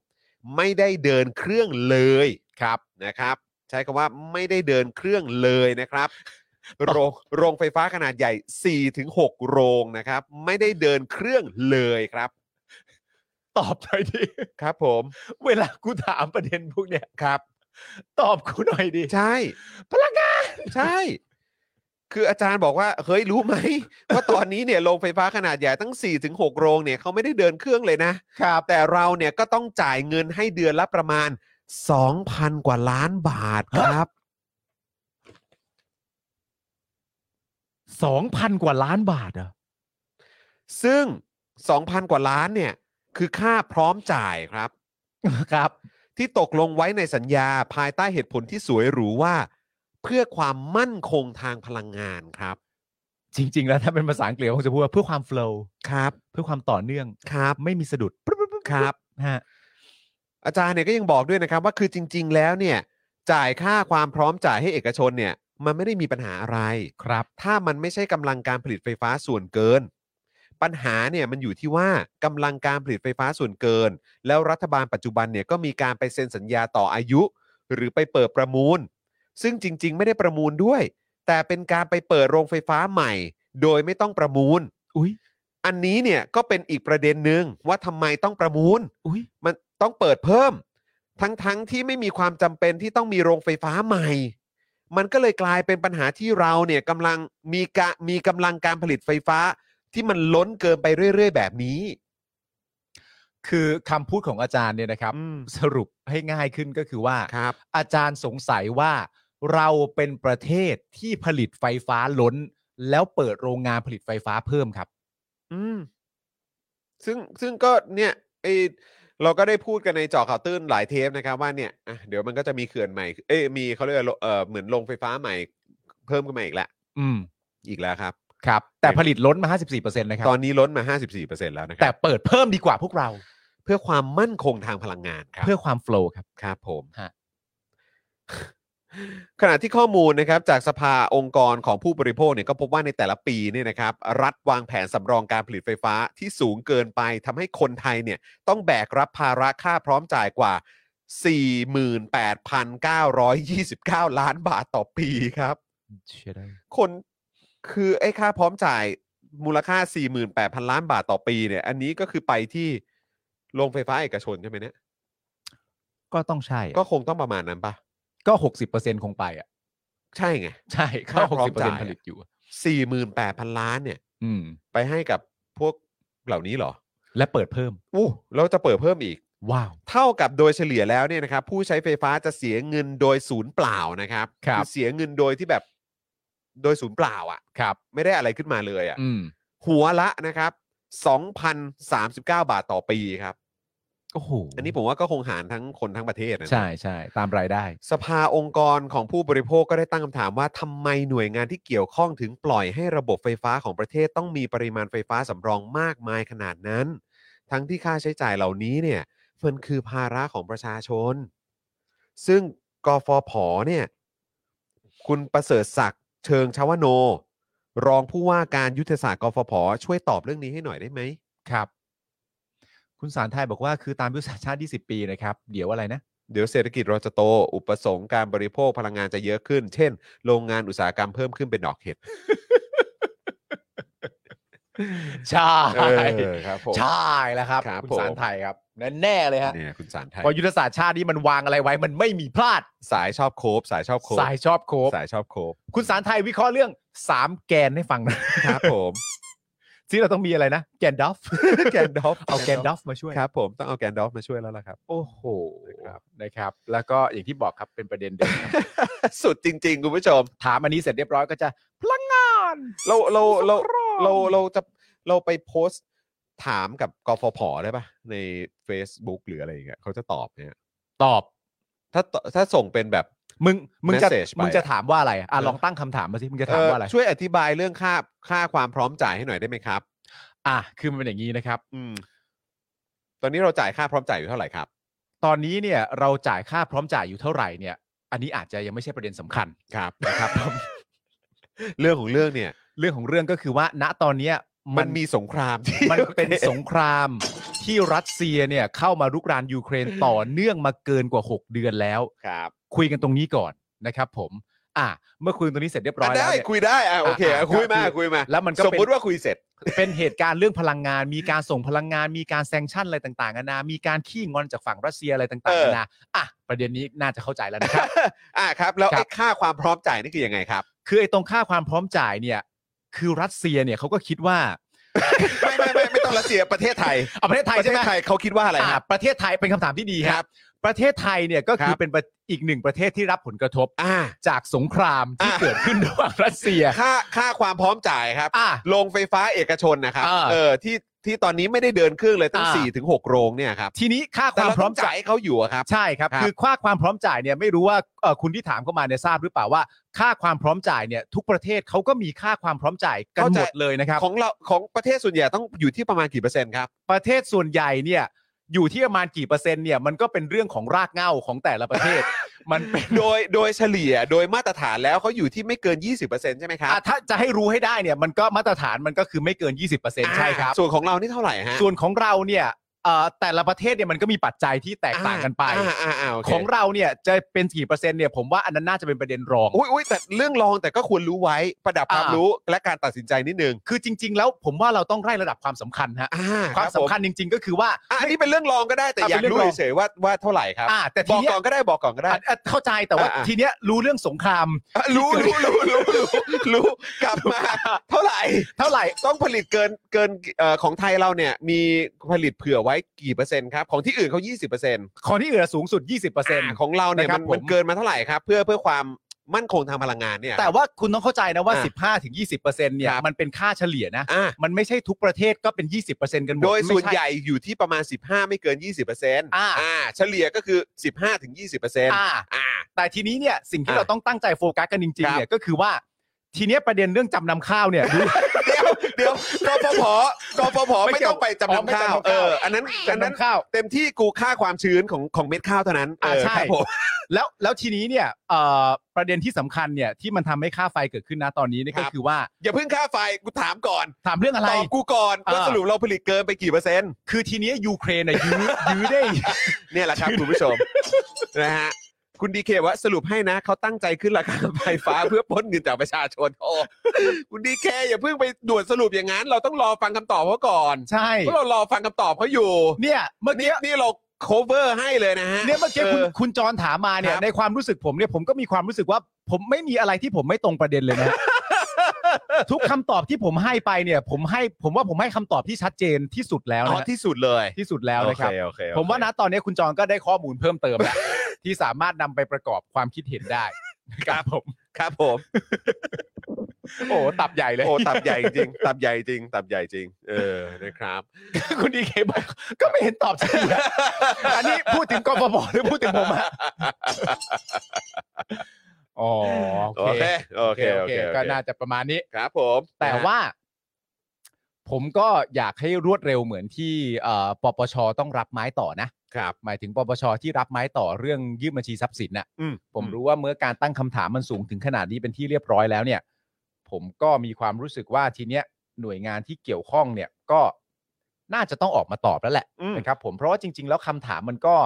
ไม่ได้เดินเครื่องเลยครับนะครับ ใช้คำว่าไม่ได้เดินเครื่องเลยนะครับ
*laughs*
โรงโรงไฟฟ้าขนาดใหญ่ 4-6 โรงนะครับ ไม่ได้เดินเครื่องเลยครับ
ตอบหน่อยดิ
ครับผม
เวลากูถามประเด็นพวกเนี้ยครับ ตอบกูหน่อยดิ
ใช่
พลังงาน
ใช่ คืออาจารย์บอกว่าเฮ้ยรู้ไหมว่าตอนนี้เนี่ยโรงไฟฟ้าขนาดใหญ่ตั้ง 4-6 โรงเนี่ยเขาไม่ได้เดินเครื่องเลยนะ
ครับ
แต่เราเนี่ยก็ต้องจ่ายเงินให้เดือนละประมาณ 2,000 กว่าล้านบาทครับ
สองพันกว่าล้านบาทเหรอ
ซึ่ง 2,000 กว่าล้านเนี่ย คือค่าพร้อมจ่ายครับ
ครับ
ที่ตกลงไว้ในสัญญาภายใต้เหตุผลที่สวยหรูว่า เพื่อความมั่นคงทางพลังงานครับ
จริง ๆ แล้วถ้าเป็นภาษาอังกฤษคงจะพูดว่าเพื่อความโฟล์
ครับ
เพื่อความต่อเนื่อง
ครับ
ไม่มีสะดุดปุ๊บๆๆ
ครับ
ฮะ
อาจารย์เนี่ยก็ยังบอกด้วยนะครับว่าคือจริง ๆ แล้วเนี่ย จ่ายค่าความพร้อมจ่ายให้เอกชนเนี่ย มันไม่ได้มีปัญหาอะไร
ครับ
ถ้ามันไม่ใช่กำลังการผลิตไฟฟ้าส่วนเกิน ปัญหาเนี่ยมันอยู่ที่ว่ากำลังการผลิตไฟฟ้าส่วนเกิน แล้วรัฐบาลปัจจุบันเนี่ยก็มีการไปเซ็นสัญญาต่ออายุ หรือไปเปิดประมูล ซึ่งจริง ๆ ไม่ได้ประมูลด้วย แต่เป็นการไปเปิดโรงไฟฟ้าใหม่ โดยไม่ต้องประมูล
อุ้ย
อันนี้เนี่ยก็เป็นอีกประเด็นหนึ่งว่าทำไมต้องประมูล
อุ้ย
มันต้องเปิดเพิ่ม ทั้งๆทที่ไม่มีความจำเป็นที่ต้องมีโรงไฟฟ้าใหม่ มันก็เลยกลายเป็นปัญหาที่เราเนี่ยกำลังมีกะมีกำลังการผลิตไฟฟ้า ที่มันล้นเกินไปเรื่อย ๆ แบบนี้
คือคำพูดของอาจารย์เนี่ยนะครับ
อืม
สรุปให้ง่ายขึ้นก็คือว่า
ครับ
อาจารย์สงสัยว่าเราเป็นประเทศที่ผลิตไฟฟ้าล้น แล้วเปิดโรงงานผลิตไฟฟ้าเพิ่มครับ
อืมซึ่งซึ่งก็เนี่ยไอเราก็ได้พูดกันในเจอข่าวตื้นหลายเทปนะครับว่าเนี่ยอ่ะเดี๋ยวมันก็จะมีเขื่อนใหม่ เอ้ยมีเขาเรียกว่าโรเออเหมือนโรงไฟฟ้าใหม่เพิ่มขึ้นมาอีกละ
อืม
อีกแล้วครับ
ครับ แต่ผลิตล้นมา 54%นะครับ
ตอนนี้ล้นมา 54%แล้วนะค
แต่
รับ
เปิดเพิ่มดีกว่าพวกเรา
เพื่อความมั่นคงทางพลังงานครับ
เพื่อความโฟล์ครับ
ครับผม
ฮะ
*laughs* ขณะที่ข้อมูลนะครับจากสภาองค์กรของผู้บริโภคเนี่ยก็พบว่าในแต่ละปีเนี่ยนะครับรัฐวางแผนสำรองการผลิตไฟฟ้าที่สูงเกินไปทำให้คนไทยเนี่ยต้องแบกรับภาระค่าพร้อมจ่ายกว่า 48,929 ล้านบาทต่อปีครับ
เชื่อได้
คนคือไอ้ค่าพร้อมจ่ายมูลค่า 48,000 ล้านบาทต่อปีเนี่ย อันนี้ก็คือไปที่โรงไฟฟ้าเอกชนใช่ไหมเนี่ย
ก็ต้องใช่อะ
ก็คงต้องประมาณนั้นปะ
ก็ 60%คงไปอ่ะ
ใช่ไง
ใช่
ค่า
เข้า
พร้อมจ่าย
60%ผลิตอยู่อะ
สี่หมื่นแปดพันล้านเนี่ย
อืม
ไปให้กับพวกเหล่านี้เหรอ
และเปิดเพิ่ม
อู้แล้วจะเปิดเพิ่มอีก
ว้าว
เท่ากับโดยเฉลี่ยแล้วเนี่ยนะครับ ผู้ใช้ไฟฟ้าจะเสียเงินโดยศูนย์เปล่านะครับ
ครับ
อเสียเงินโดยที่แบบโดยศูนย์เปล่าอะ่ะ
ครับ
ไม่ได้อะไรขึ้นมาเลยอะ่ะ
อืม
หัวละนะครับ2,039 บาทต่อปีครับ
โอ้โห
อันนี้ผมว่าก็คงหารทั้งคนทั้งประเทศนะ
ใช่ใช่ตามรายได้
สภาองค์กรของผู้บริโภคก็ได้ตั้งคำถามว่าทำไมหน่วยงานที่เกี่ยวข้องถึงปล่อยให้ระบบไฟฟ้าของประเทศต้องมีปริมาณไฟฟ้าสำรองมากมายขนาดนั้น ทั้งที่ค่าใช้จ่ายเหล่านี้เนี่ยมันคือภาระของประชาชน ซึ่งกฟผเนี่ย คุณประเสริฐศักดิ์เชิงชาวโน รองผู้ว่าการยุทธศาสตร์กฟผช่วยตอบเรื่องนี้ให้หน่อยได้ไหม
ครับ คุณสารไทยบอกว่าคือตามยุทธศาสตร์ชาติ 20 ปีนะครับ เดี๋ยวอะไรนะ
เดี๋ยวเศรษฐกิจเราจะโต อุปสงค์การบริโภคพลังงานจะเยอะขึ้น เช่น โรงงานอุตสาหกรรมเพิ่มขึ้นเป็นดอกเห็ด
ใช่
เออครับผม
ใช่แล้วครับ
ครับ
ณ
ผม
สารไทยครับ แน่ๆเลยฮะ
เนี่ยคุณสารไทย
เพอยุทธศาสตร์ชาตินี่มันวางอะไรไว้มันไม่มีพลาด
สายชอบโคบสายชอบโคบ
สายชอบโคบ
สายชอบโคบ
คุณสารไทยวิเคราะห์เรื่องสามแกนให้ฟังหนะครับ
ผม
ที่เราต้องมีอะไรนะ แกนด
*laughs*
อฟ
แกนดอฟ
เอาแกนดอฟมาช่วย
ครับ ผมต้องเอาแกนดอฟมาช่วยแล้วล่ะครับ
โอ้โห
นะครับ
นะครับ แล้วก็อย่างที่บอกครับเป็นประเด็นเดิมครับ
สุดจริง ๆ คุณผู้ชม
ถามอันนี้เสร็จเรียบร้อยก็จะพลังงาน
เราเราเรา
สงคราม
เราเราจะเราไปโพสต์ถามกับกฟผได้ปะใน Facebook หรืออะไรอย่างเงี้ยเขาจะตอบเนี่ย
ตอบ
ถ้าถ้าส่งเป็นแบบ
มึงมึงจะ
Message ไป
มึงจะ
อะ
ถามว่าอะไรอะอ่ะ
เออ
ลองตั้งคำถามมาสิมึงจะถามว่าอะไร
เอ่อช่วยอธิบายเรื่องค่าค่าความพร้อมจ่ายให้หน่อยได้ไหมครับ
อ่ะคือมันเป็นอย่างนี้นะครับ
อืม ตอนนี้เราจ่ายค่าพร้อมจ่ายอยู่เท่าไหร่ครับ
ตอนนี้เนี่ยเราจ่ายค่าพร้อมจ่ายอยู่เท่าไหร่เนี่ย อันนี้อาจจะยังไม่ใช่ประเด็นสำคัญ
ครับ
นะครับ
*laughs* เรื่องของเรื่องเนี่ย
เรื่องของเรื่องก็คือว่า ณตอนเนี้ย
มันมีสงครามที่
*laughs* มันเป็นสงครามที่รัสเซียเนี่ยเข้ามารุกรานยูเครนต่อเนื่องมาเกินกว่า 6 เดือนแล้ว
ครับ
คุยกันตรงนี้ก่อนนะครับ ผม อ่ะเมื่อคุยกันตรงนี้เสร็จเรียบร้อย
อ่ะ
แล้ว
ได้
เนี่ย
คุยได้อ่ะโอเคอ่ะ
อ่ะ
คุยมา
ครับ
คุยมา
แล้วมันก็
สม
เป็น
มติว่าคุยเสร็จ
เป็นเหตุการณ์เรื่องพลังงาน มีการส่งพลังงาน มีการแซงชั่นอะไรต่างๆนานา มีการขี้งอนจากฝั่งรัสเซียอะไรต่างๆนานาอ่ะประเด็นนี้น่าจะเข้าใจแล้วนะครับ
อ่ะครับ แล้
ค
ว
รับ
ไอ้ค่าความพร้อมจ่ายนี่คือยังไงครับ
คือไอ้ตรงค่าความพร้อมจ่ายเนี่ย คือรัสเซียเนี่ยเขาก็คิดว่า
ไม่ไม่ไม่ไม่ต้องรัสเซียประเทศไทย
เอาประเทศไทย
ประเท
ใช่ไห
ศ
ม
ไทยเขาคิดว่าอะไรครับ
อ่ะประเทศไทยเป็นคำถามที่ดีค
ครั
รับ
บ
ประเทศไทยเนี่ยก็คือ
ครับ
เป็นประอีกหนึ่งประเทศที่รับผลกระทบ
อ่า
จากสงครามที่
อ่ะ
เกิดขึ้นระหว่างรัสเซีย
ค่าค่าความพร้อมจ่ายครับ
อ่ะ
โรงไฟฟ้าเอกชนนะครับ
อ่า
เออที่ที่ตอนนี้ไม่ได้เดินเครื่องเลยตั้ง
อ่า
4ี่ถึงหกโรงเนี่ยครับ
ทีนี้ค่าค
แต่
วาม
เรา
พร้
ต้
อ
อ
ม
ง
จ่า
จ่าย ยให้เขาอยู่อะครับ
ใช่ครับ
ครับ
คือค่าความพร้อมจ่ายเนี่ยไม่รู้ว่าเอ่อคุณที่ถามเข้ามาเนี่ยทราบหรือเปล่าว่า ค่าความพร้อมจ่ายเนี่ยทุกประเทศเขาก็มีค่าความพร้อมจ่ายกัน
เข้าใจ
หมดเลยนะครับ
ของเราของประเทศส่วนใหญ่ต้องอยู่ที่ประมาณกี่เปอร์เซ็นต์ครับ
ประเทศส่วนใหญ่เนี่ยอยู่ที่ประมาณกี่เปอร์เซ็นต์เนี่ยมันก็เป็นเรื่องของรากเหง้าของแต่ละประเท
*laughs*
ศ มันเป็น
โดยโดยเฉลี่ยโดยมาตรฐานแล้วเขาอยู่ที่ไม่เกิน 20%ใช่ไหมครับ
อ่ะถ้าจะให้รู้ให้ได้เนี่ยมันก็มาตรฐานมันก็คือไม่เกิน 20%ใช่ครับ
ส่วนของเรานี่เท่าไหร่ฮะ
ส่วนของเราเนี่ยเอ่อแต่ละประเทศเนี่ยมันก็มีปัจจัยที่แตกต่างกันไป
อ่าอ่าาโเค
ของเราเนี่ยจะเป็นกี่เปอร์เซ็นต์เนี่ยผมว่าอันนั้นน่าจะเป็นประเด็นรอง
อุ้ยอุ้ยแต่เรื่องรองแต่ก็ควรรู้ไว้ประดับความ
อ่ารู้
รู้และการตัดสินใจนิดนึง
คือจริง ๆ แล้วผมว่าเราต้องไล่ระดับความสำคัญฮะ
อ่า
ความสำคัญจริง ๆ ก็คือว่า
รับผมอ่ะอันนี้เป็นเรื่องรองก็ได้แต่
อ่ะ
อยา
เป็น
ก
เรื่องร
รู้
อง
เฉยๆว่าว่าเท่าไหร่ครับ
อ่าแต่
บ
ที
อก
เนี้ย
ก่อนก็ได้บอกก่อนก็ได้
อ่ะอ่ะเข้าใจแต่ว่า
อ่ะอ่ะ
ทีเนี้ยรู้เรื่องสงคราม
อ่ะ
*laughs*
รู้รู้รู้รู้รู้รู้กลับมา เท่าไหร่
เท่าไหร่
ต้องผลิตเกินเกินเอ่อของไทยเราเนี่ยมีผลิตเผื่อไว้กี่เปอร์เซ็นต์ครับของที่อื่นเขา20%อ
ของที่อื่นอะสูงสุด 20%เ
่าของเราเนี่ย
นะครั
มั
บ
น
ผม
มันเกินมาเท่าไหร่ครับเพื่อเพื่อความมั่นคงทางพลังงานเนี่ย
แต่ว่าคุณต้องเข้าใจนะว่า
อ่ะ
15-20%เนี่ย
ครับ
มันเป็นค่าเฉลี่ยนะ
อ่ะ
มันไม่ใช่ทุกประเทศก็เป็น 20%กันหมด
โดยส่วน
ไม่ช่
ใหญ่อยู่ที่ประมาณ 15 ไม่เกิน 20%อ
อ่า
่าเฉลี่ยก็คือ 15ถึง20%
อ่า
อ่า
แต่ทีนี้เนี่ยสิ่งที่
อ่ะ
เราต้องตั้งใจโฟกัสกันจริงๆ
ครับ
เนี่ยก็คือว่า ทีเนี้ยประเด็นเรื่องจำนำข้าวเนี่ยดู
เดี๋ยวเดี๋ยวกปภกปภ
ไม่
ไม่
เกี่ยว
ต้องไปจำ
อ๋อไม่
นำข้าว
จำนำข้าว
เอออันนั้นอันนั้น
จำนำข้าว
เต็มที่กูค่าความชื้นของของเม็ดข้าวเท่านั้น
อ่า
เ
ใช่
ครับผม
แล้วแล้วทีนี้เนี่ยเอ่อประเด็นที่สำคัญเนี่ยที่มันทำให้ค่าไฟเกิดขึ้นนะตอนนี้เนี่ยก็คือว่า
อย่าเพิ่งค่าไฟกูถามก่อน
ถามเรื่องอะไร
ตอบกูก่อน
เออ
ว่าสรุปเราผลิตเกินไปกี่เปอร์เซ็นต์
คือทีเนี้ยยูเครนน่ะยื้อ *laughs* ยื้อได้
เนี่ยแหละ
*laughs*
ครับคุณผู้ชม นะฮะคุณดีเคว่าสรุปให้นะเขาตั้งใจขึ้นราคา *laughs* ไฟฟ้าเพื่อปล้นเงินจากประชาชน *laughs* โอ้คุณดีเคอย่าเพิ่งไปด่วนสรุปอย่างนั้น เราต้องรอฟังคำตอบเขาก่อน
ใช่
เพราะเรารอฟังคำตอบเขาอยู่
เนี่ยเมื่อ
นี่
กี้
นี่เรา cover ให้เลยนะฮะ
เนี่ยเมื่อกี้คุณ
เออ
คุณจรถามมาเนี่
ค
ย
รับ
ในความรู้สึกผมเนี่ยผมก็มีความรู้สึกว่าผมไม่มีอะไรที่ผมไม่ตรงประเด็นเลยนะ
*laughs*
ทุกคำตอบที่ผมให้ไปเนี่ยผมให้ผมว่าผมให้คำตอบที่ชัดเจนที่สุดแล้ว
อ๋อ
นะ
ที่สุดเลย
ที่สุดแล้วนะครับ
โอเโอเโอเค
ผมว่านะตอนนี้คุณจรก็ได้ข้อมูลเพิ่มเติ
*laughs*
มแล้ว ที่สามารถนำไปประกอบความคิดเห็นได้ ครับผม
ครับผม
*laughs* โอ้ตับใหญ่เลย
โอ้ ตับใหญ่จริง ตับใหญ่จริง ตับใหญ่จริง เออนะครับ
คุณดีเคบอกก็ไม่เห็นตอบชัด
*laughs*
เลยอันนี้พูดถึงกฟผหรือพูดถึงผมอะอ๋อ
โอเคโอเคโอเค
ก็
โอเค
น่าจะประมาณนี้
ครับผม
แต่ว่า ผมก็อยากให้รวดเร็วเหมือนที่เอ่อปปชต้องรับไม้ต่อนะ
ครับ
หมายถึงปปชที่รับไม้ต่อเรื่องยืมบัญชีทรัพย์สินน่ะ
อืม
ผมรู้ว่าเมื่อการตั้งคำถามมันสูงถึงขนาดนี้เป็นที่เรียบร้อยแล้วเนี่ย ผมก็มีความรู้สึกว่าทีเนี้ยหน่วยงานที่เกี่ยวข้องเนี่ยก็น่าจะต้องออกมาตอบแล้วแหละ
อืม
นะครับ ผมเพราะว่าจริง ๆ แล้วคำถามมันก็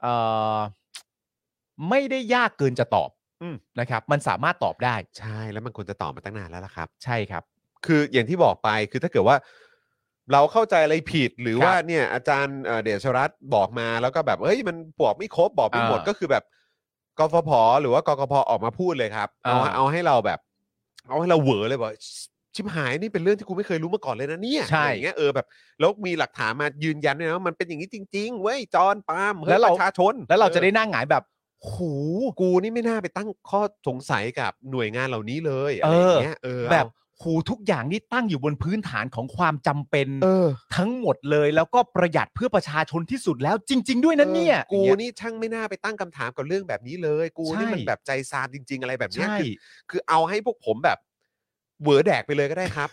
เอ่อไม่ได้ยากเกินจะตอบ
อืม
นะครับ มันสามารถตอบได้
ใช่แล้วมันควรจะตอบมาตั้งนานแล้วล่ะครับ
ใช่ครับ
คืออย่างที่บอกไปคือถ้าเกิดว่า เราเข้าใจอะไรผิดหรือ
ครับ
ว่าเนี่ย อาจารย์เอ่อเดชรัตน์บอกมาแล้วก็แบบเฮ้ยมันบอกไม่ครบบอกไม่หมด
อ่า
ก็คือแบบกฟผหรือว่ากกพออกมาพูดเลยครับเอา
อ่า
เอาให้เราแบบ เอาให้เราเหวอเลยบอกชิบหายนี่เป็นเรื่องที่กูไม่เคยรู้มาก่อนเลยนะเนี่ย
ใช่
อะไรอย่างเงี้ยเออแบบแล้วมีหลักฐานมายืนยันด้วยนะว่ามันเป็นอย่างนี้จริงๆเว้ยจอห์นปาล์มฮ้ย
แล้ว
ป
เรา
ระชาชน
แล้วเราจะได้
ออ
นั่งหงายแบบ
หูกูนี่ไม่น่าไปตั้งข้อสงสัยกับหน่วยงานเหล่านี้เลยอะไรอย่างเงี้ยเออ
แบบโหูทุกอย่างนี่ตั้งอยู่บนพื้นฐานของความจำเป็น
เออ
ทั้งหมดเลยแล้วก็ประหยัดเพื่อประชาชนที่สุดแล้วจริง ๆ ด้วยนะเนี่ย
ออกู
อย่างเงี้ย
นี่ช่างไม่น่าไปตั้งคำถามกับเรื่องแบบนี้เลย กูนี่
ใช่
มันแบบใจซามจริง ๆ อะไรแบบเนี้ย
ใช่
คือคือเอาให้พวกผมแบบเหวอแดกไปเลยก็ได้ครับ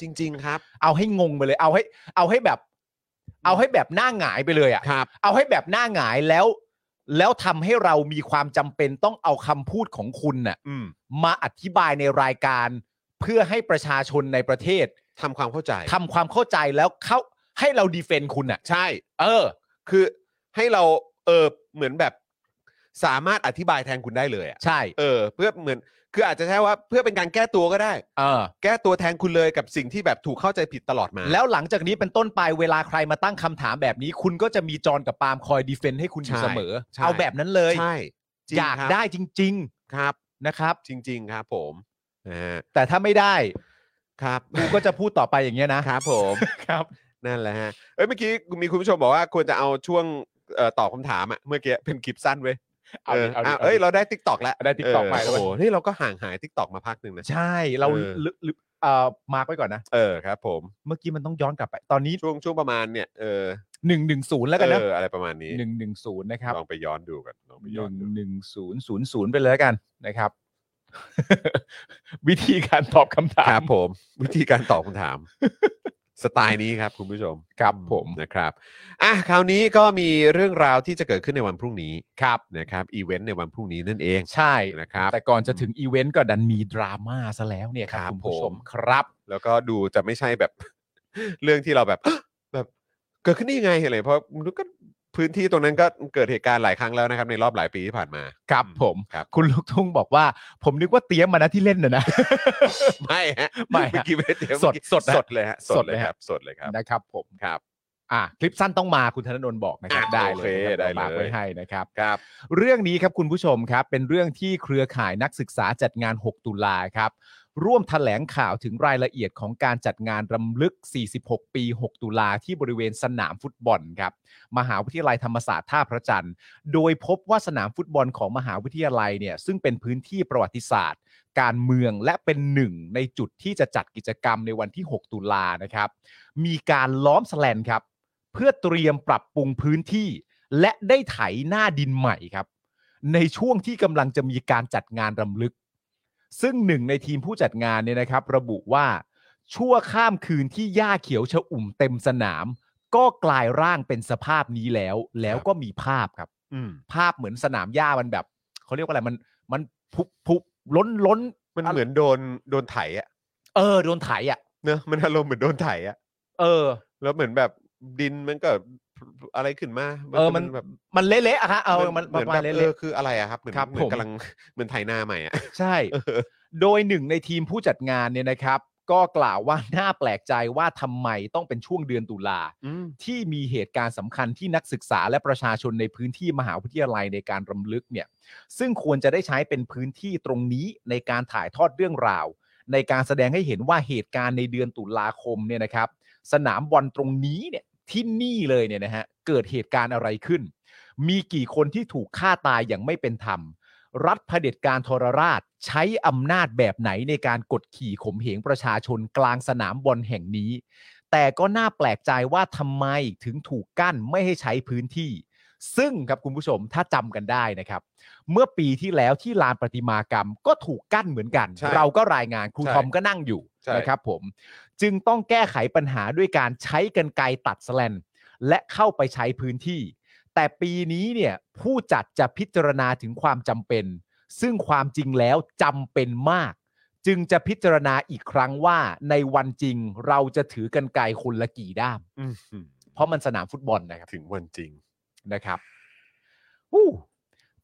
จริง ๆ
*laughs*
ครับ
เอาให้งงไปเลยเอาให้ เอาให้แบบ เอาให้แบบหน้าหงายไปเลยอ่ะ
ครับ
เอาให้แบบหน้าหงายแล้ว แล้วทำให้เรามีความจำเป็นต้องเอาคำพูดของคุณน่ะ
อืม
มาอธิบายในรายการ เพื่อให้ประชาชนในประเทศ
ทำความเข้าใจ
ทำความเข้าใจแล้วเขาให้เราดีเฟนต์คุณน่ะ
ใช่
เออ
คือให้เราเออเหมือนแบบ สามารถอธิบายแทนคุณได้เลยอะ
ใช่
เออ เพื่อเหมือน คืออาจจะใช่ว่าเพื่อเป็นการแก้ตัวก็ได้
เออ
แก้ตัวแทนคุณเลยกับสิ่งที่แบบถูกเข้าใจผิดตลอดมา
แล้วหลังจากนี้เป็นต้นไปเวลาใครมาตั้งคำถามแบบนี้ คุณก็จะมีจอนกับปาล์มคอยดีเฟนต์ให้คุณอยู่
ใช่
เสมอ
ใช่
เอาแบบนั้นเลย
ใช่จริง
อยาก
ครับ
ได้จริง
ครับ
ๆนะครับ
จริง ๆ ครับ ผมนะฮะ
แต่ถ้าไม่ได้
ครับ
กูก็จะพูดต่อไปอย่างเงี้ยนะครับ
*laughs* ผม
ครับ
นั่นแหละฮะ เอ้ยเมื่อกี้มีคุณผู้ชมบอกว่าควรจะเอาช่วงเอ่อตอบคำถามอะเมื่อกี้เป็นคลิปสั้นเว้ย
เอาดิ
เออ
เอาดิ
อ่ะ
เอาดิ
เอ้ยเราได้ติ๊กตอกแล้ว
ได้ TikTok ไปแล้วเว้
โอ้
ย
โหนี่เราก็ห่างหายติ๊กตอกมาพักหนึ่งนะ
ใช่เรา
เออ
ลึลึเอ่อมาร์กไว้ก่อนนะ
เออครับผม
เมื่อกี้มันต้องย้อนกลับไปตอนนี้
ช่วงช่วงประมาณเนี่ยเออ
หนึ่งหนึ่งศูนย์แล้วกันนะ
เอออะไรประมาณนี้
หนึ่งหนึ่งศูนย์นะครับ
ลองไปย้อนดูกันลองไป
ห
ย้อน
นึ่ง
ดู
หนึ่งศูนย์ศูนย์ศูนย์ไปเลยแล้วกันนะครับ *laughs* วิธีการตอบคำถา
ครั
ม
บผม วิธีการตอบคำถาม
*laughs*
สไตล์นี้ครับคุณผู้ชม
ครับผม
นะครับอ่ะคราวนี้ก็มีเรื่องราวที่จะเกิดขึ้นในวันพรุ่งนี้
ครับ
นะครับอีเวนต์ในวันพรุ่งนี้นั่นเอง
ใช่
นะครับ
แต่ก่อนจะถึงอีเวนต์ก็ดันมีดราม่าซะแล้วเนี่ยค
ครั
รับบ คุณผู้ชม
ผม
ครับ
แล้วก็ดูจะไม่ใช่แบบ *laughs* เรื่องที่เราแบบ *gasps* แบบเกิดขึ้นได้ยังไงอะไรเพราะมันก็พื้นที่ตรงนั้นก็เกิดเหตุการณ์หลายครั้งแล้วนะครับ ในรอบหลายปีที่ผ่านมา
ครับผม
ครับ
คุณลูกทุ่งบอกว่า ผมนึกว่าเตี้ยมมานะที่เล่นนะนะ
ไม่ฮะ
*laughs* ไม่ฮะ
เอกี้ไม่ได้เตรียม
สด
เมื่อกี้
สดฮะ
สดเลยฮะส
ส
ด
ด
เล
เลยย
ค
ฮะ
รับ สดเลยครับ
นะครับผม
ครับ
อ่ะคลิปสั้นต้องมาคุณธนนนท์บอกนะครับ
อ่ะ
ได้เลย
โอเค
นะครับ
ได้
ราฝาก
เลย
ไว้ให้นะครับ
ครับ
เรื่องนี้ครับคุณผู้ชมครับ เป็นเรื่องที่เครือข่ายนักศึกษาจัดงาน 6 ตุลาครับ ร่วมถแถลงข่าวถึงรายละเอียดของการจัดงานรำลึก 46 ปี 6 ตุลาที่บริเวณสนามฟุตบอลครับ มหาวิทยาลัยธรรมศาสตร์ท่าพระจันทร์ โดยพบว่าสนามฟุตบอลของมหาวิทยาลัยเนี่ยซึ่งเป็นพื้นที่ประวัติศาสตร์ การเมืองและเป็นหนึ่งในจุดที่จะจัดกิจกรรมในวันที่ 6 ตุลานะครับ มีการล้อมแสแลนครับ เพื่อเตรียมปรับปรุงพื้นที่ และได้ไถหน้าดินใหม่ครับ ในช่วงที่กำลังจะมีการจัดงานรำลึก ซึ่งหนึ่งในทีมผู้จัดงานเนี่ยนะครับ ระบุว่า ชั่วข้ามคืนที่หญ้าเขียวชอุ่มเต็มสนาม ก็กลายร่างเป็นสภาพนี้แล้ว แล้วก็มีภาพครับ
อืม
ภาพเหมือนสนามหญ้ามันแบบเขาเรียกว่าอะไรมันมันพุพุล้นล้น
มันเหมือนโดนโดนไถอะ
เออโดนไถอ่ะ
เนอะมันอารมณ์เหมือนโดนไถอะ
เออ
แล้วเหมือนแบบดินมันก็อะไรขึ้นมา
เออ
ก็
มัน
แบบ
มันเละๆอะฮะเอามัน
เห
ประ
มือน
มา
แบ
ณ
บเออ
เละ
คืออะไรอะครับเหมือน
ครับ
เหมือ
ผม
นกำลังเหมือนไถนาใหม่อะ
ๆใช่
เออ
โดยหนึ่งในทีมผู้จัดงานเนี่ยนะครับ ก็กล่าวว่าน่าแปลกใจว่าทำไมต้องเป็นช่วงเดือนตุลา
อื *laughs* ม
ที่มีเหตุการณ์สำคัญที่นักศึกษาและประชาชนในพื้นที่มหาวิทยาลัยในการรำลึกเนี่ย ซึ่งควรจะได้ใช้เป็นพื้นที่ตรงนี้ในการถ่ายทอดเรื่องราว ในการแสดงให้เห็นว่าเหตุการณ์ในเดือนตุลาคมเนี่ยนะครับ สนามบอลตรงนี้เนี่ยที่นี่เลยเนี่ยนะฮะเกิดเหตุการณ์อะไรขึ้น มีกี่คนที่ถูกฆ่าตายอย่างไม่เป็นธรรม รัฐเผด็จการทรราชใช้อำนาจแบบไหนในการกดขี่ข่มเหงประชาชนกลางสนามบอลแห่งนี้ แต่ก็น่าแปลกใจว่าทำไมถึงถูกกั้นไม่ให้ใช้พื้นที่ ซึ่งครับคุณผู้ชมถ้าจำกันได้นะครับ เมื่อปีที่แล้วที่ลานประติมากรรมก็ถูกกั้นเหมือนกัน
ใช่
เราก็รายงานครู
ใช่
ทอมก็นั่งอยู่
ใช่
นะครับผม จึงต้องแก้ไขปัญหาด้วยการใช้กันไกรตัดแสแลนและเข้าไปใช้พื้นที่ แต่ปีนี้เนี่ยผู้จัดจะพิจารณาถึงความจำเป็น ซึ่งความจริงแล้วจำเป็นมาก จึงจะพิจารณาอีกครั้งว่าในวันจริงเราจะถือกันไกรคนละกี่ด้าม
อืม
เพราะมันสนามฟุตบอลนะครับ
ถึงวันจริง
นะครับอู้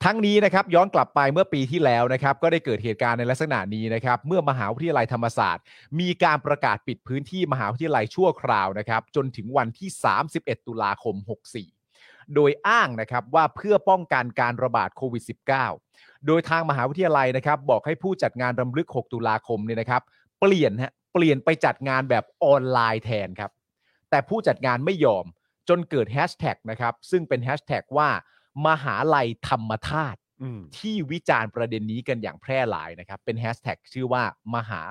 ทั้งนี้นะครับย้อนกลับไปเมื่อปีที่แล้วนะครับ ก็ได้เกิดเหตุการณ์ในลักษณะนี้นะครับ เมื่อมหาวิทยาลัยธรรมศาสตร์ มีการประกาศปิดพื้นที่มหาวิทยาลัยชั่วคราวนะครับ จนถึงวันที่ 31 ตุลาคม 64 โดยอ้างนะครับว่าเพื่อป้องกันการระบาดโควิด -19 โดยทางมหาวิทยาลัยนะครับ บอกให้ผู้จัดงานรำลึก 6 ตุลาคมเนี่ยนะครับ เปลี่ยนฮะเปลี่ยนไปจัดงานแบบออนไลน์แทนครับ แต่ผู้จัดงานไม่ยอม จนเกิดแฮชแท็กนะครับ ซึ่งเป็นแฮชแท็กว่า มหาลัยธรรมธาตุ
อืม
ที่วิจารณ์ประเด็นนี้กันอย่างแพร่หลายนะครับ เป็นแฮชแท็กชื่อว่ามหา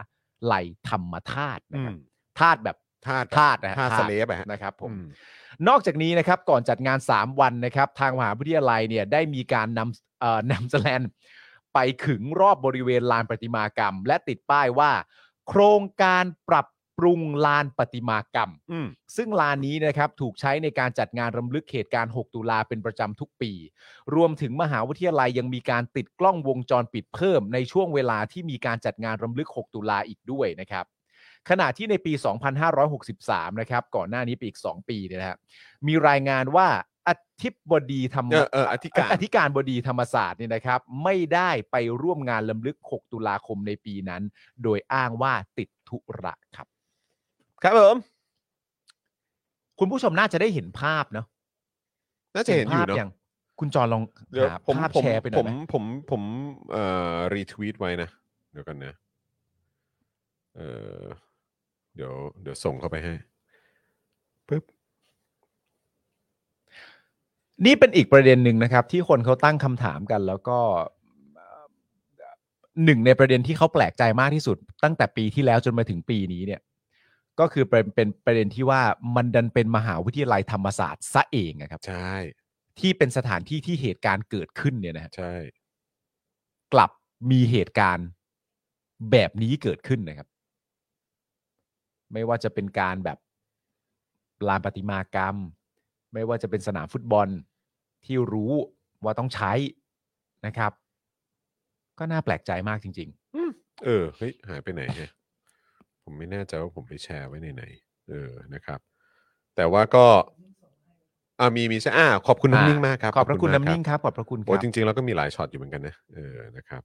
ลัยธรรมธาตุนะครับธาตุแบบ
ธาตุ
ธาตุนะฮะ
ธาตุ
ธาตุ
สเลปอะฮะ
นะครับผม
อืม
นอกจากนี้นะครับก่อนจัดงาน 3 วันนะครับ ทางมหาวิทยาลัยเนี่ยได้มีการนำเอ่อนำแสแลนด์ไปขึงรอบบริเวณลานประติมากรรม และติดป้ายว่า โครงการปรับปรุงลานประติมากรรม
อืม
ซึ่งลานนี้นะครับถูกใช้ในการจัดงานรำลึกเหตุการณ์ 6 ตุลาเป็นประจำทุกปี รวมถึงมหาวิทยาลัยยังมีการติดกล้องวงจรปิดเพิ่มในช่วงเวลาที่มีการจัดงานรำลึก 6 ตุลาอีกด้วยนะครับ ขณะที่ในปี 2563 นะครับ ก่อนหน้านี้ไปอีก 2 ปีเนยนะฮะมีรายงานว่าอธิบดีธรรม
เออเอออธิการ
อธิการบดีธรรมศาสตร์เนี่ยนะครับ ไม่ได้ไปร่วมงานลำลึก 6 ตุลาคมในปีนั้น โดยอ้างว่าติดธุระครับ
ครับผม
คุณผู้ชมน่าจะได้เห็นภาพเนาะ
น่าจะเห็นอยู่เนาะ
คุณจอลอง
เดี๋ยว
หา
ผม
ภาพ
ผม
แชร์ไปหน่
ผ
อย
ม
ไหม
ผมผมเอ่อรีทวีตไว้นะ เดี๋ยวกันนะเออเดี๋ยวเดี๋ยวส่งเข้าไปให้ปึ๊บ
นี่เป็นอีกประเด็นหนึ่งนะครับ ที่คนเขาตั้งคำถามกัน แล้วก็เอ่อหนึ่งในประเด็นที่เขาแปลกใจมากที่สุด ตั้งแต่ปีที่แล้วจนมาถึงปีนี้เนี่ย ก็คือเป็นเป็นประเด็นที่ว่ามันดันเป็นมหาวิทยาลัยธรรมศาสตร์ซะเองนะครับ
ใช่
ที่เป็นสถานที่ที่เหตุการณ์เกิดขึ้นเนี่ยนะฮะ
ใช่
กลับมีเหตุการณ์แบบนี้เกิดขึ้นนะครับ ไม่ว่าจะเป็นการแบบลานประติมากรรม ไม่ว่าจะเป็นสนามฟุตบอลที่รู้ว่าต้องใช้นะครับ ก็น่าแปลกใจมากจริง
เออเฮ้ยหายไปไหนฮะผมไม่แน่ใจว่าผมไปแชร์ไว้ในไหนเออนะครับ แต่ว่าก็อ่ามีมีใช่อ่าขอบคุณน้ำนิ่งมากครับ
ๆ ขอบพระคุณ
มาก
น้ำ
รับ
นิ่งครับ ขอบพระคุณค
โอ้
รับ
จริงๆเราก็มีหลายช็อตอยู่เหมือนกันนะเออนะครับ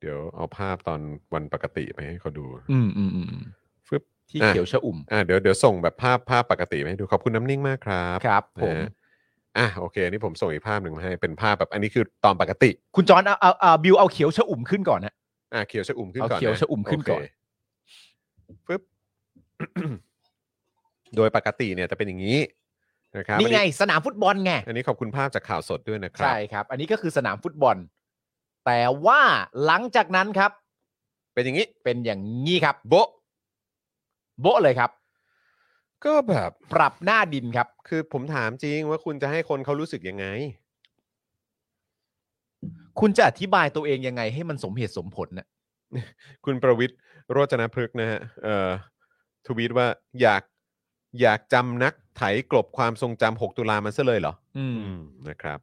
เดี๋ยวเอาภาพตอนวันปกติไปให้เขาดู
อืมอืมอืมอืม
ฟึบ
ที่
อ่ะ
เขียวชะอุ่ม
อ่าเดี๋ยวเดี๋ยวส่งแบบภาพภาพปกติไปให้ดูขอบคุณน้ำนิ่งมากครับ
ครับผ
นะ
ม
ฮะอ่ะโอเคอันนี้ผมส่งอีกภาพหนึ่งมาให้เป็นภาพแบบอันนี้คือตอนปกติ
คุณจอห์นเอาเอาเอาบิวเอาเขียวชะอุ่มขึ้นก่อนนะ
อ่ะเขียวชะอุ่มขึ้น
เอา
ก่อนะ
เขียวชะอุ่มขึ้นก่อน
โเคปึ๊บ *coughs* โดยปกติเนี่ยจะเป็นอย่างนี้นะครับ
นี่ไง
อั
สนามฟุตบอลไง
อันนี้ขอบคุณภาพจากข่าวสดด้วยนะครับ
ใช่ครับ อันนี้ก็คือสนามฟุตบอล แต่ว่าหลังจากนั้นครับ
เป็นอย่างนี้
เป็นอย่างนี้ครับ
โบะ
โบะเลยครับ
ก็แบบ
ปรับหน้าดินครับ
คือผมถามจริงว่าคุณจะให้คนเขารู้สึกยังไง
คุณจะอธิบายตัวเองยังไงให้มันสมเหตุสมผลน่ะ
คุณประวิทย์โรจนพฤกษ์นะฮะเอ่อทวีตว่าอยากอยากจำนักไถกลบความทรงจำ6ตุลามันซะเลยเหรอ
อืม
อืมนะครับ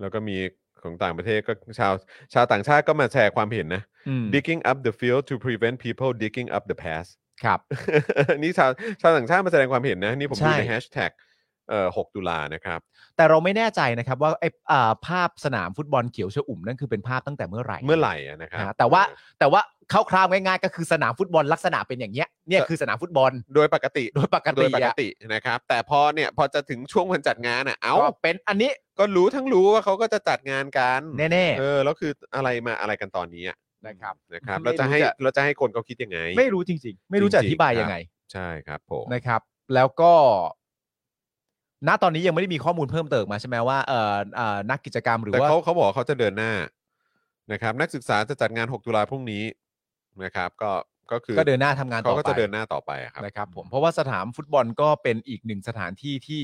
แล้วก็มีของต่างประเทศก็ชาวชาวต่างชาติก็มาแชร์ความเห็นนะ
อืม
digging up the field to prevent people digging up the past *laughs*
ครับ
นี่ชาวชาวต่างชาติมาแสดงความเห็นนะ นี่ผมดู
ใช่
ในแฮชแท็กเอ่อ6ตุลานะครับ
แต่เราไม่แน่ใจนะครับว่าไอ้อ่าภาพสนามฟุตบอลเขียวชอุ่มนั่นคือเป็นภาพตั้งแต่เมื่อไหร่
เมื่อไหร่อะนะครับ
นะแต่ว่า
เออ
แต่ว่าคร่าวๆง่ายๆ ก็คือสนามฟุตบอลลักษณะเป็นอย่างเงี้ยเนี่ยคือสนามฟุตบอล
โดยปกติ
โดยปก
โด
ติ
ยปก
อะ
ตินะครับ แต่พอเนี่ยพอจะถึงช่วงวันจัดงานอ่ะ เอ้า
ก็เป็นอันนี้
ก็รู้ทั้งรู้ว่าเขาก็จะจัดงานกัน
แน่
เออแล้วคืออะไรมาอะไรกันตอนนี้อะ
ๆนะครับ
นะครับ
ไม่
เราจะให้
รู้จะ
เราจะให้คนเขาคิดยังไง
ไม่รู้จริง ๆ ไม่รู้จะอธิบาย
จริงๆ
ยังไง
ใช่ครับผม
นะครับแล้วก็ ณตอนนี้ยังไม่ได้มีข้อมูลเพิ่มเติมมาใช่ไหมว่าเอ่อเอ่อนักกิจกรรมหรือ
แต่
ว่า
เขาเขาบอกเขาจะเดินหน้านะครับ นักศึกษาจะจัดงาน 6 ตุลาพรุ่งนี้นะครับ ก็ก็คือ
ก็เดินหน้าทำงานต่
เขา
อไป
ก็จะเดินหน้าต่อไปอะครับ
นะครับ ผมเพราะว่าสนามฟุตบอลก็เป็นอีกหนึ่งสถานที่ที่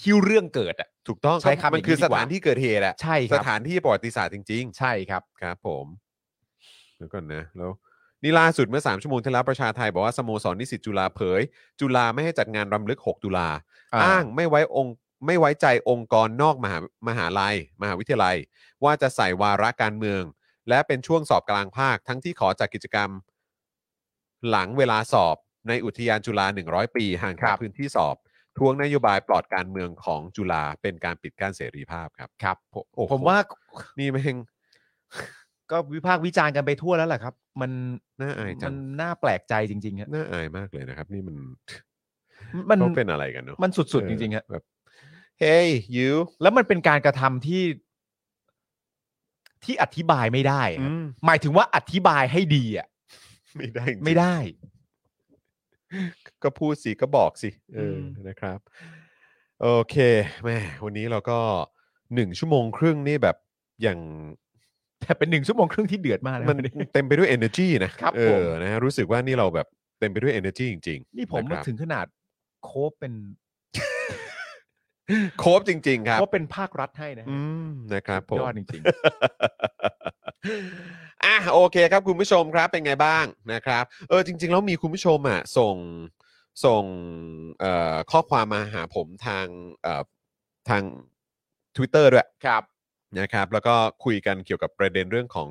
ที่เรื่องเกิดอ่ะ
ถูกต้อง
ใช้คำอย่างนี้
มันคือ
ดี
ส
กว่า
ถานที่เกิดเหตุอะ
ใช่ค
ส
รับ
ถานที่ประวัติศาสตร์จริง
ใช่ครับ
ๆ ครับ ผมเดี๋ยวก่อนนะแล้วนี่ล่าสุดเมื่อ 3 ชั่วโมงที่แล้วประชาไทยบอกว่าสโมสรนิสิตจุฬาเผย จุฬาไม่ให้จัดงานรำลึก 6 ตุลา อ้างไม่ไว้องค์ไม่ไว้ใจองค์กรนอกมหามหาลัย มหาวิทยาลัย ว่าจะใส่วาระการเมือง และเป็นช่วงสอบกลางภาค ทั้งที่ขอจัดกกิจกรรม หลังเวลาสอบในอุทยานจุฬา100 ปีห่าง
ค
จา
รั
ก
บ
พื้นที่สอบ ทวงนโยบายปลอดการเมืองของจุฬาเป็นการปิดกั้นเสรีภาพครับ
ครับผม
โอ้โห
ผมว่า
นี่แม่ง
ก็วิพากษ์วิจารณ์กันไปทั่วแล้วแหละครับ มัน
น่าอายจั
มั
ง
นน่าแปลกใจจริงๆฮะ
น่าอายมากเลยนะครับ นี่มัน
มัน
เขาเป็นอะไรกันเนาะ
มันสุดๆจริงๆฮะ
แบบเฮ้ยยู
แล้วมันเป็นการกระทำที่ที่อธิบายไม่ได้อะ หมายถึงว่าอธิบายให้ดีอ่ะ
ไม่ได้จริง
ไม่ได้
ก็พูดสิ ก็บอกสิเอออ
ม
นะครับ โอเคแหม่วันนี้เราก็หนึ่งชั่วโมงครึ่งนี่แบบอย่าง
แต่เป็นหนึ่งชั่วโมงครึ่งที่เดือดมากนะ
มันเต็มไปด้วย energy นะครับ เอ
ผม
อนะฮะรู้สึกว่านี่เราแบบเต็มไปด้วย energy จริงๆ
*laughs* นี่ผม
นะครับ
ถึงขนาดโคบเป็น
โคบจริง ๆ ครับ
โคบเป็นภาครัฐให้นะ
อืมนะครับผม
ยอดจริง
อ่ะโอเคครับคุณผู้ชมครับเป็นไงบ้างนะครับ เออจริง ๆ แล้วมีคุณผู้ชมอ่ะส่งส่งเอ่อข้อความมาหาผมทางเอ่อทาง Twitter ด้วยครับนะครับแล้วก็คุยกันเกี่ยวกับประเด็นเรื่องของ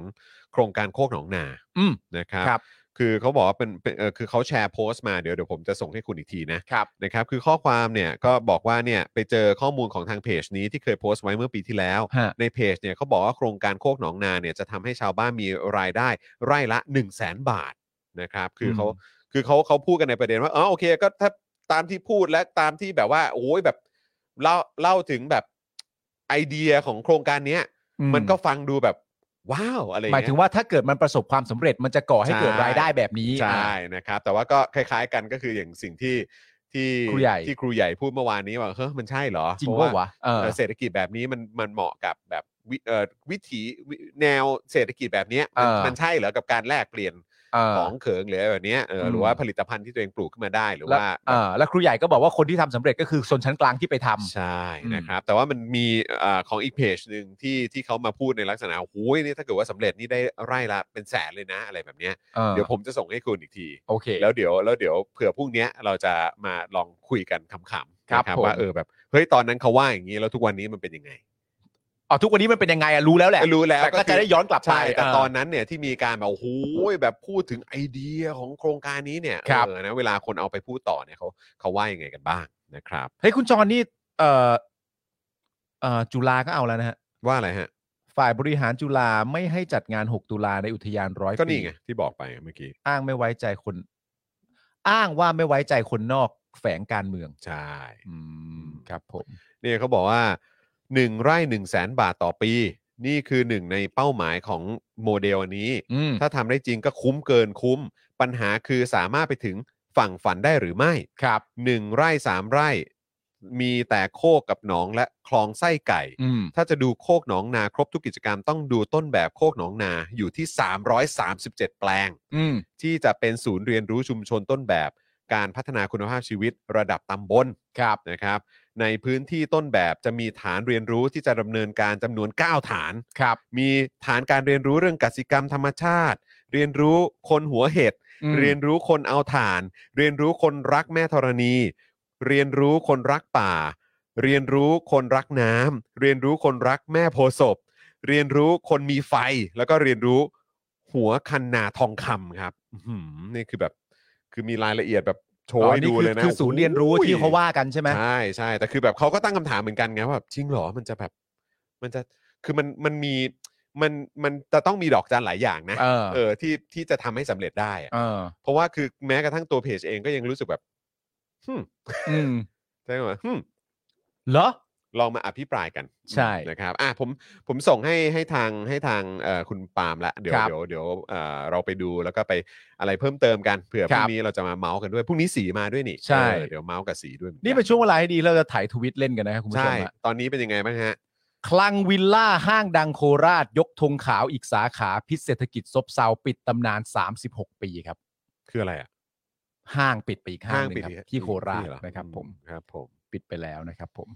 โครงการโคกหนองนา
อืม
นะครับ
ครับ
คือเขาบอกว่าเป็นเป็นเออคือเขาแชร์โพสต์มาเดี๋ยวเดี๋ยวผมจะส่งให้คุณอีกทีนะ
ๆ ครับ
นะครับคือข้อความเนี่ยก็บอกว่าเนี่ยไปเจอข้อมูลของทางเพจนี้ที่เคยโพสต์ไว้เมื่อปีที่แล้ว
ฮะ
ในเพจเนี่ยเขาบอกว่าโครงการโคกหนองนาเนี่ยจะทำให้ชาวบ้านมีรายได้ไร่ละ 1 0 0 0 0แบาทนะครับคือเขาคือเขาเขาพูดกันในประเด็นว่าอ๋อโอเคก็ถ้าตามที่พูดและตามที่แบบว่าโอ้ยแบบเล่าเล่าถึงแบบไอเดียของโครงการเนี้ย
อื
มันก็ฟังดูแบบว้าวอะไร
หมาย
เงี้ย
ถึงว่าถ้าเกิดมันประสบความสำเร็จมันจะก่อให้เกิดรายได้แบบนี้
ใช่
อ่า
นะครับ แต่ว่าก็คล้ายๆกันก็คืออย่างสิ่งที่ที่
ครูใหญ่
ที่ครูใหญ่พูดเมื่อวานนี้ว่าเฮ้ยมันใช่เหรอ
จริง
เพาะ
ว่าวะเออ
เศรษฐกิจแบบนี้มันมันเหมาะกับแบบวิเอ่อวิถีวิแนวเศรษฐกิจแบบเนี้ยมัน
เออ
มันใช่เหรอกับการแลกเปลี่ยน
เออ
ของเขิงหรืออะไรแบบเนี้ยเอออ
ม
หรือว่าผลิตภัณฑ์ที่ตัวเองปลูกขึ้นมาได้หรือ
แล้ว
ว่า
เออแล้วครูใหญ่ก็บอกว่าคนที่ทำสำเร็จก็คือชนชั้นกลางที่ไปทำ
ใช่
อืม
นะครับ แต่ว่ามันมีเอ่อของอีกเพจหนึ่งที่ที่เขามาพูดในลักษณะโอ้ยนี่ถ้าเกิดว่าสำเร็จนี่ได้ไร่ละเป็นแสนเลยนะอะไรแบบเนี้ย
ออ
เดี๋ยวผมจะส่งให้คุณอีกที
โอเค
แล้วเดี๋ยวแล้วเดี๋ยวเผื่อพรุ่งเนี้ยเราจะมาลองคุยกันขำๆ
ครับ
นะ
ผม
ว่าเออแบบเฮ้ยตอนนั้นเขาว่าอย่างนี้แล้วทุกวันนี้มันเป็นยังไง
เอาทุกวันนี้มันเป็นยังไงอะรู้แล้วแหละ
รู้แล้ว
แต่ก็
คื
จะได้ย้อนกลับไป
ใช่แต่
เออ
ตอนนั้นเนี่ยที่มีการแบบโอ้โหแบบพูดถึงไอเดียของโครงการนี้เนี่ย
ครับ
เออนะเวลาคนเอาไปพูดต่อเนี่ยเขาเขาว่ายังไงกันบ้างนะครับ
เฮ้ยคุณจรนี่เออเออจุฬาก็เอาแล้วนะฮะ
ว่าอะไรฮะ
ฝ่ายบริหารจุฬาไม่ให้จัดงาน 6 ตุลาในอุทยานร้อย
ก็
ปี
นี่ไงที่บอกไปเมื่อกี้
อ้างไม่ไว้ใจคน อ้างว่าไม่ไว้ใจคนนอกแฝงการเมือง
ใช่
อืมครับผม
เนี่ยเขาบอกว่า 1 ไร่1นึ่งแสนบาทต่อปี นี่คือหนึ่งในเป้าหมายของโมเดลอันนี้
อืม
ถ้าทำได้จริงก็คุ้มเกินคุ้ม ปัญหาคือสามารถไปถึงฝั่งฝันได้หรือไม่
ครับ
หนึ่งไร่สามไร่ มีแต่โคกกับหนองและคลองไส้ไก่
อืม
ถ้าจะดูโคกหนองนาครบทุกกิจกรรมต้องดูต้นแบบโคกหนองนาอยู่ที่ 337 แปลง
อืม
ที่จะเป็นศูนย์เรียนรู้ชุมชนต้นแบบ การพัฒนาคุณภาพชีวิตระดับตำบล
ครับ
นะครับ ในพื้นที่ต้นแบบจะมีฐานเรียนรู้ที่จะดำเนินการจำนวน 9 ฐาน
ครับ
มีฐานการเรียนรู้เรื่องกสิกรรมธรรมชาติ เรียนรู้คนหัวเห็ด
อืม
เรียนรู้คนเอาถ่าน เรียนรู้คนรักแม่ธรณี เรียนรู้คนรักป่า เรียนรู้คนรักน้ำเรียนรู้คนรักแม่โพธิ์ศพ เรียนรู้คนมีไฟ แล้วก็เรียนรู้หัวคันนาทองคำครับอื้อหือนี่คือแบบคือมีรายละเอียดแบบโชว์
อ๋
ให้
อนี่
ดู
คือ
เลยนะ
คือศูนย์เรียนรู้
โอ้โห
ที่เขาว่ากันใช่ไหม
ใช่ใช่แต่คือแบบเขาก็ตั้งคำถามเหมือนกันไงว่าแบบจริงเหรอมันจะแบบ มันจะคือมันมันมีมันมันจะต้องมีดอกจันหลายอย่างนะ
เออ
เออที่ที่จะทำให้สำเร็จได้อะ
เออ
เพราะว่าคือแม้กระทั่งตัวเพจเองก็ยังรู้สึกแบบหึ่ม
อืม
ใช่ไหมหึ่ม
เหรอ
ลองมาอภิปรายกัน
ใช่
นะครับอ่ะผมผมส่งให้ให้ทางให้ทางเอ่อคุณปาล์มละเดี๋ยว
ครับ
เดี๋ยวเดี๋ยวเอ่อเราไปดูแล้วก็ไปอะไรเพิ่มเติมกันเผื่อ
ค
พ
รับ
รุ่งนี้เราจะมาเมาส์กันด้วยพรุ่งนี้สีมาด้วยนี่
ใช่
เออเดี๋ยวเมาส์กับสีด้วยหมือกั
นี่เป็นช่วงเวลาให้ดีเราจะถ่ายทวิตเล่นกันนะครับคุณผู้ช
ใช่
มฮะ
ตอนนี้เป็นยังไงบ้างฮะ
คลังวิลล่าห้างดังโคราช ยกธงขาวอีกสาขาพิษเศรษฐกิจซบเซาปิดตำนาน 36 ปีครับ
คืออะไรอ่ะ
ห้างปิดไปอีกห้างหนึงครั
อีก
บที่โคราช
นี่เหอ
นะครับ ผม
อืครับผม
ปิดไปแล้วนะครับ ผม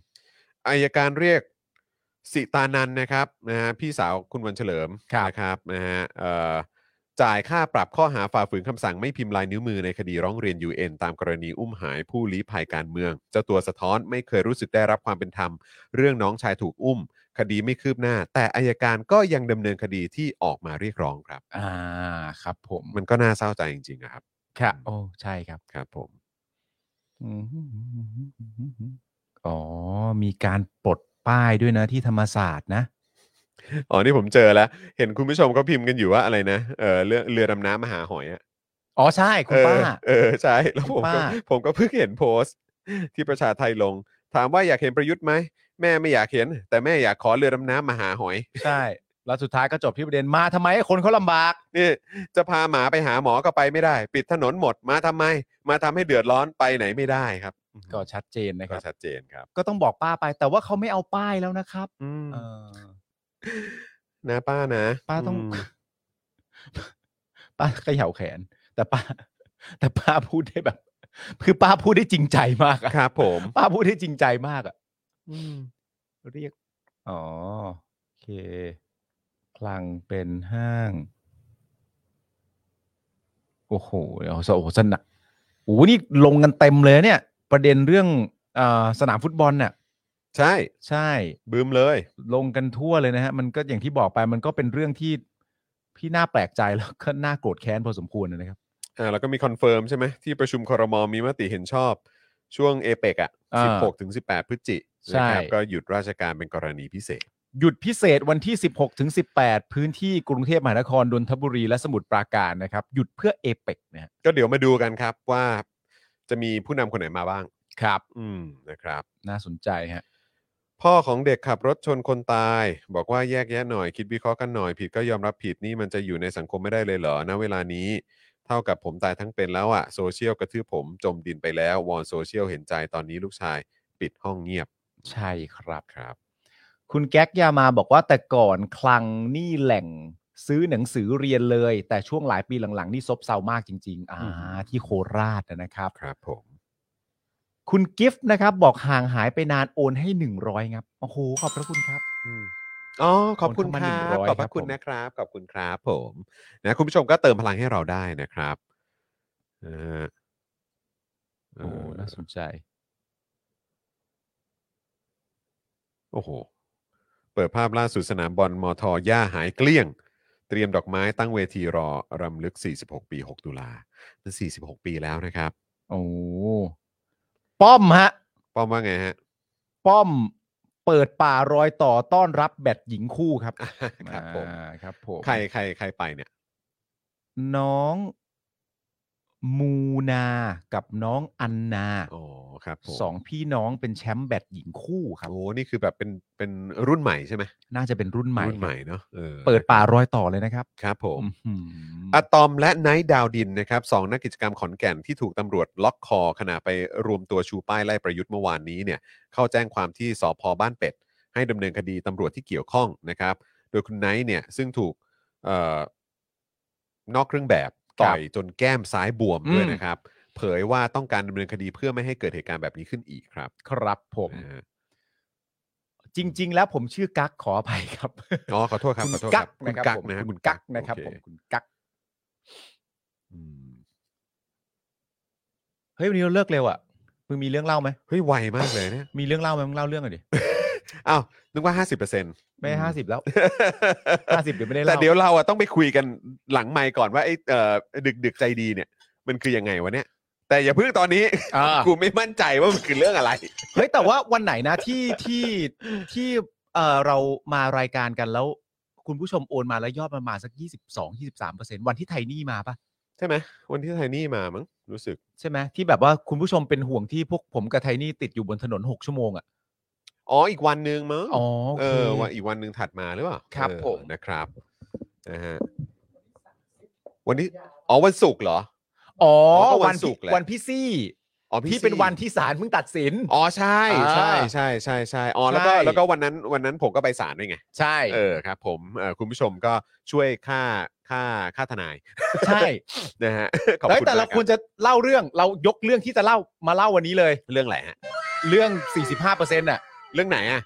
อายการเรียกสิตานันนะครับนะฮะพี่สาวคุณวันเฉลิม
ครับ
นะครับนะฮะเอ่อจ่ายค่าปรับข้อหาฝ่าฝืนคำสั่งไม่พิมพ์ลายนิ้วมือในคดีร้องเรียน UN ตามกรณีอุ้มหายผู้ลี้ภัยการเมือง เจ้าตัวสะท้อนไม่เคยรู้สึกได้รับความเป็นธรรม เรื่องน้องชายถูกอุ้ม คดีไม่คืบหน้า แต่อายการก็ยังดำเนินคดีที่ออกมาเรียกร้องครับ
อ่าครับ ผม
มันก็น่าเศร้าใจจริงๆนะครับ
ครับโอ้ใช่ครับ
ครับผม
อืมอ๋อ มีการปลดป้ายด้วยนะที่ธรรมศาสตร์นะ
อ๋อนี่ผมเจอแล้ว เห็นคุณผู้ชมก็พิมพ์กันอยู่ว่าอะไรนะเออเรือเรือดำน้ำมหาหอยอะ
อ๋อใช่คุณป้า
เออเออใช่แล้วผม
คุณ
ก็
ป้า
ผมก็เพิ่งเห็นโพสต์ ที่ประชาไทยลง ถามว่าอยากเห็นประยุทธ์ไหมแม่ไม่อยากเห็น แต่แม่อยากขอเรือดำน้ำมาหาหอย *laughs*
ใช่ แล้วสุดท้ายก็จบที่ประเด็นมาทำไมให้คนเขาลำบาก
นี่จะพาหมาไปหาหมอก็ไปไม่ได้ ปิดถนนหมดมาทำไม มาทำให้เดือดร้อนไปไหนไม่ได้ครับ
ก็ชัดเจนนะค
ก็
รับ
ชัดเจนครับ
ก็ต้องบอกป้าไป แต่ว่าเขาไม่เอาป้ายแล้วนะครับ
อืม
เออ
นะป้านะ
ป้าต้อง
ม
*laughs* ป้าเขย่าแขน แต่ป้า *laughs* แต่ป้าพูดได้แบบ *laughs* คือป้าพูดได้จริงใจมากอะ
ครับผม
ป้าพูดได้จริงใจมากอะเรียก อ๋อ โอเค คลังเป็นห้าง โอ้โหเอาซะโอ้โหสนะโอ้โหนี่ลงกันเต็มเลยเนี่ย ประเด็นเรื่องเออสนามฟุตบอลน่ะ
ใช่
ใช่
บืมเลย
ลงกันทั่วเลยนะฮะ มันก็อย่างที่บอกไปมันก็เป็นเรื่องที่พี่น่าแปลกใจแล้วก็น่าโกรธแค้นพอสมควรนะครับ
อ่าแล้วก็มีคอนเฟิร์มใช่ไหมที่ประชุมครมมีมติเห็นชอบ ช่วงเอเปกอ่ะ
อ่า
16ถึง18พฤศจินะครับ
ใช่
ก็หยุดราชการเป็นกรณีพิเศษ
หยุดพิเศษวันที่ 16ถึง18 พื้นที่กรุงเทพมหานครนนทบุรีและสมุทรปราการนะครับ หยุดเพื่อเอเปกนะฮะ
ก็เดี๋ยวมาดูกันครับว่าจะมีผู้นำคนไหนมาบ้าง
ครับ
อืมนะครับ
น่าสนใจฮะ
พ่อของเด็กขับรถชนคนตาย บอกว่าแยกแยะหน่อยคิดวิเคราะห์กันหน่อยผิดก็ยอมรับผิดนี่มันจะอยู่ในสังคมไม่ได้เลยเหรอณเวลานี้ เท่ากับผมตายทั้งเป็นแล้วอะโซเชียลกระทืบผมจมดินไปแล้ว วอนโซเชียลเห็นใจตอนนี้ลูกชายปิดห้องเงียบ
ใช่ครับ
ครับ
คุณแก๊กยามาบอกว่าแต่ก่อนคลังนี่แหล่งซื้อหนังสือเรียนเลย แต่ช่วงหลายปีหลังๆ นี่ซบเซามากจริง ๆ อ่า
อือฮึ
ที่โคราชนะครับ
ครับผม
คุณกิฟต์นะครับ บอกห่างหายไปนานโอนให้ 100ครับโอ้โหขอบพระคุณครับ
อืมอ๋อขอบคุณ
คน
ค
เข้ามา
รับ
100
ขอบพ
ค
ระ
รับ
คุณ
ผม
นะครับ ขอบคุณครับผมนะคุณผู้ชมก็เติมพลังให้เราได้นะครับนะฮะเอ
โอ้โห
อ
น่าสนใจ
โอ้โห เปิดภาพล่าสุดสนามบอลมอทอย่าหายเกลี้ยง เตรียมดอกไม้ตั้งเวทีรอรำลึก 46 ปี 6 ตุลามัน46 ปีแล้วนะครับ
โอ้โหป้อมฮะ
ป้อมว่าไงฮะ *laughs*
ป้อมเปิดป่ารอยต่อต้อนรับแบตหญิงคู่ครับ
ครับผม
อ่าครับผม
ใครใครใครไปเนี่ย
น้องมูนากับน้องอันนา
อ๋อครับผม
สองพี่น้องเป็นแชมป์แบตหญิงคู่ครับ
โอ้นี่คือแบบเป็นเป็นรุ่นใหม่ใช่ไหม
น่าจะเป็นรุ่นใหม่
รุ่นใหม่เนาะออ
เปิดป่ารอยต่อเลยนะครับ
ครับผม
อื้อหือ
อะตอมและไนท์ดาวดินนะครับสองนักกิจกรรมขอนแก่นที่ถูกตำรวจล็อกคอขณะไปรวมตัวชูป้ายไล่ประยุทธ์เมื่อวานนี้เนี่ยเข้าแจ้งความที่สพบ้านเป็ด ให้ดำเนินคดีตำรวจที่เกี่ยวข้องนะครับ โดยคุณไนท์เนี่ยซึ่งถูกเออนอกเครื่องแบบต่อยจนแก้มซ้ายบวมด้วยนะครับ เผยว่าต้องการดำเนินคดีเพื่อไม่ให้เกิดเหตุการณ์แบบนี้ขึ้นอีกครับ
ครับผม
นะฮะ
จริง ๆ แล้วผมชื่อกั๊กขออภัยครับ
อ๋อขอโทษครับ
คุณ
ขอโทษค
กั๊
รั
ก
บ
นะครับผม
นะฮะ
คุ
คุณ ณ
กั๊
กั๊
ก
ก
นะครับ
โอ
ผ
เ
มคุณกั๊กอืมเฮ้ยวันนี้เราเลิกเร็วอ่ะมึงมีเรื่องเล่าไหม
เฮ้ยไวมากเลยเนี่ย
มีเรื่องเล่าไหมมึงเล่าเรื่องหน่อยดิ
อ้าวนึกว่า 50%
ไม่ห้าสิบแล้วห้าสิบเดี๋ยวไม่ได้
แต่
เล่า
เดี๋ยวเราอะต้องไปคุยกันหลังไมค์ก่อนว่าไอ้เอ่อดึกดึกๆใจดีเนี่ย มันคือยังไงวะเนี่ย แต่อย่าเพิ่งตอนนี้
อ่า
*laughs* กูไม่มั่นใจว่ามันคือเรื่องอะไร
เฮ้ยแต่ว่าวันไหนนะที่ที่ที่เออเรามารายการกันแล้ว คุณผู้ชมโอนมาแล้วยอดมันมาสัก 22 23เปอร์เซ็นต์วันที่ไทนี่มาปะ
ใช่ไหมวันที่ไทนี่มามั้งรู้สึก
ใช่ไหมที่แบบว่าคุณผู้ชมเป็นห่วงที่พวกผมกับไทนี่ติดอยู่บนถนน 6 ชั่วโมงอ่ะ
อ๋ออีกวันหนึ่งมั้ง
อ๋อโอ
เอ
เค
อวันอีกวันหนึ่งถัดมาหรือเปล่า
ครับ
เออ
ผม
นะครับนะฮะวันนี้อ๋อวันศุกร์เหรอ
อ๋อ
ก็วั
วัน น
ศุ
ศุก
กร์
ร์
แหละ
วันพี่ซี่
อ๋อพี่
ที่เป็น
ซี่
วันที่ศาลเพิ่งตัดสิน
อ๋อใช่ใช่
อ่า
ใช่ใช่ใช่อ๋อแล้วก็
ใช่
แล้วก็วันนั้นวันนั้นผมก็ไปศาลด้วยไง
ใช่
เออครับ ผมเอ่อคุณผู้ชมก็ช่วยค่าค่าค่าทนาย
ใช่
นะฮะ *laughs* ขอบ
แล้ว
คุณ
แต่เรา
มก
ควรจะเล่าเรื่องเรายกเรื่องที่จะเล่ามาเล่าวันนี้เลย
เรื่องอะไรฮะ
เรื่อง 45เปอร์เซ็นต์อ่ะ
เรื่องไหนอ่ะ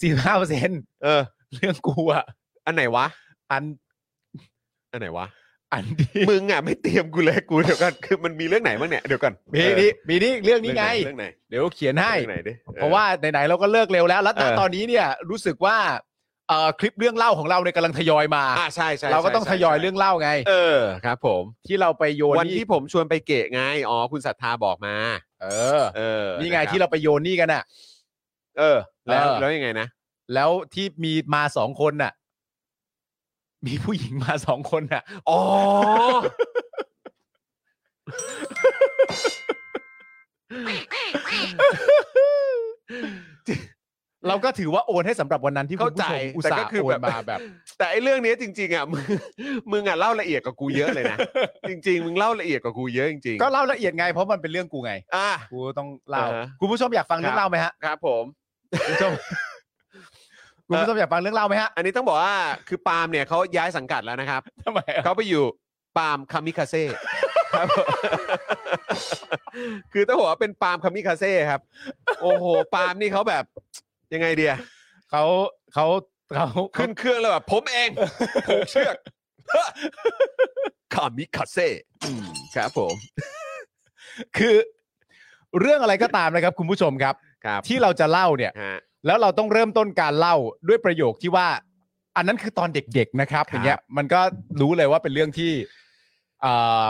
45เปอร์เซ็นต์
เออ
เรื่องกูอ่ะ
อันไหนวะ
อัน
อันไหนวะ
อันที่
มึงอ่ะไม่เตรียมกูเลยกูเดี๋ยวก่อน *laughs* คือมันมีเรื่องไหนบ้างเนี่ยเดี๋ยวก่อน
มีนี่มีนี่เรื่องนี้ไง
เรื่องไหน
เดี๋ยวเขียนให้
เรื่องไหนดิออ
เพราะว่าไหนๆเราก็เลิกเร็วแล้ว แล้วณ
เออ
ตอนนี้เนี่ยรู้สึกว่าเอ่อคลิปเรื่องเล่าของเราเนี่ยกำลังทยอยมา
อ่าใช่ใช่
เราก็
ใช่
ต้อง
ใช่
ทยอย
ใช่
เรื่องเล่าไง
เออครับ ผม
ที่เราไปโยน
วันที่ผมชวนไปเกะไงอ๋อคุณศรัทธาบอกมา
เออ
เออ
นี่ไง
ะคบ
ที่เราไปโยนนี่กันอ่ะ
เออ แล้ว
เออ
แล้วยังไงนะ
แล้วที่มีมาสองคนน่ะ มีผู้หญิงมาสองคน
*laughs*
น่ะ
อ๋อ
เราก็ถือว่าโอนให้สำหรับวันนั้นที่คุณ
เข้า
ผู้ชมอุต
ใจแต่
ส่า
ก็
ห์
คือ
โอ
แบ
น
บ
มาแบบ
แต่ไอ้เรื่องเนี้ยจริง ๆอ่ะ *laughs* มึงมึงอ่ะเล่าละเอียดกว่ากูเยอะเลยนะ จริง ๆ มึงเล่าละเอียดกว่ากูเยอะจริงๆ
ก็เล่าละเอียดไงเพราะมันเป็นเรื่องกูไง
อ่ะ
กูต้องเล่า
อ่าฮะ
คุณผู้ชมอยากฟังเรื่องเล่าไหมฮะ
ครับผม
คุณผู้ชม *laughs* คุณผู้ชมอยากฟังเรื่องเล่าไหมฮะ
อันนี้ต้องบอกว่าคือปาล์มเนี่ยเขาย้ายสังกัดแล้ว
*laughs*
นะครับ
ทำไม
เขาไปอยู่ปาล์มคามิคาเซ่ครับผม *laughs* คือต้องบอกว่าเป็นปาล์มคามิคาเซ่ครับ โอ้โห ปาล์มนี่เขาแบบยังไงเดีย
เขาเขาเขา
ขึ้นเครื่องแล้วแบบผมเองผูกเชือก *laughs* คามิคาเซ่อืมครับผม
คือ เรื่องอะไรก็ตามนะครับ คุณผู้ชมครับ
ครับ
ที่เราจะเล่าเนี่ย
ฮะ
แล้วเราต้องเริ่มต้นการเล่าด้วยประโยคที่ว่า อันนั้นคือตอนเด็ก ๆนะครับ
ครับ
อย่างเงี้ย มันก็รู้เลยว่าเป็นเรื่องที่อ่า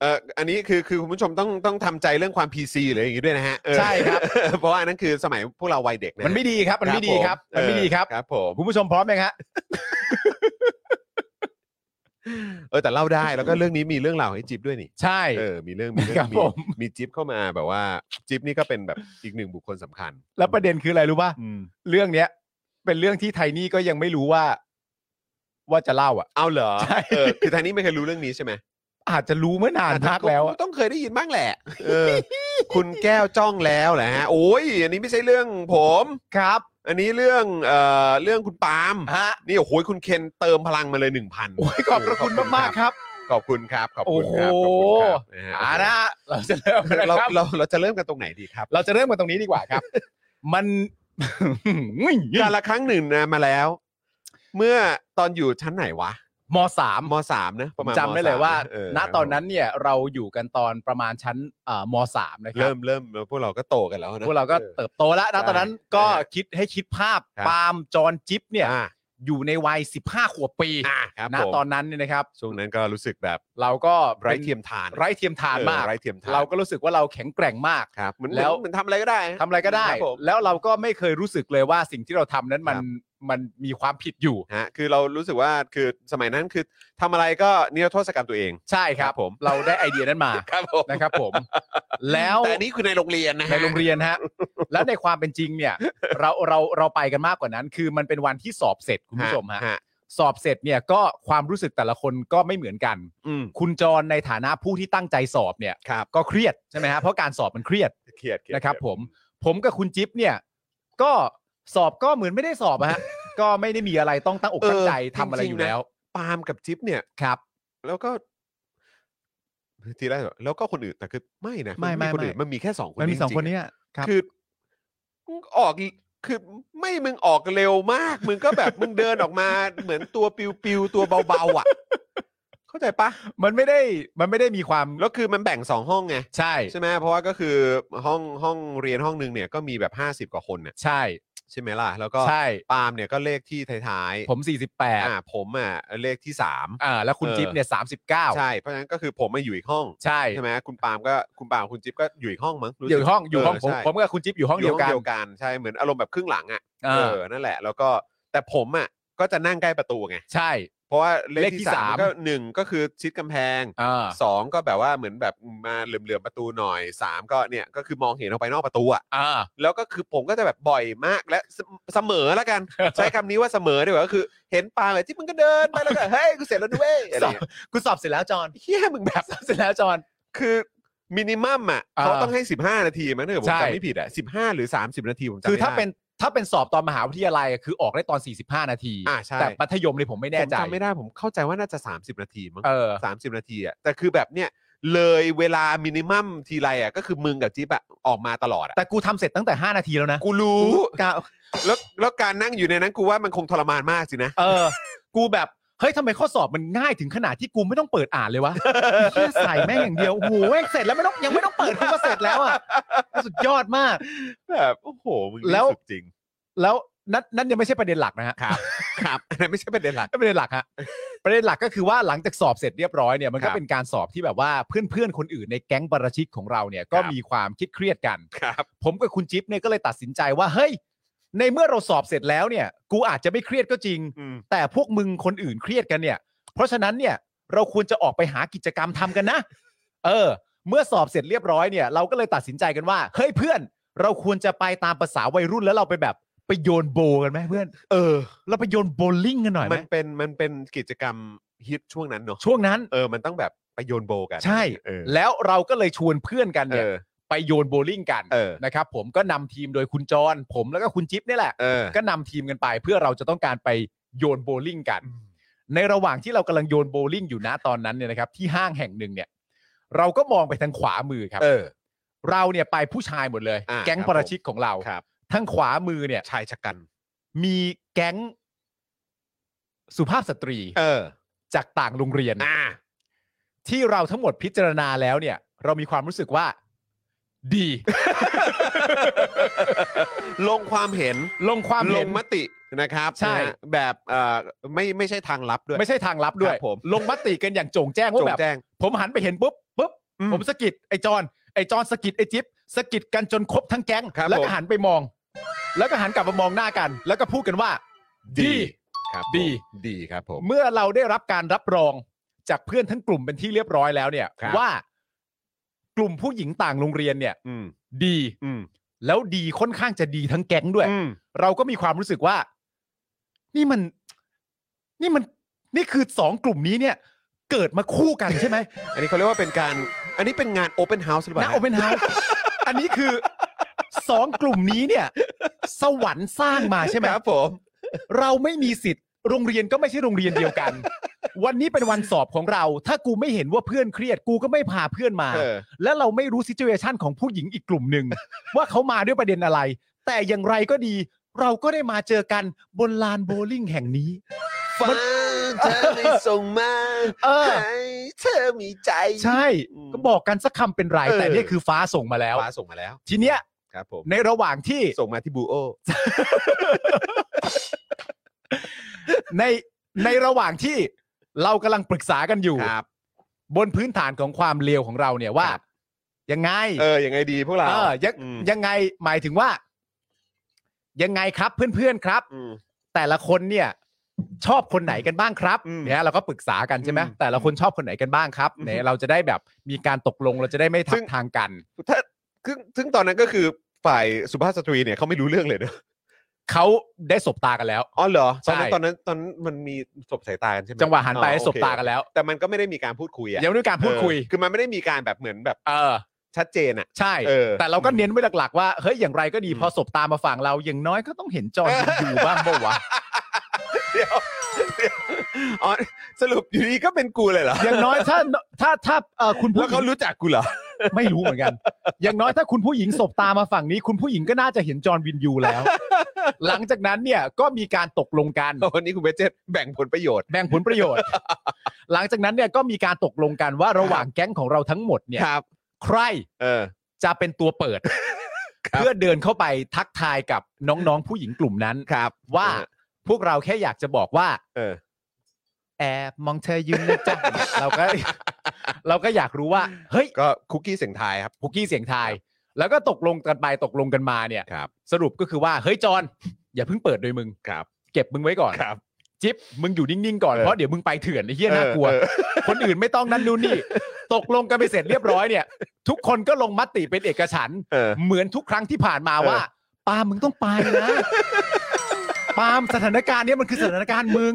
เอ่ออันนี้คือคือคุณผู้ชมต้องต้องทำใจเรื่องความ PC หรืออย่างงี้ด้วยนะฮะเออ
ใช่ครับ
*laughs* เพราะว่าอันนั้นคือสมัยพวกเราวัยเด็กนะฮะ
มันไม่ดีครับ มันไม่ดีครับ
ผ
มันไม่ดีครับ
เออครับผม
คุณผู้ชมพร้อมไหมฮะ
เออแต่เล่า
*laughs*
ได้แล้วก็เรื่องนี้มีเรื่องราวให้จิ๊บด้วยนี่
ใช่
เออ มีเรื่อง มีเรื่อ
ครั
ง
บ
มี
ผม
มีจิ๊บเข้ามาแบบว่า จิ๊บนี่ก็เป็นแบบอีกหนึ่งบุคคลสำคัญ
แล้วประเด็นคืออะไรรู้ป่ะ
อืม
เรื่องเนี้ย เป็นเรื่องที่ไทนี่ก็ยังไม่รู้ว่า ว่าจะเล่าอ่ะ
เอาเหรอ
ใช่
เออคือทางนี้ไม่เคยรู้เรื่องนี้ใช่ไหม
อาจจะรู้เมื่อนานมากแล้วอะ
ต้องเคยได้ยินบ้างแหละ เออ คุณแก้วจ้องแล้วแหละฮะ โอ้ย อันนี้ไม่ใช่เรื่องผม ครับ อันนี้เรื่อง เอ่อ เรื่องคุณปาล์ม
ฮะ
นี่โอ้โหคุณเคนเติมพลังมาเลยหนึ่งพัน
โอ้ยขอบพระคุณมาก ๆ ครับ
ขอบคุณครับ ขอบ
โอ้
คุ
โห
ณครับ ขอบคุณครับ
อ่า
ฮ
นะฮะเราจะเริ่มนะ
เรา
ครับ
เราเราจะเริ่มกันตรงไหนดีครับ
เราจะเริ่มกันตรงนี้ดีกว่าครับ มัน *laughs*
กาละครั้งหนึ่งนะมาแล้ว เมื่อตอนอยู่ชั้นไหนวะ
มสาม
มสามนะประมาณ
จำได้เลย
มสม
ว่า
เออ
ณตอนนั้นเนี่ยเราอยู่กันตอนประมาณชั้นเอ่อมสามนะครั
เริ่มเริ่มเริ่มพวกเราก็โตกันแล้วนะ
พวกเราก็เติบโตแล้ว
ใช่
นะตอนนั้นก็คิดให้คิดภาพ
ครับ
ปาล์มจอห์นจิ๊บเนี่ย
อ่า
อยู่ในวัย 15 ขวบปี
อ่าครับ
ณ
ผม
ตอนนั้นเนี่ยนะครับ
ช่วงนั้นก็รู้สึกแบบ
เราก็ป็น
ไร้เทียมทาน
ไร้เทียมทานมาก
เออไร้เทียมทาน
เราก็รู้สึกว่าเราแข็งแกร่งมาก
ครับเหมือน
แล้ว
เหมือนทำอะไรก็ได้
ทำอะไรก็ได้
ครับผม
แล้วเราก็ไม่เคยรู้สึกเลยว่าสิ่งที่เราทำนั้นมัน
ครับ
มันมีความผิดอยู่
ฮะคือเรารู้สึกว่าคือสมัยนั้นคือทำอะไรก็นิรโทษกรรมตัวเอง
ใช่ครั
ครับ บผม
เราได้ไอเดียนั้นมา
ครับผม
นะครับ
*laughs*
ผม แล้ว
แต่อันนี้คือในโรงเรียนนะฮะ
ในโรงเรียนฮะ แล้วในความเป็นจริง
*laughs*
เนี่ย เราเราเราไปกันมากกว่านั้น คือมันเป็นวันที่สอบเสร็จคุณผู้ชมฮะสอบเสร็จเนี่ยก็ความรู้สึกแต่ละคนก็ไม่เหมือนกัน
อืม
คุณจรในฐานะผู้ที่ตั้งใจสอบเนี่ย
ครับ
ก็เครียดใช่ไหมฮะเพราะการสอบมันเครียด
เครียดเยด
นะครับ ผม ผมกับคุณจิ๊บเนี่ย ก็สอบก็เหมือนไม่ได้สอบอะ
*laughs*
ฮะ ก็ไม่ได้มีอะไรต้องตั้งอกตั้งใจทำอะไรอยู่แล้ว
ปาล์มกับจิ๊บเนี่ย
ครับ
แล้วก็ ทีแรกแบบแล้วก็คนอื่นแต่คือไม่นะน
ไม่ไม่
คนอื่น
ไม่
มันมีแค่สองคน
มันมีสอง
จริๆ
คนเนี้ยครับ
คือมึงออกคือไม่มึงออกเร็วมาก มึงก็แบบมึงเดินออกมา เหมือนตัวปิวๆตัวเบาๆอ่ะ เข้าใจปะ
มันไม่ได้มันไม่ได้มีความ
แล้วคือมันแบ่งสองห้องไง
ใช่
ใช่ไหมเพราะว่าก็คือห้องห้องเรียนห้องหนึ่งเนี่ยก็มีแบบ 50 กว่าคนเนี่ย
ใช่
ใช่ไหมล่ะ แล้วก็
ใช่
ปาล์มเนี่ยก็เลขที่ท้าย
ผม 48
อ่าผมอ่ะเลขที่ 3
อ่าแล้วคุณ
เออ
จิ๊บเนี่ย39
ใช่ เพราะฉะนั้นก็คือผมมาอยู่อีกห้อง
ใช่
ใช่ไหมคุณปาล์มก็คุณปาล์มคุณจิ๊บก็อยู่อีกห้องมั้งรู้สึก
อยู่ห้องอยู่ห้องผม
เใช่
ผมกับคุณจิ๊บอยู่ห้องเดียวกัน
เดียวกันใช่เหมือนอารมณ์แบบครึ่งหลังอ่ะ
เอ
เอ
อ
อนั่นแหละ แล้วก็แต่ผมอ่ะก็จะนั่งใกล้ประตูไง
ใช่
เพราะว่าเล
เล
ข
ขที่
ที่สาม
สาม
ก็หนึ่งก็คือชิดกำแพง
เออ
สองก็แบบว่าเหมือนแบบมาเหลื่อมๆประตูหน่อยสามก็เนี่ยก็คือมองเห็นออกไปนอกประตูอ่ะ
เออ
แล้วก็คือผมก็จะแบบบ่อยมากและเสเสมอแล้วกัน
*laughs*
ใช้คำนี้ว่าเสมอดีกว่าก็คือ เห็นปลาแบบที่มึงก็เดินไปแล้วก็ เฮ้ยกูเสร็จแล้วด้วยอะไรอย่างเงี้ย
กูสอบเสร็จแล้วจอน
เฮียมึงแบบ
สอบเสร็จแล้วจอน
คือมินิมัมอ่ะ
อ่า
เขาต้องให้ 15 นาทีมั้งถ้าเกิดผม
ใช่
จำไม่ผิดอ่ะ15 หรือ 30 นาทีผมจำไม่ได้
คือถ้าเป็นถ้าเป็นสอบตอนมหาวิทยาลัยอะคือออกได้ตอน 45 นาที
อ่าใช่
แต่มัธยมเลยผมไม่
ผ
แน่
ม
ใจ
จำไม่ได้ผมเข้าใจว่าน่าจะ 30 นาทีมั้ง
เออ
สามสิบนาทีอ่ะแต่คือแบบเนี่ยเลยเวลามินิมัมทีไรอ่ะก็คือมึงกับจิ๊บอ่ะออกมาตลอดอ่ะ
แต่กูทำเสร็จตั้งแต่ 5 นาทีแล้วนะ
กู
*laughs*
รู้
กะ
แล้วแล้วการนั่งอยู่ในนั้นกูว่ามันคงทรมานมากสินะ
เออ กูแบบ เฮ้ยทำไมข้อสอบมันง่ายถึงขนาดที่กูไม่ต้องเปิดอ่านเลยวะ เหี้ยใส่แม่งอย่างเดียวโอ้โหแม่งเสร็จแล้วไม่ต้องยังไม่ต้องเปิดกูก็เสร็จแล้วอ่ะสุดยอดมาก
แบบโอ้โหมึงนี่
แล้ว
สุดจริง
แล้วนั่นนั่นยังไม่ใช่ประเด็นหลักนะฮะ
ครับ ครับอันนั้นไม่ใช่ประเด็นหลัก
ไม่ประเด็นหลัก
*laughs*
ฮะ ประเด็นหลักก็คือว่าหลังจากสอบเสร็จเรียบร้อยเนี่ยมัน
ค
ก็
รับ
เป็นการสอบที่แบบว่าเพื่อนๆคนอื่นในแก๊งปาระชิกของเราเนี่ยก็
ครับ
มีความคิดเครียดกัน
ครับ
ผมกับคุณจิ๊บเนี่ยก็เลยตัดสินใจว่าเฮ้ย ในเมื่อเราสอบเสร็จแล้วเนี่ย กูอาจจะไม่เครียดก็จริง
อืม
แต่พวกมึงคนอื่นเครียดกันเนี่ย เพราะฉะนั้นเนี่ยเราควรจะออกไปหากิจกรรมทำกันนะ เออ เมื่อสอบเสร็จเรียบร้อยเนี่ย เราก็เลยตัดสินใจกันว่าเฮ้ยเพื่อน เราควรจะไปตามภาษาวัยรุ่นแล้วเราไปแบบไปโยนโบกันไหมเพื่อน เออ เราไปโยนโบลิ่งกันหน่อยไหม
มันเป็นมันเป็นกิจกรรมฮิตช่วงนั้นเนอะ
ช่วงนั้น
เออ มันต้องแบบไปโยนโบกัน
ใช่
เออ
แล้วเราก็เลยชวนเพื่อนกัน
เอ
เนี่ย
อ
ไปโยนโบลิ่งกัน
เออ
นะครับผมก็นำทีมโดยคุณจรผมแล้วก็คุณจิ๊บเนี่ยแหละ
เออ
ก็นำทีมกันไปเพื่อเราจะต้องการไปโยนโบว์ลิ่งกัน ในระหว่างที่เรากำลังโยนโบว์ลิ่งอยู่นะตอนนั้นเนี่ยนะครับ ที่ห้างแห่งหนึ่งเนี่ย เราก็มองไปทางขวามือครับ
เออ
เราเนี่ยไปผู้ชายหมดเลย
อ่า
แก๊ง
ครับ
ประชิกของเรา
ครับ
ทางขวามือเนี่ย
ชายชะกัน
มีแก๊งสุภาพสตรี
เออ
จากต่างโรงเรียน
อ่า
ที่เราทั้งหมดพิจารณาแล้วเนี่ย เรามีความรู้สึกว่า ดี
ลงความเห็น
ลงความ
ล
เห็
ง
น
มตินะครับ
ใช่
นะฮะแบบเอ่อไม่ไม่ใช่ทางลับด้วย
ไม่ใช่ทางลับด้วย
ครับผม
ลงมติกันอย่างโจ่งแจ้งว่า
จง
แบบ
แจ้ง
ผมหันไปเห็นปุ๊บปุ๊บ
อืม
ผมสะกิดไอ้จอนไอ้จอนสะกิดไอ้จิ๊บสะกิดกันจนครบทั้งแก๊ง
ครับ
แล้ว
ผ
ก็
ม
หันไปมอง แล้วก็หันกลับมามองหน้ากัน แล้วก็พูดกันว่า ดี
ครับ
ดี
ผมดีครับผม
เมื่อเราได้รับการรับรองจากเพื่อนทั้งกลุ่มเป็นที่เรียบร้อยแล้วเนี่ย
ครับ
ว่ากลุ่มผู้หญิงต่างโรงเรียนเนี่ย
อืม
ดี
อืม
แล้วดีค่อนข้างจะดีทั้งแก๊งด้วย
อืม
เราก็มีความรู้สึกว่า นี่มัน นี่มัน นี่คือสองกลุ่มนี้เนี่ย เกิดมาคู่กัน
*laughs*
ใช่ไหม
อันนี้เขาเรียกว่าเป็นการ อันนี้เป็นงานโอเ n นเฮาส์หรือเป
นะ
ล่า
โอเปนเฮาส์ อันนี้คือสองกลุ่มนี้เนี่ย สวรรค์สร้างมาใช่ไหม
ครับผม
เราไม่มีสิทธิ์ โรงเรียนก็ไม่ใช่โรงเรียนเดียวกัน วันนี้เป็นวันสอบของเรา ถ้ากูไม่เห็นว่าเพื่อนเครียดกูก็ไม่พาเพื่อนมา
เออ
และเราไม่รู้ซิจูเอชันของผู้หญิงอีกกลุ่มหนึ่ง *laughs* ว่าเขามาด้วยประเด็นอะไร แต่อย่างไรก็ดี เราก็ได้มาเจอกันบนลานโบลิ่งแห่งนี้
ฟ้าเธอไม่ส่งมา
เออ
ให้เธอมีใจ
ใช่
อืม
ก็บอกกันสักคำเป็นไร
เออ
แต่เนี่ยคือฟ้าส่งมาแล้ว
ฟ้าส่งมาแล้ว
ทีเนี้ย
ครับผม
ในระหว่างที่
ส่งมาที่บูโอ
ในในระหว่างที่เรากำลังปรึกษากันอยู่
ครับ
บนพื้นฐานของความเลวของเราเนี่ยว่า
ครับ
ยังไง
เออ ยังไงดีพวกเรา
เออยัง
ม
ยังไงหมายถึงว่า ยังไงครับเพื่อนๆครับ
อืม
แต่ละคนเนี่ย ชอบคนไหนกันบ้างครับ
อืม
เนี่ยเราก็ปรึกษากันใช่ไหม
อืม
แต่ละคนชอบคนไหนกันบ้างครับ
อืม
เนี่ยเราจะได้แบบมีการตกลงเราจะได้ไม่ทั
ซึ่
บ
ง
ทางกัน
ถ้าซึ่งซึ่งตอนนั้นก็คือฝ่ายสุภาพสตรีเนี่ยเขาไม่รู้เรื่องเลยเนอะ
เขาได้สบตากันแล้ว
อ๋อเหรอ
ใช่
ตอนนั้นตอนนั้นตอนนั้นมันมีสบสายตากันใช่ไหม
จังหวะหันไป
อ๋อ
ให้สบตากัน
โอเค
แล้ว
แต่มันก็ไม่ได้มีการพูดคุยอะ
ยังไม่ได้การพูดคุย
เออคือมันไม่ได้มีการแบบเหมือนแบบ
เออ
ชัดเจนอะ
ใช่
เออ
แต่เราก็เน้นไว้หลักๆว่า เฮ้ย อย่างไรก็ดี
อืม
พอสบตามาฝั่งเรา อย่างน้อย
*laughs*
ก็ต้องเห็นจออยู่บ้างเปล่าวะ
เดี๋ยวเดี๋ยวอ๋อ สรุปอยู่ดีก็เป็นกูเลยเหรอ
อย่างน้อยถ้าถ้าถ้าเอ่อคุณผู้
แล้ว
หญิ
เขา
ง
รู้จักกูเหรอ
ไม่รู้เหมือนกัน อย่างน้อยถ้าคุณผู้หญิงสบตามาฝั่งนี้ คุณผู้หญิงก็น่าจะเห็นจอห์นวินยูแล้ว
*laughs*
หลังจากนั้นเนี่ยก็มีการตกลงกัน
วันนี้คุณเบเจตแบ่งผลประโยชน์
แบ่งผลประโยชน์ หลังจากนั้นเนี่ยก็มีการตกลงกันว่าระหว่างแก๊งของเราทั้งหมดเนี่ย
ครับ
ใคร
เออ
จะเป็นตัวเปิด
ครับ
เพื่อเดินเข้าไปทักทายกับน้องๆผู้หญิงกลุ่มนั้น
ครับ
ว่า
เออ
พวกเราแค่อยากจะบอกว่า
เออ
แอบมองเธอยืนนะจ๊ะ *laughs* เราก็ เราก็อยากรู้ว่า เฮ้ย
ก็คุกกี้เสียงทายครับ
พุกกี้เสียงทาย แล้วก็ตกลงกันไปตกลงกันมาเนี่ย
ครับ
สรุปก็คือว่า เฮ้ยจอนอย่าเพิ่งเปิดโดวยมึง
ครับ
เก็บมึงไว้ก่อน
ครับ
จิ๊บมึงอยู่นิ่งๆก่อน
เออ
เพราะเดี๋ยวมึงไปเถื่อนไอ้เหี้ย
เออ
น่ากลัว
เออ
คนอื่นไม่ต้องนั่นนู่นนี่ ตกลงกันไปเสร็จเรียบร้อยเนี่ย ทุกคนก็ลงมติเป็นเอกฉันท์
เออ
*laughs* เหมือนทุกครั้งที่ผ่านมาว่าปาล์มมึงต้องไปนะ
*laughs*
ปาล์มสถานการณ์เนี้ยมันคือสถานการณ์มึง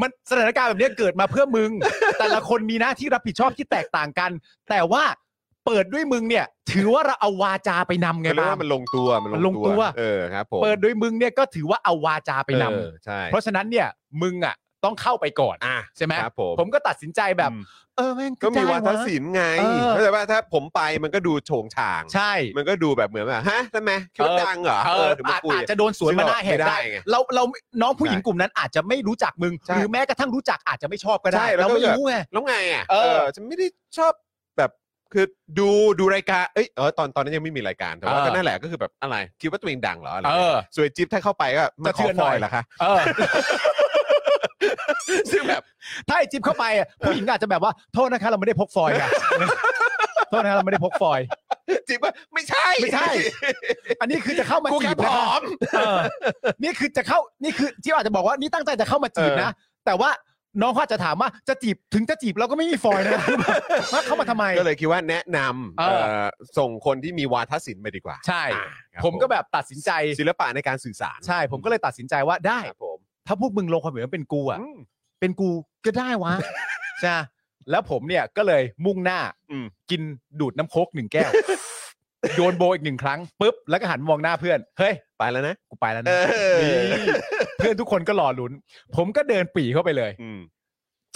มันสถานการณ์แบบเนี้ยเกิดมาเพื่อมึง แต่ละคนมีหน้าที่รับผิดชอบที่แตกต่างกัน แต่ว่าเปิดด้วยมึงเนี่ย ถือว่าเราเอาวาจาไปนำไง
เขาเรีย
ปา
ก
ล์ม
ว่ามันลงตัวมัน
มันลงตัว
เออครับผม
เปิดด้วยมึงเนี่ยก็ถือว่าเอาวาจาไปนำ
เออใช่
เพราะฉะนั้นเนี่ยมึงอ่ะต้องเข้าไปก่อน
อ่ะ
ใช่ไหม
ครับผม
ผมก็ตัดสินใจแบบ
อืม
เออแม่ง
ก็มี
ได้ะ
วาทศิลป์ไง
เออ
เข้าใจว่าถ้าผมไปมันก็ดูโฉงฉาง
ใช่
มันก็ดูแบบเหมือนแบบฮะทำไมคิดว่า
เออ
ดังเหรอ
เออ
ถึงมา
อาจ
คุย
อาจจะโดนสวนมาหน้าแหกได้
ไม่ได้ไง
เราเราน้องผู้หญิงกลุ่มนั้นอาจจะไม่รู้จักมึง
ใช่
หรือแม้กระทั่งรู้จักอาจจะไม่ชอบก็
ใช่
ได้
แล้ว
เรา
ก็
ไม่รู้ไง
แล้วไงอ่ะ
เออ
ฉันไม่ได้ชอบแบบคือดูดูรายการเอ้ยเออตอนตอนนั้นยังไม่มีรายการแต่ว่าก็นั่นแหละก็คือแบบอะไรคิดว่าตัวเองดังเหรออะไร
เออ
สวยจิ๊บถ้าเข้าไปก็มาขอ
จะเทือน
ฟ
หน่
อ
อย
ยเหรอคะ
เออ
*laughs*
*laughs*
ซึ่งแบบ
ถ้าไอจิ๊บเข้าไปอ่ะผู้หญิงอาจจะแบบว่าโทษนะคะเราไม่ได้พกฟอยล์ค่ะ *laughs* โทษนะคะเราไม่ได้พกฟอยล์
จิ๊บว่าไม่ใช่
ไม่ใช่ อันนี้คือจะเข้ามา
กู
จี
แค่
บ
ผ
นะ
อ
คะ
ม
เออนี่คือจะเข้านี่คือจิ๊บอาจจะบอกว่านี่ตั้งใจจะเข้ามาจีบนะ แต่ว่าน้องเขาอาจจะถามว่าจะจีบถึงจะจีบเราก็ไม่มีฟอยล์นะ *laughs* ว่าเข้ามาทำไม
ก็เลยคิดว่าแนะนำ
เออ
เอ่อส่งคนที่มีวาทศิลป์ไปดีกว่า
ใช่
อ่าครับ
ผมก็แบบตัดสินใจ
ศิลปะในการสื่อสาร
ใช่ ผมก็เลยตัดสินใจว่าได้
ครับผม
ถ้าพวกมึงลงความเห็นว่าเป็นกูอ่ะ
อืม
เป็นกูก็ได้วะ ใช่ แล้วผมเนี่ยก็เลยมุ่งหน้า
อืม
กินดูดน้ำโคกหนึ่งแก้ว โยนโบอีกหนึ่งครั้งปุ๊บแล้วก็หันมองหน้าเพื่อน เฮ้ย
ไปแล้วนะ
กูไปแล้ว
เอ
นะ
อ
นี่เพื่อนทุกคนก็รอลุ้น ผมก็เดินปรีเข้าไปเลย
อืม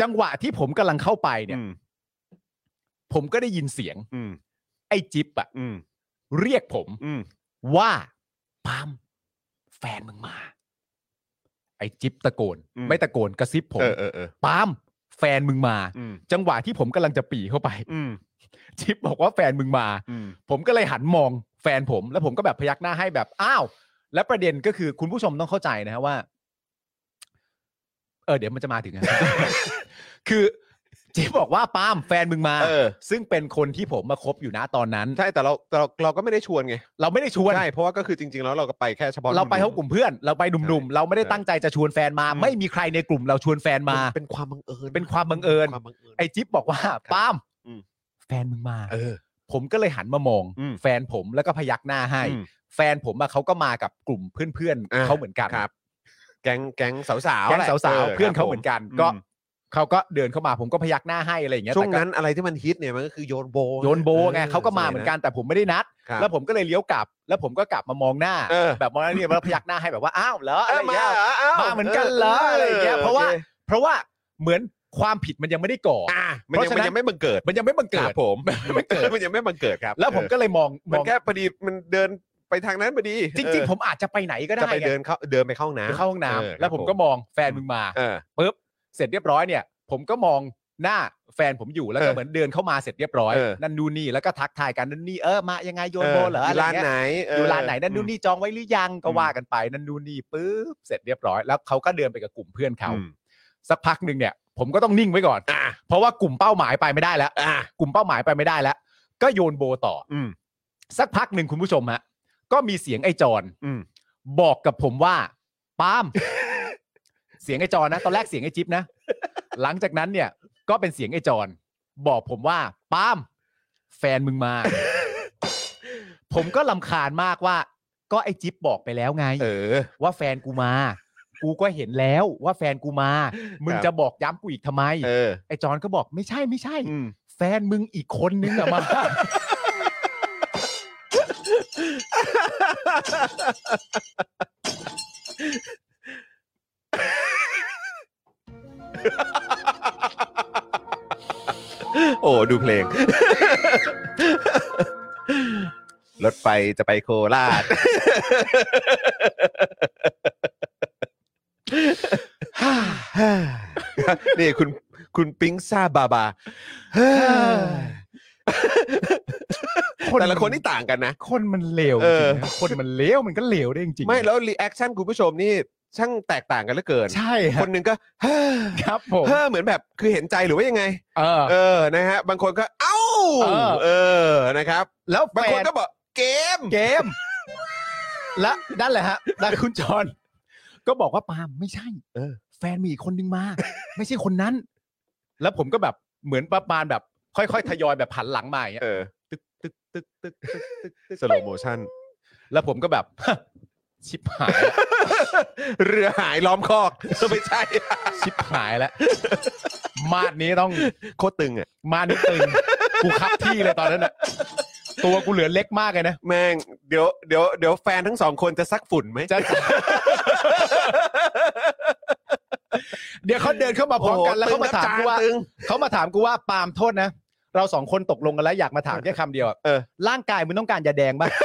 จังหวะที่ผมกำลังเข้าไปเนี่ย
อืม
ผมก็ได้ยินเสียง
อืม
ไอ้จิ๊บอะ
อืม
เรียกผม
อืม
ว่าปาล์มแฟนมึงมา ไอ้จิ๊บตะโกน ไม่ตะโกนกระซิบผม
เออเออเออ
ปาล์มแฟนมึงมา
อืม
จังหวะที่ผมกำลังจะปรีเข้าไป
อืม
จิ๊บบอกว่าแฟนมึงมา
อืม
ผมก็เลยหันมองแฟนผม แล้วผมก็แบบพยักหน้าให้แบบอ้าว และประเด็นก็คือคุณผู้ชมต้องเข้าใจนะฮะว่า เออเดี๋ยวมันจะมาถึงนะ *laughs* คือจิ๊บบอกว่าปาล์มแฟนมึงมา
เออ
ซึ่งเป็นคนที่ผมมาคบอยู่นะตอนนั้น
ใช่แต่เราแต่เราเราก็ไม่ได้ชวนไง
เราไม่ได้ชวน
ใช่เพราะว่าก็คือจริง ๆ แล้วเราก็ไปแค่เฉพาะ
เราไป
ห
เขา
นุ่ม
กลุ่มเพื่อน เราไปหนุ่มๆ เราไม่ได้
ใช่
ตั้งใจจะชวนแฟนมา
อืม
ไม่มีใครในกลุ่มเราชวนแฟนมา
เป็นความบังเอิญ
เป็นความบังเอิญ
ความบังเอิญ
ไอ้จิ๊บบอกว่าปาล์ม
อืม
แฟนมึงมา
เออ
ผมก็เลยหันมามอง
อืม
แฟนผมแล้วก็พยักหน้าให้
อืม
แฟนผมอะเขาก็มากับกลุ่มเพื่อน
อ่า
ๆเขาเหมือนกัน
ครับ แก๊งแก๊งสาวๆ
แก๊ง
แหละ
สาวๆเพื่อน
ครั
เขา
บผ
เหมือนกัน
อืม
ก็เขาก็เดินเข้ามา ผมก็พยักหน้าให้อะไรอย่างเงี้ย
ช่วง
แต่ก็
นั้นอะไรที่มันฮิตเนี่ยมันก็คือโยนโบ
โยนโบไงเขาก็มาเหมือนกันแต่ผมไม่ได้นัด
ครับ
แล้วผมก็เลยเลี้ยวกลับ แล้วผมก็กลับมามองหน้า
เออ
แบบมองหน้าเนี่ยแล้วพยักหน้าให้แบบว่าอ้าวเหรออะ
เอ้
ไร
ย
อย่าง
มา
เงี้ย
เหรออ้ว
มาเหมือนกันเหรออะไรอย่างเงี้ยเพราะว่า
โอค
เพราะว่าเหมือนความผิดมันยังไม่ได้ก่อ
อ่ะมัน
เพ
ยัง
ราะฉะ
มัน
นั้น
ยังไม่บังเกิด
มันยังไม่บังเกิ
ค
ด
รับผม
มันไม่เกิด
มันยังไม่บังเกิดครับ
แล้วผมก็เลยมองม
มัน
อง
แค่พอดีมันเดินไปทางนั้นพอดี
จริง ๆ ผมอาจจะไปไหนก็
จะ
ได้
ไป
ไง
เดินเข้าเดินไปเข้าห้อง
ไป
น้ำ
เข้าห้องน้ำ
เออ
แล้วผมก็มองแฟนมึงมา
เออ
ปุ๊บเสร็จเรียบร้อยเนี่ย ผมก็มองหน้าแฟนผมอยู่แล้วก็
เออ
เหมือนเดินเข้ามาเสร็จเรียบร้อย
เออ
นั่นดูนี่แล้วก็ทักทายกันนั่นนี่เออมายังไงโยนโบเหรออะไร
ยู่ร้าน
เงี้ย
ไหนเ
อยู่ร้านไหนนั่นดูนี่จองไว้หรือยังก็ว่ากันไปนั่นดูนี่ปุ๊บเสร็จเรียบร้อย แล้วเขาก็เดินไปกับกลุ่มเพื่อนเขา
อืม
สักพักหนึ่งเนี่ย ผมก็ต้องนิ่งไว้ก่อน
อ่ะ
เพราะว่ากลุ่มเป้าหมายไปไม่ได้แล้ว
อ่ะ
กลุ่มเป้าหมายไปไม่ได้แล้ว ก็โยนโบต่อ
อืม
สักพักหนึ่งคุณผู้ชมฮะ ก็มีเสียงไอ้จอน
อืม
บอกกับผมว่าปาล์ม *laughs* เสียงไอ้จอนนะ ตอนแรกเสียงไอ้จิ๊บนะ หลังจากนั้นเนี่ย ก็เป็นเสียงไอ้จอนบอกผมว่าปาล์มแฟนมึงมา ผมก็ลำคาญมากว่า ก็ไอ้จิ๊บบอกไปแล้วไง
เออ
ว่าแฟนกูมา กูก็เห็นแล้วว่าแฟนกูมา มึง
ครับ
จะบอกย้ำกูอีกทำไม
เออ
ไอ้จอนก็บอกไม่ใช่ไม่ใช่
อืม
แฟนมึงอีกคนนึงอะมา
*laughs* โอ้ดูเพลง รถไฟจะไปโครา
*laughs*
ช นี่คุณคุณปิ๊งซ่าบา
*sighs*
บา แต่ละคนนี่ต่างกันนะ
คนมันเลว
เอ
จ
อ
ริงๆนะคนมันเลวมันก็เลวได้จริงๆ
ไม่แล้วรีแอคชั่นคุณผู้ชมนี่ ช่างแตกต่างกันเหลือเกิน
ใช่ค
ครับ นหนึ่งก็ *sighs* เฮ้อ
ครับผม
เฮ้อเหมือนแบบคือเห็นใจหรือว่ายังไง
เออ
เออนะฮะ บางคนก็เอ้า
เออ
เออนะครับ
แล้ว
บางคน
แฟ
ก็บอกเกม
เกม และนั่นแหละฮะนั่นคุณจร ก็บอกว่าปาล์มไม่ใช่
เออ
แฟนมีอีกคนนึงมา ไม่ใช่คนนั้น แล้วผมก็แบบเหมือนประมาณแบบ ค่อยๆทยอยแบบผันหลังมาอย่างเงี้ย
เออ
ตึกตึกตึกตึกตึกตึกตึก
สโลโมชั่น
แล้วผมก็แบบ ชิบหายละ
เรือหายล้อมคอก ไม่ใช่
ชิบหายแล้วมาดนี้ต้อง
โคตรตึงอ่ะ
มาดนี้ตึงกูคับที่เลยตอนนั้นน่ะตัวกูเหลือเล็กมากเลยนะ
แม่งเดี๋ยวเดี๋ยวเดี๋ยวแฟนทั้งสองคนจะซักฝุ่นไหม
จะ *laughs* เดี๋ยวเขาเดินเข้ามาพร้อมกันแล้วเขามาถามกูว่า
ตึง
เขามาถามกูว่าปาล์มโทษนะ เราสองคนตกลงกันแล้วอยากมา
*laughs*
ถามแค่คำเดียวอะ
เออ
ร่างกายมึงต้องการยาแดงบ้าง *laughs*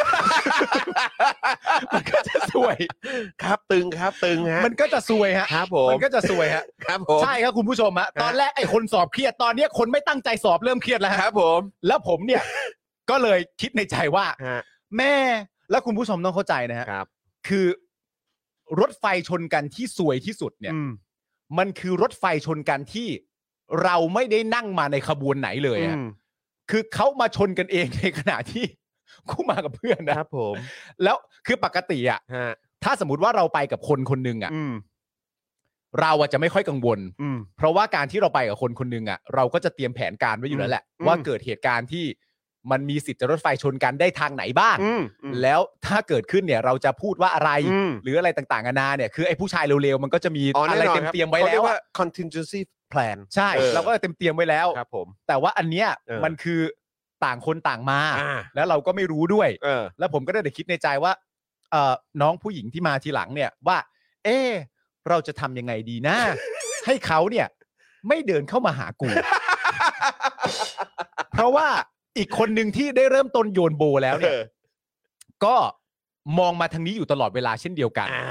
มันก็จะสวย
*laughs* ครับตึงครับตึงฮะ
มันก็จะสวยฮะ
ครับผ
มั
ม
นก็จะสวยฮะ
ครับผม
ใช่ครับคุณผู้ชมฮะ
ฮะ
ตอนแรกไอ้คนสอบเครียด ตอนเนี้ยคนไม่ตั้งใจสอบเริ่มเครียดแล้ว
ครั
ฮะ
บผม
แล้วผมเนี่ย
*laughs*
ก็เลยคิดในใจว่า
ฮะ
แม่ แล้วคุณผู้ชมต้องเข้าใจนะฮะ
ครับ
คือ รถไฟชนกันที่สวยที่สุดเนี่ย
อืม
มันคือรถไฟชนกันที่เราไม่ได้นั่งมาในขบวนไหนเลยอะ
อืม
คือเขามาชนกันเองในขณะที่ *laughs* กูมากับเพื่อน
ค
นะ
รับผม
แล้วคือปกติอ่ะ
ฮะ
ถ้าสมมติว่าเราไปกับคนคนหนึ่งอ่ะ
อืม
เราอะจะไม่ค่อยกังวล
อืม
เพราะว่าการที่เราไปกับคนคนหนึ่งอ่ะ เราก็จะเตรียมแผนการไว้อยู่แล้วแหละ
อืม
ว่าเกิดเหตุการณ์ที่มันมีสิทธิ์จะรถไฟชนกันได้ทางไหนบ้าง
อืมอืม
แล้วถ้าเกิดขึ้นเนี่ย เราจะพูดว่าอะไร
อืม
หรืออะไรต่างๆนานาเนี่ยคือไอ้ผู้ชายเร็วๆมันก็จะมี
อ๋อ
อะ
แน่
ไร
นอ
เตรีย
น
ม
คบ
เตรียมไว้
ขา
แล้
รี
วย
ก
อะ
ว่า contingency plan
ใช่
เออ
เราก็เตรียมเตรียมไว้แล้ว
ครับผม
แต่ว่าอันเนี้ย
เออ
มันคือต่างคนต่างมา
อ่า
แล้วเราก็ไม่รู้ด้วย
เออ
แล้วผมก็ได้แต่คิดในใจว่าเอ่อน้องผู้หญิงที่มาทีหลังเนี่ยว่า เอะเราจะทำยังไงดี
*laughs*
นะ ให้เขาเนี่ย ไม่เดินเข้ามาหากู เพราะว่าอีกคนหนึ่งที่ได้เริ่มต้นโยนโบแล้วเนี่ย ก็มองมาทางนี้อยู่ตลอดเวลาเช่นเดียวกัน
อ่า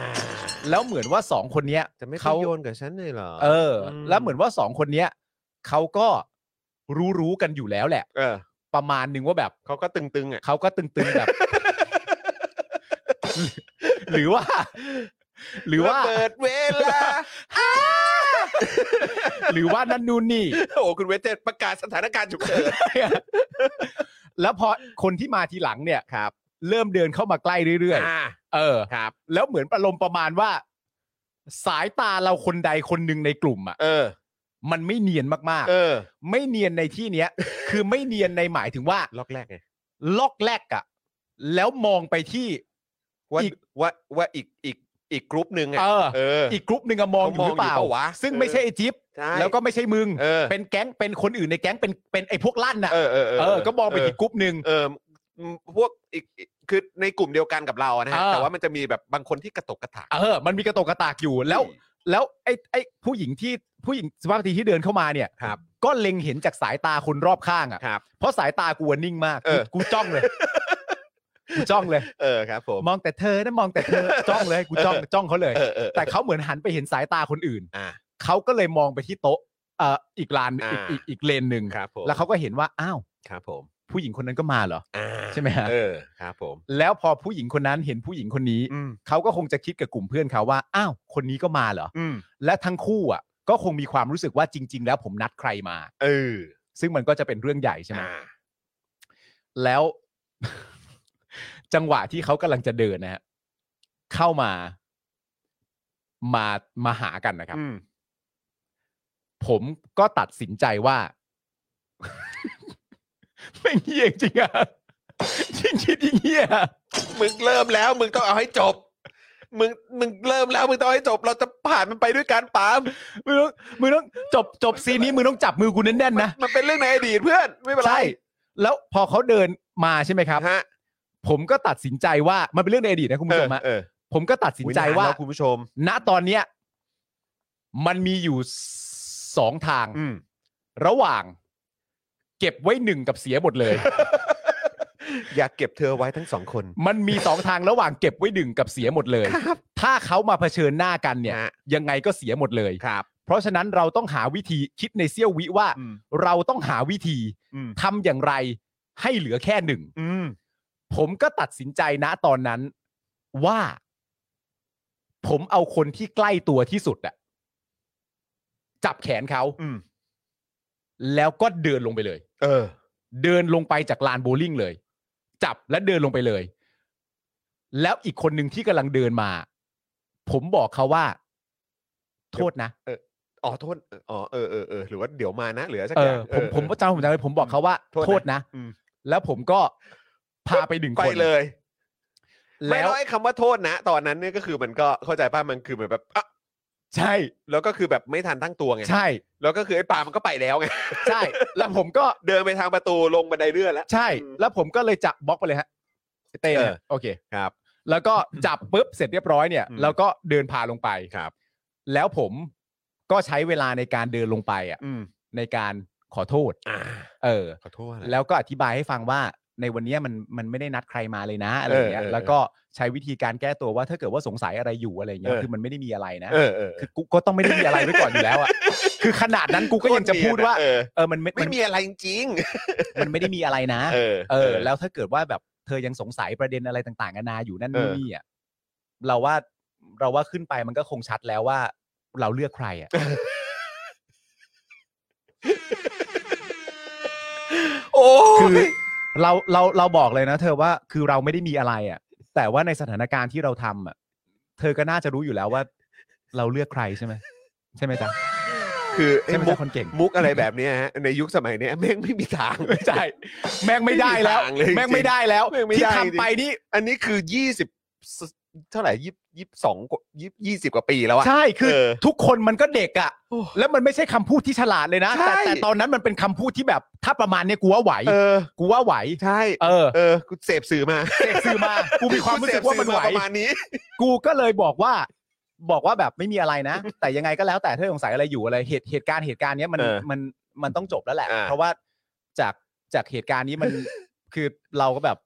แล้วเหมือนว่าสองคนเนี้ย
จะไม่ไป
เขา
โยนกับฉันเลยเหรอ
เออ
อืม
แล้วเหมือนว่าสองคนเนี้ยเขาก็รู้รู้ๆกันอยู่แล้วแหละ
เออ
ประมาณหนึงว่าแบบ
เขาก็ตึงๆอ่ะ
เขาก็ตึงๆแบบ *laughs* หรือว่า หรือว่า
ระเปิดเวลา
หรือว่านั่นนู่นนี่ *laughs*
โอ้คุณเวจเจตประกาศสถานการณ์ฉุกเฉิน
แล้วพอคนที่มาทีหลังเนี่ย
ครับ
เริ่มเดินเข้ามาใกล้เรื่อย
อ่า
ๆ เออ
ครับ
แล้วเหมือนประลมประมาณว่า สายตาเราคนใดคนหนึ่งในกลุ่มอ่ะ
เออ
มันไม่เนียนมาก
เออ
ๆ ไม่เนียนในที่
*laughs*
เนี้ย คือไม่เนียนในหมายถึงว่า
ล็อกแรกไง
ล็อกแรกอ่ะ แล้วมองไปที่
ว่า
อีก
ว่าว่าอีกอีกอีกกรุ๊ปหนึ่งอ่ะ
เออ
เอออ
อีกกรุ๊ปหนึ่งอะมองอยู่หรือเปล่า
เขามองอยู่เปล่าวะ
ซึ่ง
เออ
ไม่ใช่ไอจิ๊บ
ใช่
แล้วก็ไม่ใช่มึง
เออ
เป็นแก๊ง เป็นคนอื่นในแก๊ง เป็น เป็นไอ้พวกลั่นน่ะ
เออเออ
เออ ก็มองไปที่กรุ๊ปหนึ่ง
เอออืมพวกอีกอีกคือในกลุ่มเดียวกันกับเราอะนะฮะ
เออ
แต่ว่ามันจะมีแบบบางคนที่กระตกกระถาก
เออ มันมีกระตกกระตากอยู่ แล้ว แล้วไอ้ไอ้ผู้หญิงที่ ผู้หญิงสภาพสตรีที่เดินเข้ามาเนี่ย
ครับ
ก็เล็งเห็นจากสายตาคนรอบข้างอ่ะ
ครับ
เพราะสายตากูอะนิ่งมาก
เออ
กูจ้องเลย กูจ้องเลย
เออครับผม
มองแต่เธอนะมองแต่เธอ จ้องเลย กูจ้อง จ้องเขาเลย
เออเออเอ
แต่
อ
เขาเหมือนหันไปเห็นสายตาคนอื่น
อ่า
เขาก็เลยมองไปที่โต๊ะ เอ่อ อีกลาน
อ่า
อีกอีกอีกเลนหนึ่ง
ครับผม
แล้วเขาก็เห็นว่า อ้าว
ครับผม
ผู้หญิงคนนั้นก็มาเหรอ
อ่า
ใช่ไหมฮะ
เออครับผม
แล้วพอผู้หญิงคนนั้นเห็นผู้หญิงคนนี้
อืม
เขาก็คงจะคิดกับกลุ่มเพื่อนเขาว่า อ้าว คนนี้ก็มาเหรอ
อืม
และทั้งคู่อ่ะ ก็คงมีความรู้สึกว่าจริง ๆ แล้วผมนัดใครมา
เออ
ซึ่งมันก็จะเป็นเรื่องใหญ่ใช่ไหม
อ่า
แล้ว *laughs* จังหวะที่เขากำลังจะเดินนะฮะเข้ามา มามาหากันนะครับ
อืม
ผมก็ตัดสินใจว่า *laughs* ไม่งเฮียจริงอ่ะ *laughs* ยิ่งคิดยิ่งเฮีย
มึงเริ่มแล้ว มึงต้องเอาให้จบ มึงมึงเริ่มแล้วมึงต้องเอาให้จบ เราจะผ่านมันไปด้วยการปาล์ม
มึงต้องมึงต้องจบจบซีนนี้มึงต้องจับมือกูแน่นๆนะ
มันเป็นเรื่องในอดีตเพื่อนไม่เป็นไร
ใช่ แล้วพอเขาเดินมาใช่ไหมครับ
ฮะ
ผมก็ตัดสินใจว่ามันเป็นเรื่องในอดีตนะคุณผู้ชมฮะ
เออ
ผมก็ตัดสินใจว่า
อุ๊ยนแล้คุณผู้ชม
ณตอนเนี้ยมันมีอยู่สองทาง
อืม
ระหว่าง เก็บไว้หนึ่งกับเสียหมดเลย
*laughs* อยากเก็บเธอไว้ทั้งสองคน
มันมีสองทางระหว่างเก็บไว้หนึ่งกับเสียหมดเลย
*laughs*
ถ้าเขามาเผชิญหน้ากันเนี่ย
ฮะ
ยังไงก็เสียหมดเลย
ครับ
เพราะฉะนั้นเราต้องหาวิธีคิดในเซี่ยววิว่า
อืม
เราต้องหาวิธี
อืม
ทำอย่างไรให้เหลือแค่หนึ่ง
อืม
ผมก็ตัดสินใจนะตอนนั้นว่า ผมเอาคนที่ใกล้ตัวที่สุดอะจับแขนเขา
อืม
แล้วก็เดินลงไปเลย
เออ
เดินลงไปจากลานโบว์ลิ่งเลย จับและเดินลงไปเลย แล้วอีกคนหนึ่งที่กำลังเดินมา ผมบอกเขาว่า โทษนะ
อ๋อโทษอ๋อเออเออเออหรือว่าเดี๋ยวมานะเหลือสัก
เอ
อย่า
องผ
เอ
ม
อ
ผมจำผมจำเลยผมบอกเขาว่า
โทษนะ
โทษนะ
อืม
แล้วผมก็พาไปหนึ่ง
ไป
คน
เลยไม่
แล้
แล้ว วไอ้คำว่าโทษนะ ตอนนั้นเนี่ยก็คือมันก็เข้าใจป้ามันคือเหมือนแบบอ่ะ
ใช่
แล้วก็คือแบบไม่ทันตั้งตัวไง
ใช่
แล้วก็คือไอ้ปามันก็ไปแล้วไง *laughs*
ใช่ แล้วผมก็
เดินไปทางประตูลงบันไดเลื่อนแล้ว
ใช่
อืม
แล้วผมก็เลยจับบล็อกไปเลยฮะเต้
เออ
นะโอเค
ครับ
แล้วก็จับปุ๊บเสร็จเรียบร้อยเนี่ย
อืม
แล้วก็เดินพาลงไป
ครับ
แล้วผมก็ใช้เวลาในการเดินลงไปอ่ะ
อืม
ในการขอโทษ
อ่า
เออ
ขอโทษนะ
แล้วก็อธิบายให้ฟังว่าในวันเนี้ยมันมันไม่ได้นัดใครมาเลยนะอะไรอย่างเงี้ย
เออเออ
แล้วก็ใช้วิธีการแก้ตัวว่าถ้าเกิดว่าสงสัยอะไรอยู่อะไรเงี้ย
เออ
คือมันไม่ได้มีอะไรนะ
เออเออ
คือกูก็ต้องไม่ได้มีอะไรไว้ก่อนอยู่แล้วอ่ะ คือขนาดนั้นกูก็ยังจะพูดว่า
เออ
เออ มันไม่
ไม่
มัน
มีอะไรจริง
มันไม่ได้มีอะไรนะ
ๆเออ
เออแล้วถ้าเกิดว่าแบบเธอยังสงสัยประเด็นอะไรต่างๆนานาอยู่นั่น
เออ
นู่นนี่อ่ะเราว่าเราว่าขึ้นไปมันก็คงชัดแล้วว่า เราเลือกใครอ่ะ
โอ้
คือ
อ
เราเราเราบอกเลยนะ เธอว่าคือเราไม่ได้มีอะไรอ่ะ แต่ว่าในสถานการณ์ที่เราทำอ่ะ เธอก็น่าจะรู้อยู่แล้วว่า เราเลือกใครใช่ไหมใช่ไหมจ๊ะ
คือ
ใช่
ไอ้
ไหม
มุ
จ๊ะ
ก
คนเก่ง
มุกอะไรแบบเนี้ยฮะในยุคสมัยเนี้ย *laughs* แม่งไม่มีทาง
*laughs* ใช่แม่งไม่ได้แล้ว
ไม่มีทางเลยจริง
แม่งไม่ได้แล้ว
แม่งไม่
ที่
ได้จริง
ทำไปนี่
อันนี้คือยี่สิบเท่าไหร่ยี่ยี่สองยี่ยี่สิบกว่าปีแล้วอะ
ใช่คือ
เออ
ทุกคนมันก็เด็กอ่ะ
โอ้
แล้วมันไม่ใช่คำพูดที่ฉลาดเลยนะ
ใช่
แต่แต่ตอนนั้นมันเป็นคำพูดที่แบบ ถ้าประมาณเนี้ยกูว่าไหว
เออ
กูว่าไหว
ใช่
เออ
เออกูเสพสื่อมา
เสพสื่อมา กูมีความรู้สึกว่ามันไหว
เสพสื่อประมาณนี้
กูก็เลยบอกว่า บอกว่าแบบไม่มีอะไรนะ แต่ยังไงก็แล้วแต่ถ้าสงสัยอะไรอยู่อะไรเหตุเหตุการณ์เหตุการณ์เนี้ยมัน
เออ
มันมันต้องจบแล้วแหละ
อ่า
เพราะว่าจากจากเหตุการณ์นี้มัน *laughs* คือเราก็แบบ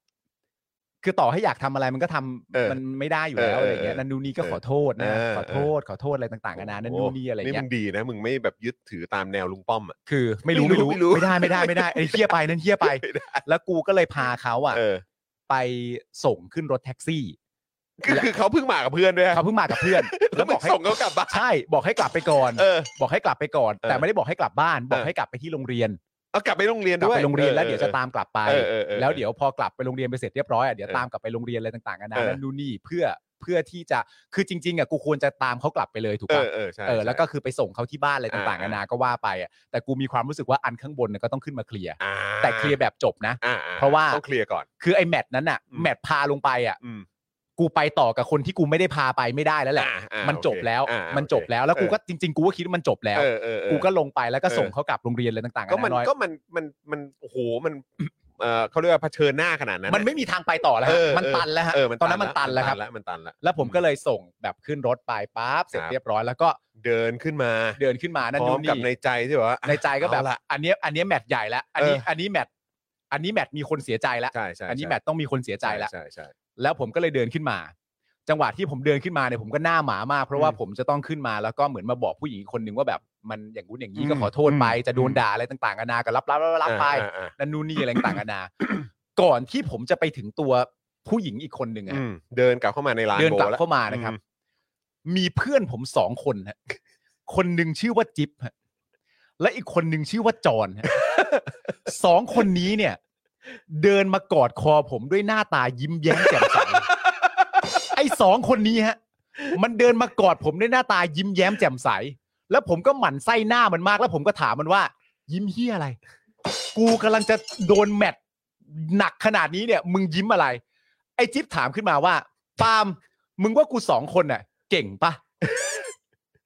คือต่อให้อยากทำอะไรมันก็ทำมันไม่ได้อยู่แล้วอะไรเงี้ยนันนูนนี่ก็ขอโทษนะขอโทษขอโทษอะไรต่างๆกันานานันนูนนี่อะไร
นี่
เงี้
มึ
ย
งดีนะ มึงไม่แบบยึดถือตามแนวลุงป้อมอ่ะ
คือไม่รู้
ไม่
ไม่รู้
รู้ไม่รู้
ไม่ได้ไม่ได้ไม่ได้ไอ้เฮียไปนั่นเฮียไป แล้วกูก็เลยพาเขาอ่ะ
เออ
ไปส่งขึ้นรถแท็กซี่
คือคือเขาเพิ่งมากับเพื่อนด้วย
เขาเพิ่งมากับเพื่อน
แล้วมึง
ให้
ส่งเขากลับบ้าน
ใช่บอกให้กลับไปก่อน
เออ
บอกให้กลับไปก่อน
เออ
แต่ไม่ได้บอกให้กลับบ้าน บอก
เออ
ให้กลับไปที่โรงเรียน
เอากลับไปโรงเรียน
กลับ
ด้วย
ไปโรงเรียนแล้วเดี๋ยวจะตามกลับไป
เออเออออ
แล้วเดี๋ยวพอกลับไปโรงเรียนไปเสร็จเรียบร้อยอ่ะเดี๋ยว
เออ
ตามกลับไปโรงเรียนอะไรต่างๆกันา
เอ
นา
อ
นั่นนู่นนี่เพื่อเพื่อที่จะคือจริงๆอ่ะกูควรจะตามเขากลับไปเลยถูก
เอ
ปะ
อเออใช่
เออ
ใช่
แล้วก็คือไปส่งเขาที่บ้านอะไร
อ่า
ต่างๆนา
อ่า
นาก็ว่าไปอ่ะแต่กูมีความรู้สึกว่าอันข้างบนเนี่ยก็ต้องขึ้นมาเคลียร์
อ่า
แต่เคลียร์แบบจบนะ
อ่อ่
เพราะว่า
ต้องเคลียร์ก่อน
คือไอ้แมทนั้นอ่ะ
อืม
แมทพาลงไปอ่ะ
อืม
กูไปต่อกับคนที่กูไม่ได้พาไปไม่ได้แล้วแหละ
อ่าอ่า
มัน
โอเค
จบแล้ว
อ่า
มันจบแล้วแล้ว
โอเค
กูก็จริง ๆ กูก็คิดว่ามันจบแล้ว
เออเออเออ
กูก็ลงไปแล้วก็ส่ง
เออ
เขากลับโรงเรียนอะไรต่างๆ
ก็มัน
อย
ก็มันมันมันโอ้โหมัน *coughs* เออเขาเรียกว่าเผชิญหน้าขนาดนั้น
มันไม่มีทางไปต่อแล้ว
เอ
ฮะ
อ
มันตันแล้วฮะ
เ
ตอนนั้นมันตันแล้วครับ
มันตันแล้ว
แล้วผมก็เลยส่งแบบขึ้นรถไปปั๊บเสร็จ
ครับ
เรียบร้อยแล้วก็
เดินขึ้นมา
เดินขึ้นมานั่น
พร้อ
นู่
ม
น
กับ
นี่
ในใจที่แบบว่า
ในใจก็แบบ
เอาล่ะ
อันเนี้ยอันเนี้ยแมตช์ใหญ่แล้วอันนี้
เอออั
อันนี้แมตช์อันนี้แมตช์มีคนเสียใจแล้ว
ใช่ใช่
อันนี้
ช่
แมตช์ต้องมีคนเสียใจแล้ว
ใช่ใช่
แล้วผมก็เลยเดินขึ้นมา จังหวะที่ผมเดินขึ้นมาเนี่ยผมก็หน้าหมามาก เพราะว่า
อืม
ผมจะต้องขึ้นมาแล้วก็เหมือนมาบอกผู้หญิงอีกคนนึงว่าแบบมันอย่างงู้นอย่างนี้
อืม
ก็ขอโทษไป
อืม
จะโดนด่าอะไรต่างๆนานาก็รับรับรับรับไป
อ่าอ่า
นั่นนู่นนี่อะไรต่างๆนานาก่อนที่ผมจะไปถึงตัวผู้หญิงอีกคนหนึ่งอะ
อืมเดินกลับเข้ามาในร้าน
เดิน
โบ
กลับ
แล้ว
เข้ามานะครับ
อืม
มีเพื่อนผมสองคนฮะคนหนึ่งชื่อว่าจิ๊บฮะและอีกคนหนึ่งชื่อว่าจอน *laughs* ฮะ สองคนนี้เนี่ย เดินมากอดคอผมด้วยหน้าตายิ้มแย้มแจ่มใส ไอ้สองคนนี้ฮะ มันเดินมากอดผมด้วยหน้าตายิ้มแย้มแจ่มใส แล้วผมก็หมั่นไส้หน้ามันมาก แล้วผมก็ถามมันว่า ยิ้มเฮียอะไร กูกำลังจะโดนแมทหนักขนาดนี้เนี่ย มึงยิ้มอะไร ไอ้จิ๊บถามขึ้นมาว่าปาล์มมึงว่ากูสองคนน่ะ เก่งปะ *laughs*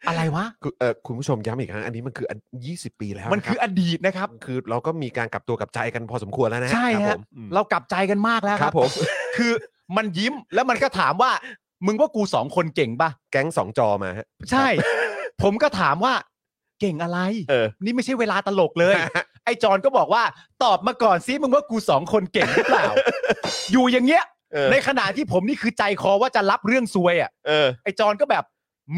อะไรวะ
คือเออคุณผู้ชมย้ำอีกครั้งอันนี้มันคืออัน20 ปีแล้ว
มันคือะ อดีตนะครับ
รับคือเราก็มีการกลับตัวกลับใจกันพอสมควรแล้วนะ
ใช่
ครั
ฮะ
ผมอืม
เรากลับใจกันมากแล้ว
ค
ค
รั
รั
บบ ผม
คือมันยิ้มแล้วมันก็ถามว่า มึงว่ากูสองคนเก่งปะ
แก๊งสองจอมาฮะ
ใช่ ผมก็ถามว่า เก่งอะไร
เออ
นี่ไม่ใช่เวลาตลกเลย ไอ จอนก็บอกว่าตอบมาก่อนซิมึงว่ากูสองคนเก่งหรือ *laughs* เปล่า อยู่อย่างเงี้ย
เออ
ในขณะที่ผมนี่คือใจคอว่าจะรับเรื่องซวยอ่ะ
เออ
ไอจอนก็แบบ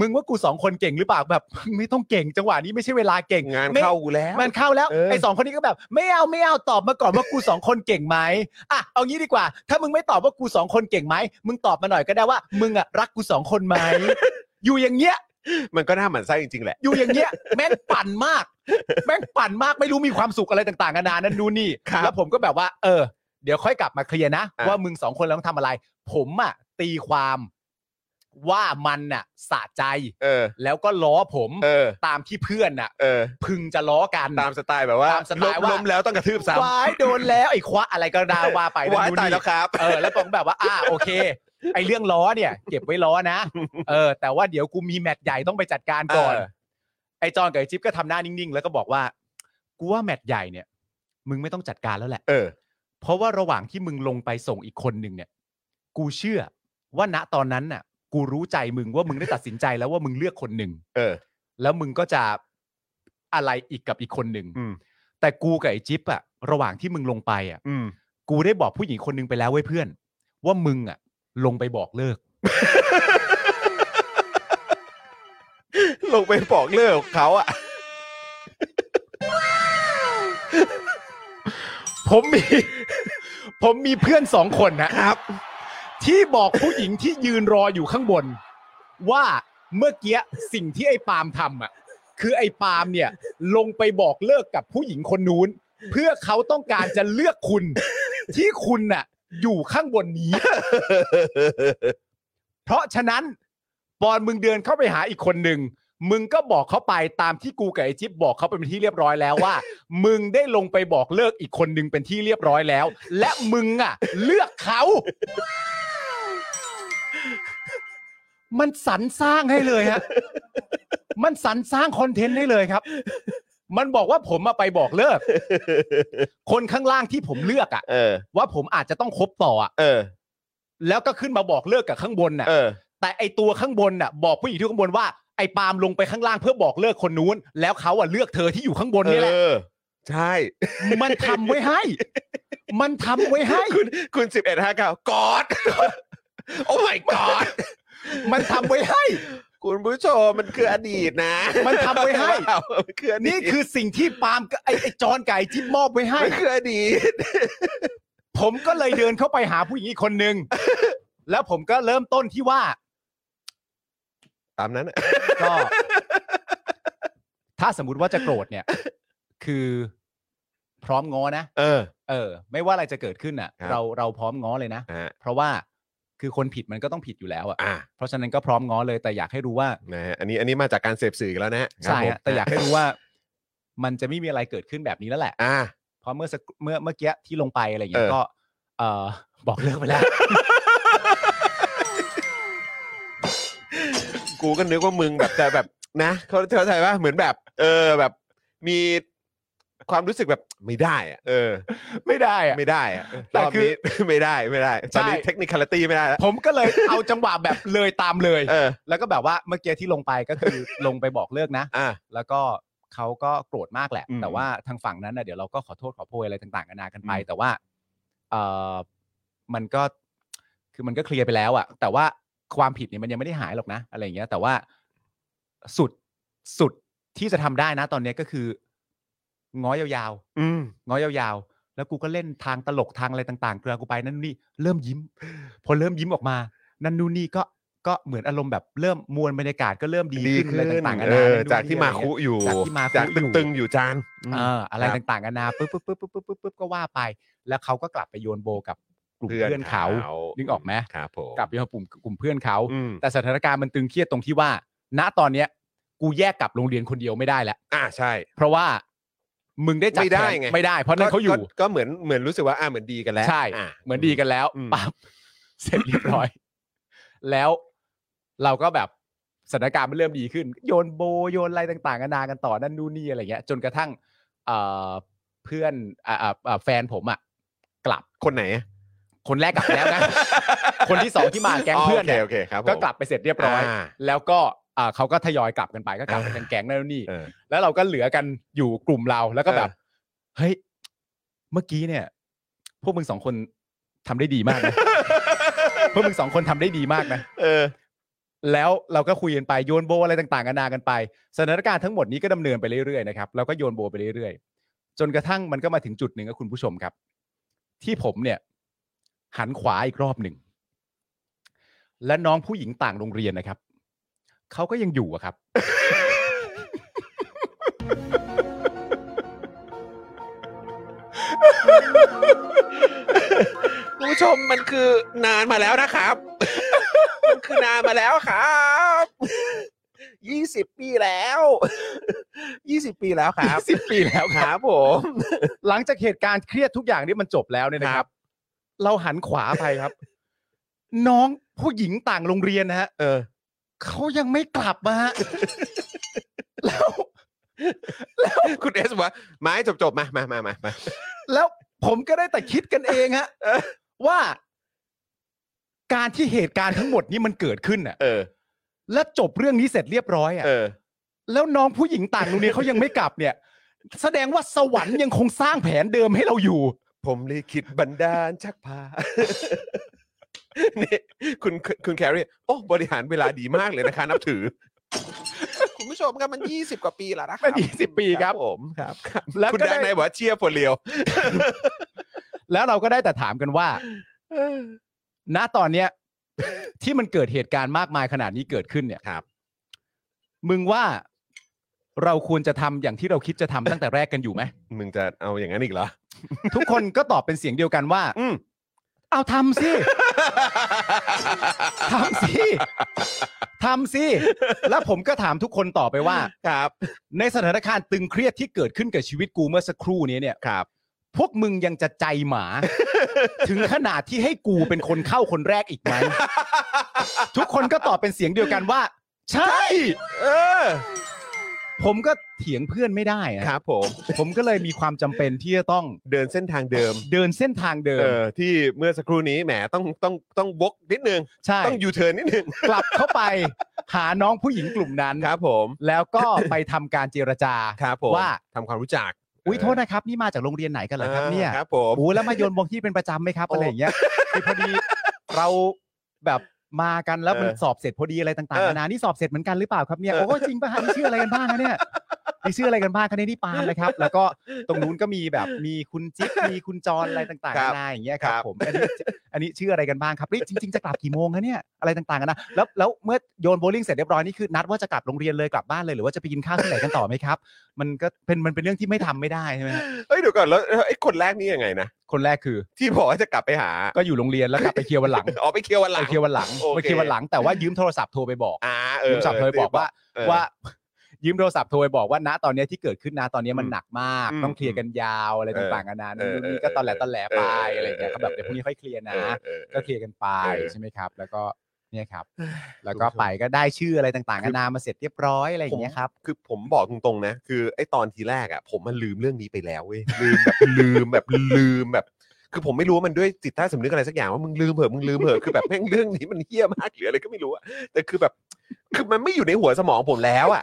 มึงว่ากูสองคนเก่งหรือเปล่าแบบ *laughs* ไม่ต้องเก่งจังหวะนี้ไม่ใช่เวลาเก่ง
งาน
ไม่
เข้ากูแล้ว
มันเข้าแล้ว
เออ
ไอ้สองคนนี้ก็แบบ ไม่เอาไม่เอาตอบมาก่อนว่ากูสองคนเก่งไหมอ่ะเอางี้ดีกว่า ถ้ามึงไม่ตอบว่ากูสองคนเก่งไหมมึงตอบมาหน่อยก็ได้ว่า มึงอ่ะรักกูสองคนไหม
*laughs*
อยู่อย่างเงี้ย
มันก็น่าหมั่นไส้จริงๆแหละ
อยู่อย่างเงี้ย แม่งปั่นมาก แม่งปั่นมากไม่รู้มีความสุขอะไรต่างๆนานานั่นนู่นนี่
ครับ
แล้วผมก็แบบว่า เออ เดี๋ยวค่อยกลับมาเคลียร์นะ
อ่ะ
ว่ามึงสองคนแล้วต้องทำอะไร ผมอ่ะตีความว่ามันน่ะสะใจ
เออ
แล้วก็ล้อผม
เออ
ตามที่เพื่อนน่ะ
เออ
พึงจะล้อกัน
ตามสไตล์แบบว่า
ตามสไตล์ว่า
ล้มแล้วต้องกระทืบซ้ำ
วายโดนแล้วไอ้ควะอะไรก็ดาว่าไป
ว้าย
นู่น
ตาย
นี่
แล้วครับ
เออ แล้วผมแบบว่า อ่าโอเค ไอ้เรื่องล้อเนี่ย เก็บไว้ล้อนะ เออ แต่ว่าเดี๋ยวกูมีแมตช์ใหญ่ต้องไปจัดการก่อน
เออ
ไอ้จอนกับไอ้จิ๊บก็ทำหน้านิ่งๆ แล้วก็บอกว่า กูว่าแมตช์ใหญ่เนี่ย มึงไม่ต้องจัดการแล้วแหละ
เออ
เพราะว่าระหว่างที่มึงลงไปส่งอีกคนหนึ่งเนี่ย กูเชื่อว่าณตอนนั้นน่ะ กูรู้ใจมึงว่ามึงได้ตัดสินใจแล้วว่ามึงเลือกคนหนึ่ง
เออ
แล้วมึงก็จะอะไรอีกกับอีกคนหนึ่ง
อืม
แต่กูกับไอ้จิ๊บอะระหว่างที่มึงลงไปอะ
อืม
กูได้บอกผู้หญิงคนนึงไปแล้วเว้ยเพื่อน ว่ามึงอ่ะ ลงไปบอกเลิก
ลงไปบอกเลิกเขาอ่ะ
ผมมี *laughs* ผมมีเพื่อนสองคนนะครับ ที่บอกผู้หญิงที่ยืนรออยู่ข้างบน ว่าเมื่อกี้สิ่งที่ไอ้ปาล์มทำอ่ะ คือไอ้ปาล์มเนี่ย ลงไปบอกเลิกกับผู้หญิงคนนู้น เพื่อเขาต้องการจะเลือก *laughs* คุณ ที่คุณน่ะ อยู่ข้างบน *laughs* นี้ เพราะฉะนั้นบอลมึงเดินเข้าไปหาอีกคนหนึ่งมึงก็บอกเขาไปตามที่กูกับไอจิ๊บบอกเขาเป็นที่เรียบร้อยแล้วว่า *laughs* มึงได้ลงไปบอกเลิกอีกคนหนึ่งเป็นที่เรียบร้อยแล้ว *laughs* และมึงอ่ะ เลือกเขา *laughs* มันสรรสร้างให้เลยฮะ *laughs* มันสรรสร้างคอนเทนต์ให้เลยครับ มันบอกว่าผมมาไปบอกเลิก *laughs* คนข้างล่างที่ผมเลือกอ่ะ
เออ
ว่าผมอาจจะต้องคบต่ออ่ะ
เออ
แล้วก็ขึ้นมาบอกเลิกกับข้างบนน่ะ
เออ
แต่ไอตัวข้างบนน่ะบอกผู้หญิงที่ข้างบนว่าไอปาล์มลงไปข้างล่างเพื่อบอกเลิกคนนู้น แล้วเขาอ่ะเลือกเธอที่อยู่ข้างบนนี่แหละ
เออ ใช่
มันทำไว้ให้ มันทำไว้ให้
คุณคุณสิบเอ็ดห้าเก้ากอ *laughs* ด โอ้ my god
มันทำไว้ให้
*laughs* คุณผู้ชมมันคืออดีตนะ
มันทำไว้ให้
มันคืออดีต
นี่คือสิ่งที่ปาล์มกับไอไอจอนไก่ที่มอบไว้ให้
มันคืออดีต
ผมก็เลยเดินเข้าไปหาผู้หญิงอีกคนนึงแล้วผมก็เริ่มต้นที่ว่า
ตามนั้นอะ
ก็ ถ้าสมมติว่าจะโกรธเนี่ย คือพร้อมง้อนะ
เออ
เออ ไม่ว่าอะไรจะเกิดขึ้นอ่ะ
ครับ
เราเราพร้อมง้อเลยนะ
อ่ะ
เพราะว่าคือคนผิดมันก็ต้องผิดอยู่แล้วอ่ะ
อ่ะ
เพราะฉะนั้นก็พร้อมง้อเลยแต่อยากให้รู้ว่า
นะฮะอันนี้อันนี้มาจากการเสพสื่ออีกแล้วนะฮะ
ใช่
ครับผม
ฮะแต่อยากให้รู้ว่า มันจะไม่มีอะไรเกิดขึ้นแบบนี้แล้วแหละ
อ่ะ
เพราะเมื่อสักเมื่อเมื่อกี้ที่ลงไปอะไรอย่างเงี้
เอยอ
ก็ เออบอกเลิกไปแล้ว
กูก็นึกว่ามึงแบบแต่แบบนะ *laughs* เขาเข้าใจว่าเหมือนแบบ เออแบบมีความรู้สึกแบบไม่ได้อะเออ
ไม่ได้อะ
ไม่ได้อะ
แต่
รอบ
คือ
นี้ *laughs* ไม่ได้ไม่ได้ ตอนนี้เทคนิค a l ตี้ไม่ได้แล้ว
ผมก็เลยเอาจังหวะแบบเลยตามเลย
เออ
แล้วก็แบบว่าเมื่อกี้ที่ลงไปก็คือ ลงไปบอกเลิกนะ
อ่ะ
แล้วก็เขาก็โกรธมากแหละ
อืม
แต่ว่าทางฝั่งนั้นนะเดี๋ยวเราก็ขอโทษขอโพยอะไรต่างๆกันานากันไป
อืม
แต่ว่าเออมันก็คือมันก็เคลียร์ไปแล้วอะแต่ว่าความผิดเนี่ยมันยังไม่ได้หายหรอกนะ อะไรอย่างเงี้ย แต่ว่าสุดสุดที่จะทำได้นะตอนเนี้ยก็คือ ง้อยาว
อืม
ๆง้อยาวๆ แล้วกูก็เล่นทางตลกทางอะไรต่างๆเกลือกูไปนั่นนู่นนี่เริ่มยิ้ม พอเริ่มยิ้มออกมา นั่นนู่นนี่ก็ก็เหมือนอารมณ์แบบเริ่มมวลบรรยากาศก็เริ่มดี
ดี
ขึ้น
ขึ้น
อะไรต่างๆกั
เอ
นา
อ
นั่นนู่นนี่
จากที่มา
อะไรเงี้ย
คุอยู่
จากที่มาคุ
จาก
อยู่
ตึงๆอยู่จานม
เอออะไร
ครับ
ต่างๆกันานาปุ๊บปุ๊บปุ๊บปุ๊บปุ๊บปุ๊บปุ๊บก็ว่าไป แล้วเขาก็กลับไปโยนโบกับกลุ่มเพื่อนเขานึกออกไหม
ครับผม
กลับไปโยนกลุ่มกลุ่มเพื่อนเขา
อืม
แต่สถานการณ์มันตึงเครียดตรงที่ว่า ณตอนเนี้ย กูแยกกลับโรงเรียนคนเดียวไม่ได้แล้ว
อ่าใช่
เพราะว่ามึงได้จับ
ไม่ได้
แผน
ไง
ไม่ได้เพราะนั่นเขาอยู่
ก็ก็ก็เหมือนเหมือนรู้สึกว่าอ่าเหมือนดีกันแล้ว
ใช่
อ่ะ
เหมือนดีกันแล้ว
อืม
ปั๊บ *laughs* เสร็จเรียบร้อย แล้วเราก็แบบสถานการณ์มันเริ่มดีขึ้น โยนโบโยนอะไรต่างๆกันานากันต่อนั่นนู่นนี่อะไรเงี้ย จนกระทั่งเอ่อเพื่อนอ่าอ่าอ่าแฟนผมอ่ะกลับ
คนไหนอะ
คนแรกกลับแล้วนะ คนที่สองที่มาแก๊งเพื่อน
โอเค
เนี่ย
โอเคครับผม
ก็กลับไปเสร็จเรียบร้อย
า
แล้วก็อ่าเขาก็ทยอยกลับกันไปก็กลับไป
อ่า
ทางแก๊งนั่นนู่นนี่
เออ
แล้วเราก็เหลือกันอยู่กลุ่มเราแล้วก็แบบ เฮ้ย เมื่อกี้เนี่ย พวกมึงสองคนทำได้ดีมากนะ *laughs* พวกมึงสองคนทำได้ดีมากนะ
เออ
แล้วเราก็คุยกันไปโยนโบอะไรต่างๆกันานากันไปสถานการณ์ทั้งหมดนี้ก็ดำเนินไปเรื่อยๆนะครับเราก็โยนโบไปเรื่อยๆ จนกระทั่งมันก็มาถึงจุดหนึ่งครับคุณผู้ชมครับ ที่ผมเนี่ย หันขวาอีกรอบหนึ่ง และน้องผู้หญิงต่างโรงเรียนนะครับเขาก็ยังอยู่อะครับ
คุณผู้ชมมันคือนานมาแล้วนะครับ
*laughs*
มันคือนานมาแล้วครับยี่สิบปีแล้วยี่สิบปีแล้วครับ
สิบปีแล้วค
ครั
*laughs*
บรับผม
หลังจากเหตุการณ์เครียดทุกอย่างนี่มันจบแล้วเนี่ยนะครับ เราหันขวาไปครับ น้องผู้หญิงต่างโรงเรียนนะฮะ
เออ
เขายังไม่กลับมาฮะ แล้ว
*laughs* คุณเอสบอกว่าไม้จบจบๆมามามามามา
แล้วผมก็ได้แต่คิดกันเองฮะว่า การที่เหตุการณ์ทั้งหมดนี้มันเกิดขึ้นอ่ะ
เออ
และจบเรื่องนี้เสร็จเรียบร้อยอ่ะ
เออ
แล้วน้องผู้หญิงต่างโรงเรียนเขายังไม่กลับเนี่ย แสดงว่าสวรรค์ยังคงสร้างแผนเดิมให้เราอยู่
ผมลิขิตบันดาลชักพา *laughs* นี่คุณคุณแครี่โอ้บริหารเวลาดีมากเลยนะคะ นับถือ *laughs* คุณผู้ชมครับมัน 20 กว่าปีแล้วนะครั
มัน20ปีครับ
ผมครับครับ
แล้ว
คุณ
ก็
แดั
ได้
งในบอกว่าเชียร์โฟเลียว
แล้วเราก็ได้แต่ถามกันว่า ณตอนเนี้ย ที่มันเกิดเหตุการณ์มากมายขนาดนี้เกิดขึ้นเนี่ย
ครับ
มึงว่าเราควรจะทำอย่างที่เราคิดจะทำตั้งแต่แรกกันอยู่ไห
*laughs*
ม
มึงจะเอาอย่างนั้นอีกเหรอ
ทุกคนก็ตอบเป็นเสียงเดียวกันว่า
อืม
เอาทำสิ ทำสิทำสิแล้วผมก็ถามทุกคนต่อไปว่า
ครับ
ในสถานการณ์ตึงเครียดที่เกิดขึ้นกับชีวิตกูเมื่อสักครู่นี้เนี่ย
ครับ
พวกมึงยังจะใจหมา ถึงขนาดที่ให้กูเป็นคนเข้าคนแรกอีกไหม ทุกคนก็ตอบเป็นเสียงเดียวกันว่า ใช่
เออ
ผมก็เถียงเพื่อนไม่ได้อะ
ครับผม
ผมก็เลยมีความจำเป็นที่จะต้อง
เดินเส้นทางเดิม
เดินเส้นทางเดิ
เอ
ม
อ ที่เมื่อสักครู่นี้แหมต้องต้องต้องบกนิดนึง
ใช่
ต้องยูเทิร์นนิดนึง
กลับเข้าไป หาน้องผู้หญิงกลุ่มนั้น
ครับผม
แล้วก็ไปทำการเจรจา
ครับผม
ว่า
ทำความรู้จัก
อุ้ยโทษนะครับ นี่มาจากโรงเรียนไหนกันเหรอครับเนี่ย
อ่าครับผม
โอ้แล้วมาโยนบงที่เป็นประจำไหมครับ
โอ้
อะไรอย่างเงี้ยคือพอดีเราแบบมากันแล้วมัน
เออ
สอบเสร็จพอดีอะไรต่างๆ
เออ
นานานี่สอบเสร็จเหมือนกันหรือเปล่าครับเนี่ย
เออ
โอ้ยจริงป่ะฮะนี่ชื่ออะไรกันบ้างคะเนี่ยนี่ชื่ออะไรกันบ้างคะเนี่ยนี่ปาล์มนะครับ แล้วก็ตรงนู้นก็มีแบบมีคุณจิ๊บมีคุณจรอะไรต่างๆนานาอย่างเงี้ยครับผมอันนี้อันนี้ชื่ออะไรกันบ้างครับนี่จริง ๆจะกลับกี่โมงคะเนี่ยอะไรต่างๆกันะแล้วแล้วเมื่อโยนโบลิ่งเสร็จเรียบร้อยนี่คือนัดว่าจะกลับโรงเรียนเลยกลับบ้านเลยหรือว่าจะไปกินข้าวที่ไหนกันต่อไหมครับ มันก็เป็นมันเป็นเรื่องที่ไม่ทำไม่ได้ใช่ไหมฮะ
เอ้ยเดี๋ยวก่อนแล้วไอ้คนแรกนี่ยังไงนะ
คนแรกคือ
ที่บอกว่าจะกลับไปหา
ก็อยู่โรงเรียนแล้วกลับไปเคลียร์วันหลัง
ออกไปเคลียร์วันหลั
ไป
ง
เคลียร์วันหลัง
โอเค
ไปเคลียร์วันหลังแต่ว่ายืมโทรศัพท์โทรไปบอก
อ่าเอ
ยื
อ
มโทรศัพท์โทรไปบอกว่า
เออ
ว่า *laughs* ยืมโทรศัพท์โทรไปบอกว่าณตอนเนี้ยที่เกิดขึ้นนะตอนเนี้ยมัน
อืม
หนักมาก
อืม
ต้องเคลียร์กันยาวอะไร
เออ
ต่างๆกันานา
เออ
นู่นนี่ก็ตอนแหลตอนแหล
เออ
ไป
เออ
อะไรอย่างเงี้ย
เออ
ก็แบบ
เออ
เดี๋ยวพรุ่งนี้ค่อยเคลียร์นะ
เออเออเอ
ก็
อ
เคลียร์กันไป
เออ
ใช่ไหมครับ แล้วก็เนี่ย
*sighs*
ครับ
ย
แล้วก็ไปก็ได้ชื่ออะไรต่างๆ
คือ
นานามาเสร็จเรียบร้อยอะไรอย่างเงี้ยครับ
คือผมบอกตรงๆนะ คือไอ้ตอนทีแรกอ่ะ ผมมันลืมเรื่องนี้ไปแล้วเว้ยลืมแบบลืมแบบ *laughs* ลืมแบบ คือผมไม่รู้ว่ามันด้วยจิตใต้สำนึกอะไรสักอย่างว่ามึงลืมเผอะมึงลืมเผอะคือแบบแม่งเรื่องนี้มันเฮี้ยมากหรืออะไรก็ไม่รู้อะแต่คือแบบ คือมันไม่อยู่ในหัวสมองผมแล้วอะ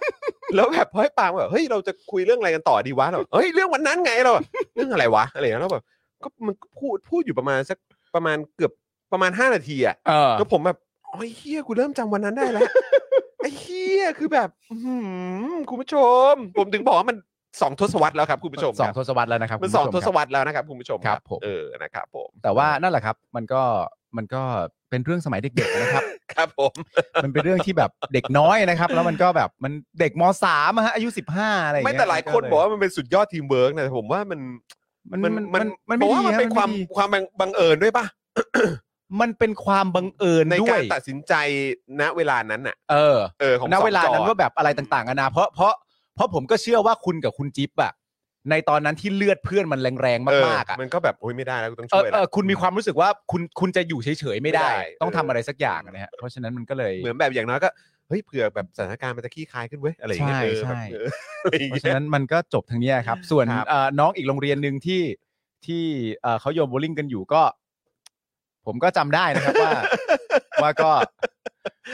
แล้วแบบพอให้ปาล์มแบบเฮ้ยเราจะคุยเรื่องอะไรกันต่อดีวะเราเฮ้ยเรื่องวันนั้นไงเราแบบเรื่องอะไรวะอะไรอย่างเงี้ยแล้วแบบก็มันก็พูดพูดอยู่ประมาณสักประมาณเกือบประมาณ 5 นาทีอะ
เออ
แล้วผมแบบโอ้ยเฮียกูเริ่มจำวันนั้นได้แล้ว
*laughs*
ไอ้เฮียคือแบบอื้อหือคุณผู้ชม ผมถึงบอกว่ามันสองทศวรรษแล้วครับคุณผู้ชม
สอง
ครับ
ทศวรรษแล้วนะครับ
มันสอง
คุณ
ท
ผู้ช
ศ
ครับ
วรรษแล้วนะครับคุณผู้ชม
ครับผม
เออนะครับผม
แต่ว่านั่นแหละครับ มันก็มันก็เป็นเรื่องสมัยเด็กๆนะครับ
ครับผม
มันเป็นเรื่องที่แบบเด็กน้อยนะครับ แล้วมันก็แบบมันเด็กมสามอะฮะอายุสิบห้าอะไรอง
ไม่
เงี้
แต่หลายคน
เ
บอกว่ามันเป็นสุดยอดทีมเวิร์กนะแต่ผมว่ามัน
มันมันมันมัน
ผ
ไม่
มว่า
ดี
มัน
ฮะ
เป็นความ
ไดี
ความบังบังเอิญด้วยป่ะ
มันเป็นความบังเอิญ
ใน
ด้ว
การ
ย
ตัดสินใจณเวลานั้นน่ะ
เออ
เออของ
ณ
สอง
เวลานั้น
จอ
ว่าแบบอะไรต่างๆนานาเพราะเพราะเพราะผมก็เชื่อว่าคุณกับคุณจิ๊บอะในตอนนั้นที่เลือดเพื่อนมันแรง
เออ
ๆมากๆอะ
มันก็แบบโอ้ยไม่ได้แล้วกูต้อง
เอ
ช่
อ
วยแล้
เอ
ว
อคุณมีความรู้สึกว่าคุณคุณจะอยู่เฉยๆไม่ได้
ไม่ได้
ต้องทำอะไรสักอย่างนะฮะเพราะฉะนั้นมันก็เลย
เหมือนแบบอย่างน้อยก็เฮ้ยเผื่อแบบสถานการณ์มันจะขี้คายขึ้นเว้ยอะไรอย่างเงี้ย
ใช่
เออ
ใช่
แบบเอออะไรอย่าง
เพราะ
เงี้ย
ฉะนั้นมันก็จบทางเนี้ยครับ ส่วน
ครับ
เอ่อน้องอีกโรงเรียนหนึ่งที่ที่เอ่อเขาโยนโบว์ลิ่งกันอยู่ก็ ผมก็จำได้นะครับว่า
*laughs*
ว่าก็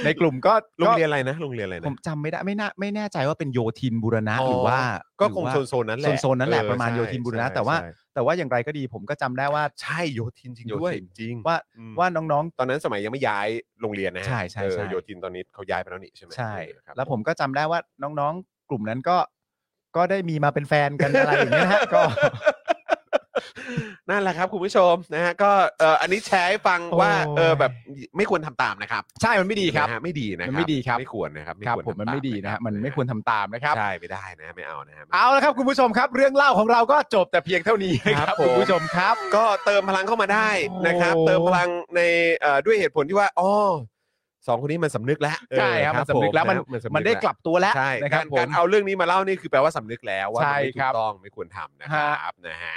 ในกลุ่มก็
โรงเรียนอะไรนะโรงเรียนอะไร
ผ
นะ
มจำไม่ได้ไม่น่าไม่แน่ใจว่าเป็นโยธินบุรณะหรือว่า
ก็
ห
ค
รื
ง
อว่า
โซนโซนๆนั้นแหละ
โซนๆนั้นแหละ
เออ
ประมาณ
ใช่
โยธินบุรณะ
ใช่
แต่ว่า
ใช่
แต่ว่าอย่างไรก็ดีผมก็จำได้ว่า
ใช่โยธินจริง
โย
ด้วย
ธิน
จริง
ว่า
อืม
ว่าน้อง
ตอนนั้นสมัยยังไม่ย้ายโรงเรียนนะฮะ
ใช่ใช่ใช่
เออโยธินตอนนี้เขาย้ายไปแล้วนี่ใช่ไหม
ๆ ใช่
เออครับ
แล้วผมก็จำได้ว่าน้องๆ กลุ่มนั้นก็ก็ได้มีมาเป็นแฟนกันอะไรอย่างเงี้ยนะฮะก็
นั่นแหละครับคุณผู้ชมนะฮะก็เอ่ออันนี้แชร์ให้ฟัง
โอ้ย
ว่าเออแบบไม่ควรทำตามนะครับ
ใช่มันไม่ดีครับ
นะฮะไม่ดีนะค
มั
รั
นไม่ดีครับ
ไม่ควรนะครับ
ครับ
คว
ผมมัน
ทำตา
ไม่ดีนะฮะมันไม่ควรทำตามนะครับ
ใช่ไม่ได้นะไม่เอานะฮะ
เอาละครับคุณผู้ชมครับ เรื่องเล่าของเราก็จบแต่เพียงเท่านี้นะครับคุณผู้ชมครับ
ก็เติมพลังเข้ามาได้นะครับ
โอ้
เติมพลังในเอ่อด้วยเหตุผลที่ว่าอ๋อสองคนนี้มันสำนึกแล้ว
ใช่ครับมันสำนึกแล้ว
เออครับผ
มันได้กลับตัวแล้ว
ใช่
นะค
กา
รับ
ร
ผ
กาม รเอาเรื่องนี้มาเล่านี่คือแปลว่าสำนึกแล้วว่า
ใช่
มันไม่
ค
ถู
รั
ก
บ
ต้องไม่ควรทำนะครับนะฮะ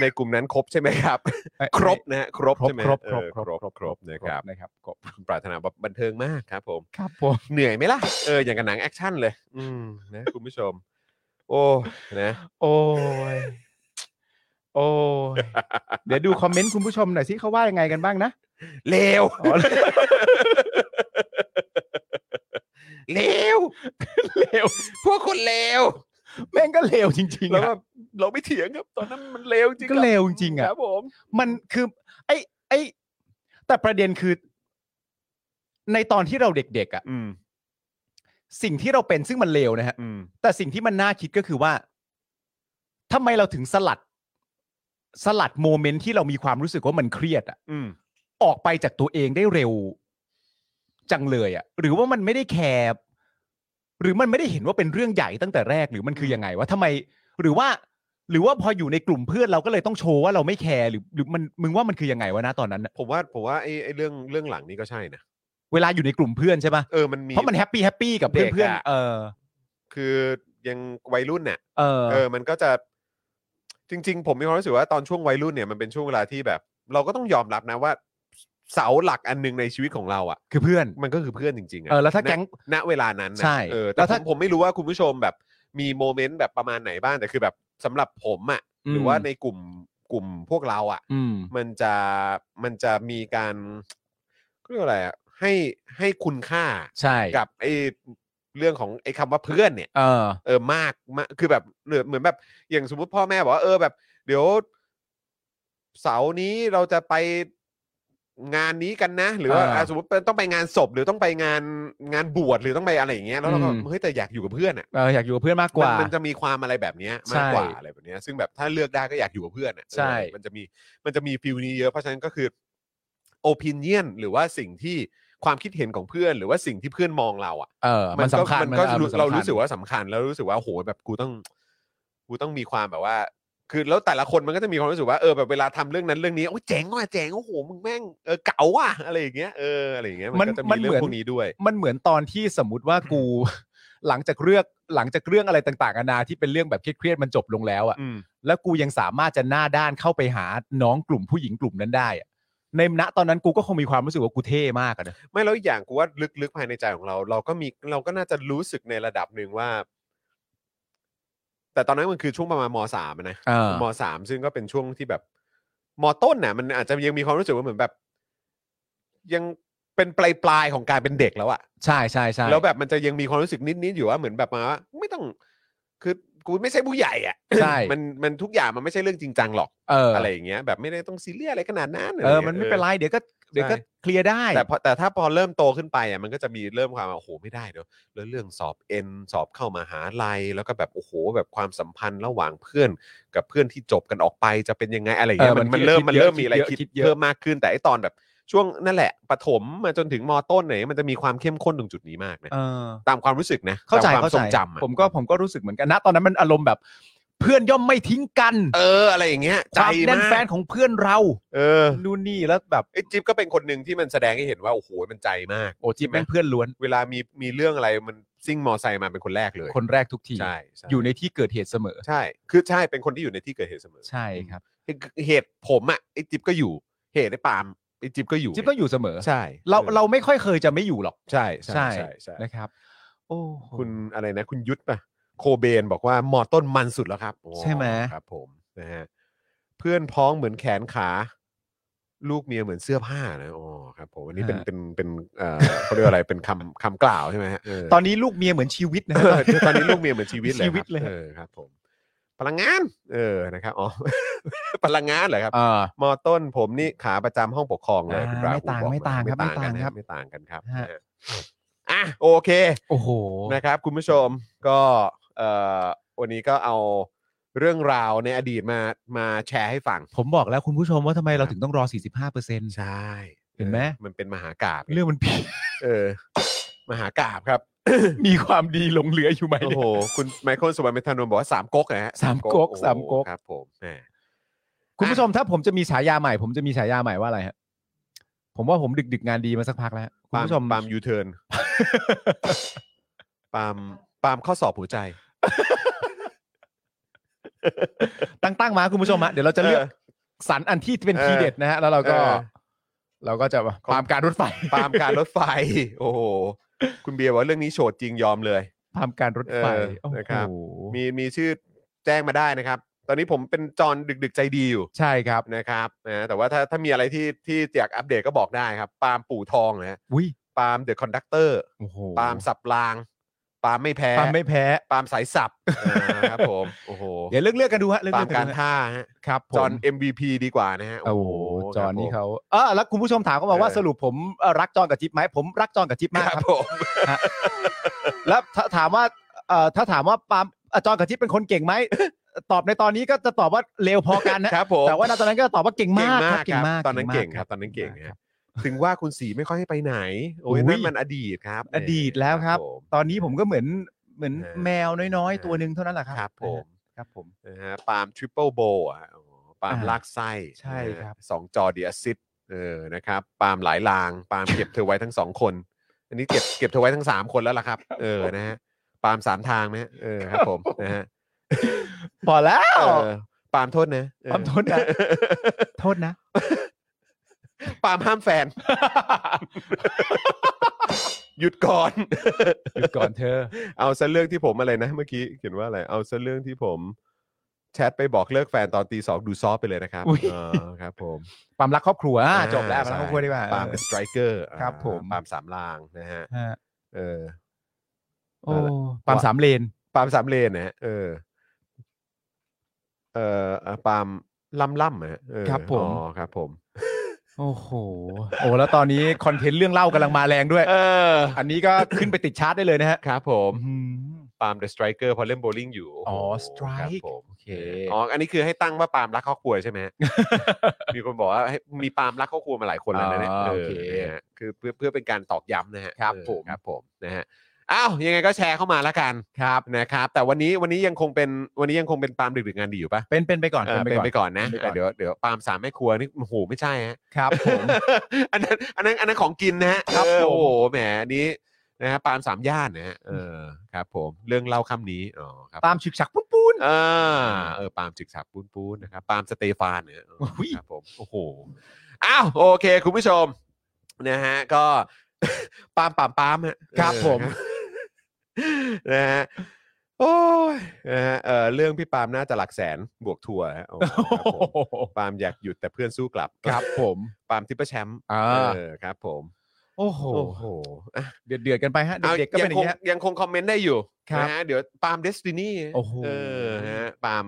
ในกลุ่มนั้นครบใช่ไหม
*laughs*
ครับ
เอ้ย
ครบนะฮะครบ
ครบ
ใช่ไหม
ครบ
เอ
ครบ
อ
ครบ
ครบครบนะครับ
นะครับครบ
ปรารถนาแบบบันเทิงมากครับผม
ครับผม
เหนื่อยไหมล่ะ เออ อย่างกับหนังแอคชั่นเลย อืม นะ คุณผู้ชม โอ้ นะ
โอ้ยโอ้ยเดี๋ยวดูคอมเมนต์คุณผู้ชมหน่อยสิเขาว่ายังไงกันบ้างนะ
เลว
อ๋ *laughs* อ
เลว
*laughs*
เลว *laughs* พวกคนเลว
แม่งก็เลวจริงๆ
แล้ว
อะ
แบบเราไม่เถียงครับ ตอนนั้นมันเลวจริง
ก็
ครับ
เลวจริงๆอะ
ครับผม
มันคือ ไอ้ไอ้แต่ประเด็นคือ ในตอนที่เราเด็กๆอะ
อืม
สิ่งที่เราเป็นซึ่งมันเลวนะฮะ
อืม
แต่สิ่งที่มันน่าคิดก็คือว่าทำไมเราถึงสลัด สลัดโมเมนต์ที่เรามีความรู้สึกว่ามันเครียดอะ
อืม
ออกไปจากตัวเองได้เร็ว จังเลยอะหรือว่ามันไม่ได้แคร์หรือมันไม่ได้เห็นว่าเป็นเรื่องใหญ่ตั้งแต่แรกหรือมันคือยังไงวะทำไม หรือว่า หรือว่าพออยู่ในกลุ่มเพื่อนเราก็เลยต้องโชว์ว่าเราไม่แคร์หรือหรือมันมึงว่ามันคือยังไงวะนะตอนนั้นอะ
ผมว่า ผมว่าไอ้ไอ้เรื่อง เรื่องหลังนี้ก็ใช่นะ
เวลาอยู่ในกลุ่มเพื่อนใช่ปะ
เออ มันมี
เพราะมันแฮปปี้แฮปปี้กับ
เด็กอะ
เพื่อนๆเออ
คือยังวัยรุ่นเนี่ย
เออ
เออ มันก็จะจริง ๆ ผมมีความรู้สึกว่าตอนช่วงวัยรุ่นเนี่ยมันเป็นช่วงเวลาที่แบบ เราก็ต้องยอมรับนะว่า เสาหลักอันหนึ่งในชีวิตของเราอะ่ะ
คือเพื่อน
มันก็คือเพื่อนจริงๆอะ
เออแล้วถ้าแก๊ง
ณณเวลานั้นนะ
ใช่
เออ
แล้
แต่
ว
ผ
ถ้า
มผมไม่รู้ว่าคุณผู้ชมแบบมีโมเมนต์แบบประมาณไหนบ้างแต่คือแบบสำหรับผมอะ่ะหรือว่าในกลุ่มกลุ่มพวกเราอะ่ะ
อืม
มันจะมันจะมีการเขาเรียกว่าอะไรอะ่ะให้ให้คุณค่า
ใช่
กับไอ้เรื่องของไอ้คำว่าเพื่อนเนี่ย
เออ
เออมากมากคือแบบเหมือนเหมือนแบบ อย่างสมมติพ่อแม่บอกว่าเออแบบ เดี๋ยว เสาร์นี้เราจะไปงานนี้กันนะ หรือว่า
อ่า
อ่ะสมมติเป็นต้องไปงานศพหรือต้องไปงานงานบวชหรือต้องไปอะไรอย่างเงี้ยแล้วเราก็
อืม
เฮ้ยแต่อยากอยู่กับเพื่อนอ่ะ
เอออยากอยู่กับเพื่อนมากก
มัน
ว่า
มันจะมีความอะไรแบบเนี้ยมากกว่า
ใช่
อะไรแบบเนี้ยซึ่งแบบถ้าเลือกได้ก็อยากอยู่กับเพื่อนอ่ะ
ใช่
เออมันจะมีมันจะมีฟิลนี้เยอะเพราะฉะนั้นก็คือโอปินเนียนหรือว่าสิ่งที่ความคิดเห็นของเพื่อน หรือว่าสิ่งที่เพื่อนมองเราอ่ะ
เออ มันสำคัญ
มันก็
ออ
รู้
มันสำคัญ
เรารู้สึกว่าสำคัญแล้วรู้สึกว่าโหแบบกูต้อง กูต้องมีความแบบว่า คือแล้วแต่ละคนมันก็จะมีความรู้สึกว่าเออแบบเวลาทำเรื่องนั้นเรื่องนี้โอ้ยเจ๋งว่ะเจ๋งโอ้โหมึงแม่งเออเก๋าว่ะอะไรอย่างเงี้ยเอออะไรอย่างเงี้ย
มั
มัน
น
ก็จะ
มั
มี
น
เรื่อ
เหมือง น
พวกนี้ด้วย
มันเหมือนตอนที่สมมติว่ากู *laughs* หลังจากเรื่องหลังจากเรื่องอะไรต่างๆนานาที่เป็นเรื่องแบบเครียดๆมันจบลงแล้วอะ
อืม
แล้วกูยังสามารถจะหน้าด้านเข้าไปหาน้องกลุ่มผู้หญิงกลุ่มนั้นได้อะในณตอนนั้นกูก็คงมีความรู้สึกว่ากูเท่มากอะนะ
ไม่แล้วอีกอย่างกูว่าลึกๆภายในใจของเรา เราก็มีเราก็น่าจะรู้สึกในระดับหนึ่งว่า แต่ตอนนั้นมันคือช่วงประมาณมสามอะนะ
เออ
มสามซึ่งก็เป็นช่วงที่แบบมต้นน่ะ มันอาจจะยังมีความรู้สึกว่าเหมือนแบบ ยังเป็นปลายปลายๆของการเป็นเด็กแล้วอะ
ใช่ใช่ใช่
แล้วแบบมันจะยังมีความรู้สึกนิดๆอยู่ว่าเหมือนแบบมาว่าไม่ต้อง คือกูไม่ใช่ผู้ใหญ่อะ
ใช่
มันมันทุกอย่างมันไม่ใช่เรื่องจริงจังหรอก
เอออ
อะไรอย่างเงี้ย แบบไม่ได้ต้องซีเรียสอะไรขนาดนั้นะร
เออ
งี้ย
มันไม่เป็นไรเดี๋ยวก็เดี๋ยวก็เคลียร์ได้
แต่พอแต่ถ้าพอเริ่มโตขึ้นไปอ่ะมันก็จะมีเริ่มความว่าโอ้โหไม่ได้เดี๋ยวแล้วเรื่องสอบเอ็นสอบเข้ามหาลัยแล้วก็แบบโอ้โหแบบความสัมพันธ์ระหว่างเพื่อน กับเพื่อนที่จบกันออกไปจะเป็นยังไงอะไรอย่างเงี้ย
เออ
มัน
มั
มัน
น
เริ่ม
คิด
มัน
เยอะ
เริ่มมีอะไร
คิดเยอะ
คิ
คิ
ด
ดเยอะ
เพิ่มมากขึ้นแต่ไอตอนแบบช่วงนั่นแหละปฐมมาจนถึงมต้นเนี่ยมันจะมีความเข้มข้นตรงจุดนี้มากนะ
เออ
ตามความรู้สึกนะ
เข้าใจ
ตมควา
เข้าม
ท
ใจ
รงจำอะ
ผมก็ผมก็รู้สึกเหมือนกันนะตอนนั้นมันอารมณ์แบบ เพื่อนย่อมไม่ทิ้งกัน
เอออะไรอย่างเงี้ย
ค
ใจ
วามแน่น
มาก
แฟนของเพื่อนเรา
เออ
นู่นนี่แล้วแบบ
ไอจิ๊บก็เป็นคนหนึ่งที่มันแสดงให้เห็นว่าโอ้โหมันใจมาก
โอ้จีบแม่งเพื่อนล้วน
เวลามีมีเรื่องอะไรมันซิ่งมอไซค์มาเป็นคนแรกเลย
คนแรกทุกที
ใช่ใช่
อยู่ในที่เกิดเหตุเสมอ
ใช่ คือใช่เป็นคนที่อยู่ในที่เกิดเหตุเสมอ
ใช่ครับ
เหตุผมอ่ะไอจิ๊บก็อยู่ เหตุไอปาล์มไอจิ๊บก็อยู่
จิ๊บก็อยู่เสมอ
ใช่
เราเราไม่ค่อยเคยจะไม่อยู่หรอก
ใช่ใช่ใช่ใช่
นะครับ โอ้โห
คุณอะไรนะ คุณยุทธป่ะโคเบนบอกว่ามอต้นมันสุดแล้วครับโอ้
ใช่ไหม
ครับผมนะฮะเพื่อนพ้องเหมือนแขนขา ลูกเมียเหมือนเสื้อผ้านะอ๋อครับผมอันนี้เป็น
ฮะ
เป็นเป็นเอ่อเขาเรียกว่าอะไรเป็นคำคำกล่าวใช่ไหมฮะเ
ตอนนี้ลูกเมียเหมือนชีวิตนะ
เออตอนนี้ลูกเมียเหมือนชีวิตเลย
ชีวิตเลย
ครับเออครับผม พลังงาน เออนะครับอ๋อ *laughs* พลังงานเหรอครับ
*laughs* เออ
มอต้นผมนี่ขาประจำห้องปกครองเลย
อ่า
คุณราหู
ไม่ต่าง
บอก
ไม่ต่างครับ
ไม่ต่างกัน
ไม่ต่างครับ
ไม่ต่างกันครับ
ฮะ
นะฮะอ่ะโอเค
โอ้โห
นะครับ คุณผู้ชมก็เอ่อวันนี้ก็เอาเรื่องราวในอดีตมามาแชร์ให้ฟัง
ผมบอกแล้วคุณผู้ชมว่าทำไมเรา
ครับ
ถึงต้องรอ 45เปอร์เซ็นต์
ใช่
เห็นไหม
ออมันเป็นมหากราบ
เรื่องมัน *laughs* ผิด
เออ มหากราบครับ
มีความดีหลงเหลืออยู่ไหม
โอ้
เนี่ย
โห คุณไมเคิลสุวรรณเมธานนท์บอกว่าสามก๊กนะฮะ
สามก๊ก
โอ้โห
สามก๊ก
ครับผมแหม
คุณผู้ชมถ้าผมจะมีฉายาใหม่ ผมจะมีฉายาใหม่ว่าอะไรฮะผมว่าผมดึกดึกๆงานดีมาสักพักแล้วฮะคุณ
ปาล์ม
ผู้ชม
ปาล์มยูเทิร์น
*laughs*
ปาล์มปาล์มข้อสอบหัวใจ
ตั้งตั้งมาคุณผู้ชมฮะเดี๋ยวเราจะเลือก
เออ
สรรอันที่เป็น
เออ
ทีเด็ดนะฮะแล้วเราก็
เออ
เราก็จะปราบการรถไฟ
ปาล์มการรถไฟ *laughs* โอ้โห คุณเบียร์บอกว่าเรื่องนี้โฉดจริงยอมเลย
ปราบการรถไฟ
เออ
โอ้โห
นะครับ มีมีชื่อแจ้งมาได้นะครับ ตอนนี้ผมเป็นจอนดึก ๆ ใจดีอยู่
ใช่ครับ
นะครับนะแต่ว่าถ้าถ้ามีอะไรที่ที่อยากอัปเดตก็บอกได้ครับ ปาล์มปู่ทองนะฮะ
อุ้ย
ปาล์มเดอะคอนดักเตอร์
โอ้โห
ปาล์มสับราง ปาล์มไม่แพ้
ปาล์มไม่แพ้
ปาล์มสายสับอ่าครับผม โอ้โห
เดี๋ยวเลือกเลือกๆกันดูฮะเลือก
ปา
เลื
ล์
อ
ม
กๆกั
กาน ร
ดูฮะ
ท่าฮะ
ครับผม
จอน MVP ดีกว่านะฮะ
โอ้โหจอน
ครับ
นี่
ผม
เขาเออแล้วคุณผู้ชมถามก็บอกว่า
เออ
สรุปผมเอ่อรักจอนกับจิ๊บไหมผมรักจอนกับจิ๊บมาก
ค
ค
รั
รั
บบ ผม
แล้วถ้าถามว่าเอ่อถ้าถามว่าปาล์มเอ่อจอนกับจิ๊บเป็นคนเก่งไหม *laughs* ตอบในตอนนี้ก็จะตอบว่าเลวพอกันนะครับ
ผม
แต่ว่าณตอนนั้นก็ตอบว่าเก่งมากครับ
เก่
เก่
งมาม
งาก ก
ตอนนั้นเก่ง
มา
ครับตอนนั้นเก่งครับ ถึงว่าคุณสีไม่ค่อยให้ไปไหน โอ้ย
อุ๊ย
นั่นมันอดีตครับ
อดีตแล้วครับ
ผม
ตอนนี้ผมก็เหมือนเหมือน
เออ
แมวน้อย
เออ
ๆ ตัวหนึ่งเท่านั้นแหละครับ
ครับผม
ครับผม
นะฮะปาล์มทริปเปิลโบอ่ะโอ้โหปาล์ม
อ่า
ลากไส้
ใช่
นะ
ค
ฮะ
รับ
สองจอเดียซิดเออนะครับปาล์มหลายลางปาล์มเก็บเธอไว้ทั้งสองคน อันนี้เก็บเก็บเธอไว้ทั้งสามคนแล้วล่ะครับ เออนะฮะปาล์มสามทางไหมฮะเออครับผมนะฮะ
พอแล้ว
เออปาล์มโทษนะเออ
ปาล์มโทษนะ โทษนะ
ปาล์มห้ามแฟน
*laughs*
หยุดก่อน
หยุดก่อนเธอ
เอาซะเรื่องที่ผมอะไรนะ เมื่อกี้เขียนว่าอะไร เอาซะเรื่องที่ผม แชทไปบอกเลิกแฟนตอนตีสองดูซอฟไปเลยนะครับ
อุ๊ย
เออครับ ผม
ความรักครอบครัวอ่ะจบแล้ว
ใช่
ความรักครอบครัวดีกว่า
ปาล์มเป็นสไตรเกอร์
ครับผม
ปาล์มสามลางนะฮะ
ฮะ
เออ
โอ้ปาล์มสามเลน
ปาล์มสามเลนนะฮะเออ เออเอ่อปาล์มล่ำล่ำนะฮะเออ
ครับผม
อ๋อครับ ผม
โอ้โห โอ้แล้วตอนนี้คอนเทนต์เรื่องเล่ากำลังมาแรงด้วย
เออ
อันนี้ก็ขึ้นไปติดชาร์ตได้เลยนะฮะ
ครับผม
อืม
ปาล์มเดอะสไตรเกอร์พอเล่นโบลิ่งอยู่โโห
อ๋อ strike
ครับผม
โอเค
อ๋ออันนี้คือให้ตั้งว่าปาล์มรักครอบครัวใช่
*laughs*
ไหมฮะ มีคนบอกว่าให้มีปาล์มรักครอบครัวมาหลายคนแล้วนะเนี่ย
อ๋อโอเค
นะฮะคือเพื่อเพื่อเป็นการตอกย้ำนะฮะ
ครับ
เออ
ผม
ครับผมนะฮะอ้าวยังไงก็แชร์เข้ามาละกันครับนะครับ แต่วันนี้วันนี้ยังคงเป็นวันนี้ยังคงเป็นปาล์มดึกๆงานดีอยู่ปะ
เป็นเป็นไปก่อน
เออ
เป็
เป็น น
ไป
ไป
ก่อน
ก่อนนะ
เป็นไปก่อน
เดี๋ยวเดี๋ยวปาล์มสามแม่ครัวนี่โอ้โหไม่ใช่
*laughs*
ฮะ
ครับผม
*laughs* อันนั้นอันนั้นอันนั้นของกินนะฮะ
ครับ
เออ
ผม
โอ้โหแหมอันนี้นะฮะปาล์มสามย่านนะฮะเออครับ ผมเรื่องเล่าคำนี้อ๋อครับ
ปาล์มฉึกฉักปุ้นปุ้น
อ่าเออปาล์มจึกสักปูนปูนนะครับปาล์มสเตฟานเนี่ยเออ
อุ๊ย
ครับผมโอ้โหอ้าวโอเค คุณผู้ชมนะฮะก็ *laughs* ปาล์มปาล์มปาล์มฮะ
ครับ
เออ
ผม
นะฮะโอ้ยนะฮะเออเรื่องพี่ปาล์มน่าจะหลักแสนบวกทัวร์ฮะโอ้โหครับผมปาล์มอยากหยุดแต่เพื่อนสู้กลับ
ครับผม
ปาล์มทิปเปอร์แชมป์
อ่า
เออครับผม
โอ้โห
โอ้โหอ่ะ
เดือดเดือดๆกันไปฮะ
เอา
เด็กๆก็
ยั
เป็น
ง
อ
ค
ย่าง
ง
เงี้ย
ยังคงคอมเมนต์ได้อยู่
ครับ
นะฮะเดี๋ยวปาล์มเดสตินี
โอ้โห
เออฮะปาล์ม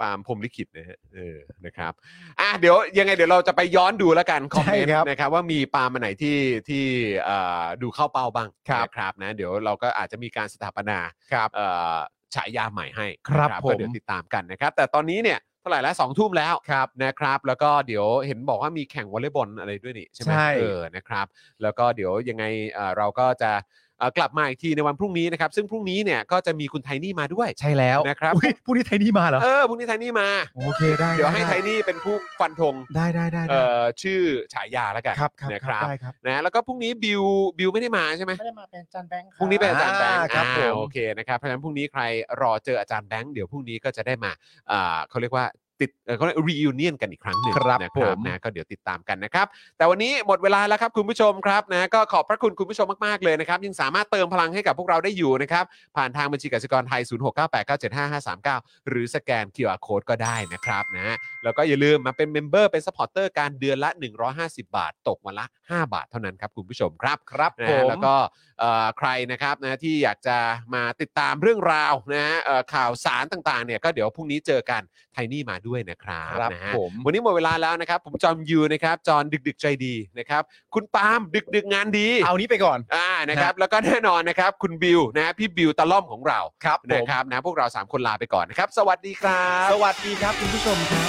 ปาล์มพรหมลิขิตนะฮะเออนะครับอ่ะเดี๋ยวยังไงเดี๋ยวเราจะไปย้อนดูแล้วกันคอมเมนต์
ใช่ครับ
นะครับว่ามีปาล์มอันไหนที่ที่เอ่อดูเข้าเป้าบ้าง
ครับ
นะครับนะเดี๋ยวเราก็อาจจะมีการสถาปนา
ครับ
เอ่อฉายาใหม่ให้
ครับ
นะ
ผม
ก็เดี๋ยวติดตามกันนะครับ แต่ตอนนี้เนี่ยเท่าไหร่แล้วสองทุ่มแล้ว
ครับ
นะครับแล้วก็เดี๋ยวเห็นบอกว่ามีแข่งวอลเลย์บอลอะไรด้วยนี่ใช่ไหม
ใช่
เออนะครับ แล้วก็เดี๋ยวยังไงเอ่อเราก็จะเอ่อกลับมาอีกทีในวันพรุ่งนี้นะครับ ซึ่งพรุ่งนี้เนี่ยก็จะมีคุณไทนี่มาด้วย
ใช่แล้ว
นะครับ
อุ๊ยผู้นี้ไทยนี่มาเหรอ
เออพรุ่งนี้ไทนี่มา
โอเคได้
เดี๋ยวให้ไท
ไ
นี่เป็นผู้ฟันธง
ด้ได้ได้ได้
เอ่อชื่อฉายาแล้วกัน
ครับครับ
นะ
ค
ค
รั
รั
บบ ได้ครับ
นะแล้วก็พรุ่งนี้บิวบิวไม่ได้มาใช่ไหม
ไม่ได้มาเป็นอาจารย์แบงค์ค
พ
บ
รุ่งนี้เป็นอาจารย์แบงค์
อ่าครับ
อ่า
ผม
โอเคนะครับเพราะฉะนั้นพรุ่งนี้ใครรอเจออาจารย์แบงค์เดี๋ยวพรุ่งนี้ก็จะได้มาเอ่อเขาเรียกว่า ติดเอ่อเขาเรียกรียูเนียนกันอีกครั้งหนึ่ง
ครับ
นะ
ผม
นะก็เดี๋ยวติดตามกันนะครับ แต่วันนี้หมดเวลาแล้วครับคุณผู้ชมครับนะก็ขอบพระคุณคุณผู้ชมมาก ๆ เลยนะครับ ยังสามารถเติมพลังให้กับพวกเราได้อยู่นะครับ ผ่านทางบัญชีกสิกรไทย 0698975539 หรือสแกน QR Code ก็ได้นะครับนะ แล้วก็อย่าลืมมาเป็นเมมเบอร์เป็นสปอร์เตอร์การเดือนละ 150 บาท ตกวันละ 5 บาทเท่านั้นครับคุณผู้ชมครับ
ครับ
นะ
ผ
ฮะ
ม
แล้วก็เอ่อใครนะครับนะที่อยากจะมาติดตามเรื่องราวนะฮะเอ่อข่าวสารต่างๆเนี่ยก็เดี๋ยวพรุ่งนี้เจอกันไทนี่มาด้วยนะครับ
ครับ
นะฮะ
ผม
วันนี้หมดเวลาแล้วนะครับ ผมจอมยูนะครับ จอนดึก ๆ ใจดีนะครับ คุณปาล์มดึก ๆ งานดี
เอานี้ไปก่อน
อ่านะครับแล้วก็แน่นอนนะครับ คุณบิวนะฮะพี่บิวตะล่อมของเรา
ครับผ
นะ
ม
ครับนะพวกเรา 3 คนลาไปก่อนนะครับ สวัสดีครับ
สวัสดีครับคุณผู้ชมครับ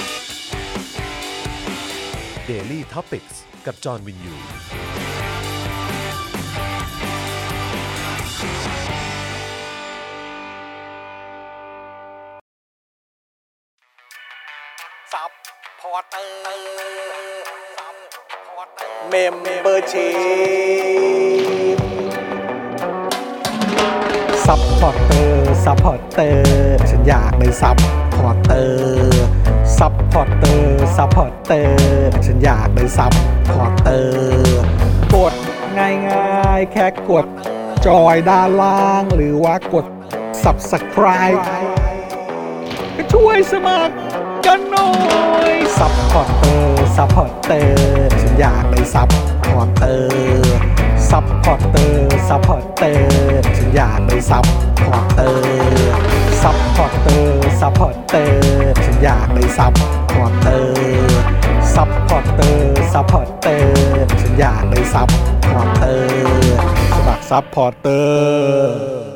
Daily Topics กับจอห์นวินยู
ซับพอร์เตอร์ซับพอร์เตอร์
เมมเบอร์ชีซัพพอร์เตอร์ซัพพอร์เตอร์ฉันอยากเป็นซัพพอร์เตอร์ซัพพอร์เตอร์ซัพพอร์เตอร์ฉันอยากเป็นซัพพอร์เตอร์กดง่ายๆ แค่กดจอยด้านล่าง หรือว่ากด subscribe ก็ช่วยสมัครกันหน่อยซัพพอร์เตอร์ซัพพอร์เตอร์ฉันอยากเป็นซัพพอร์เตอร์ซัพพอร์เตอร์ซัพพอร์เตอร์ฉันอยากเป็นซัพพอร์เตอร์ซัพพอร์เตอร์ซัพพอร์เตอร์ฉันอยากเป็นซัพพอร์เตอร์ซัพพอร์เตอร์ซัพพอร์เตอร์ฉันอยากเป็นซัพพอร์เตอร์สมัครซัพพอร์เตอร์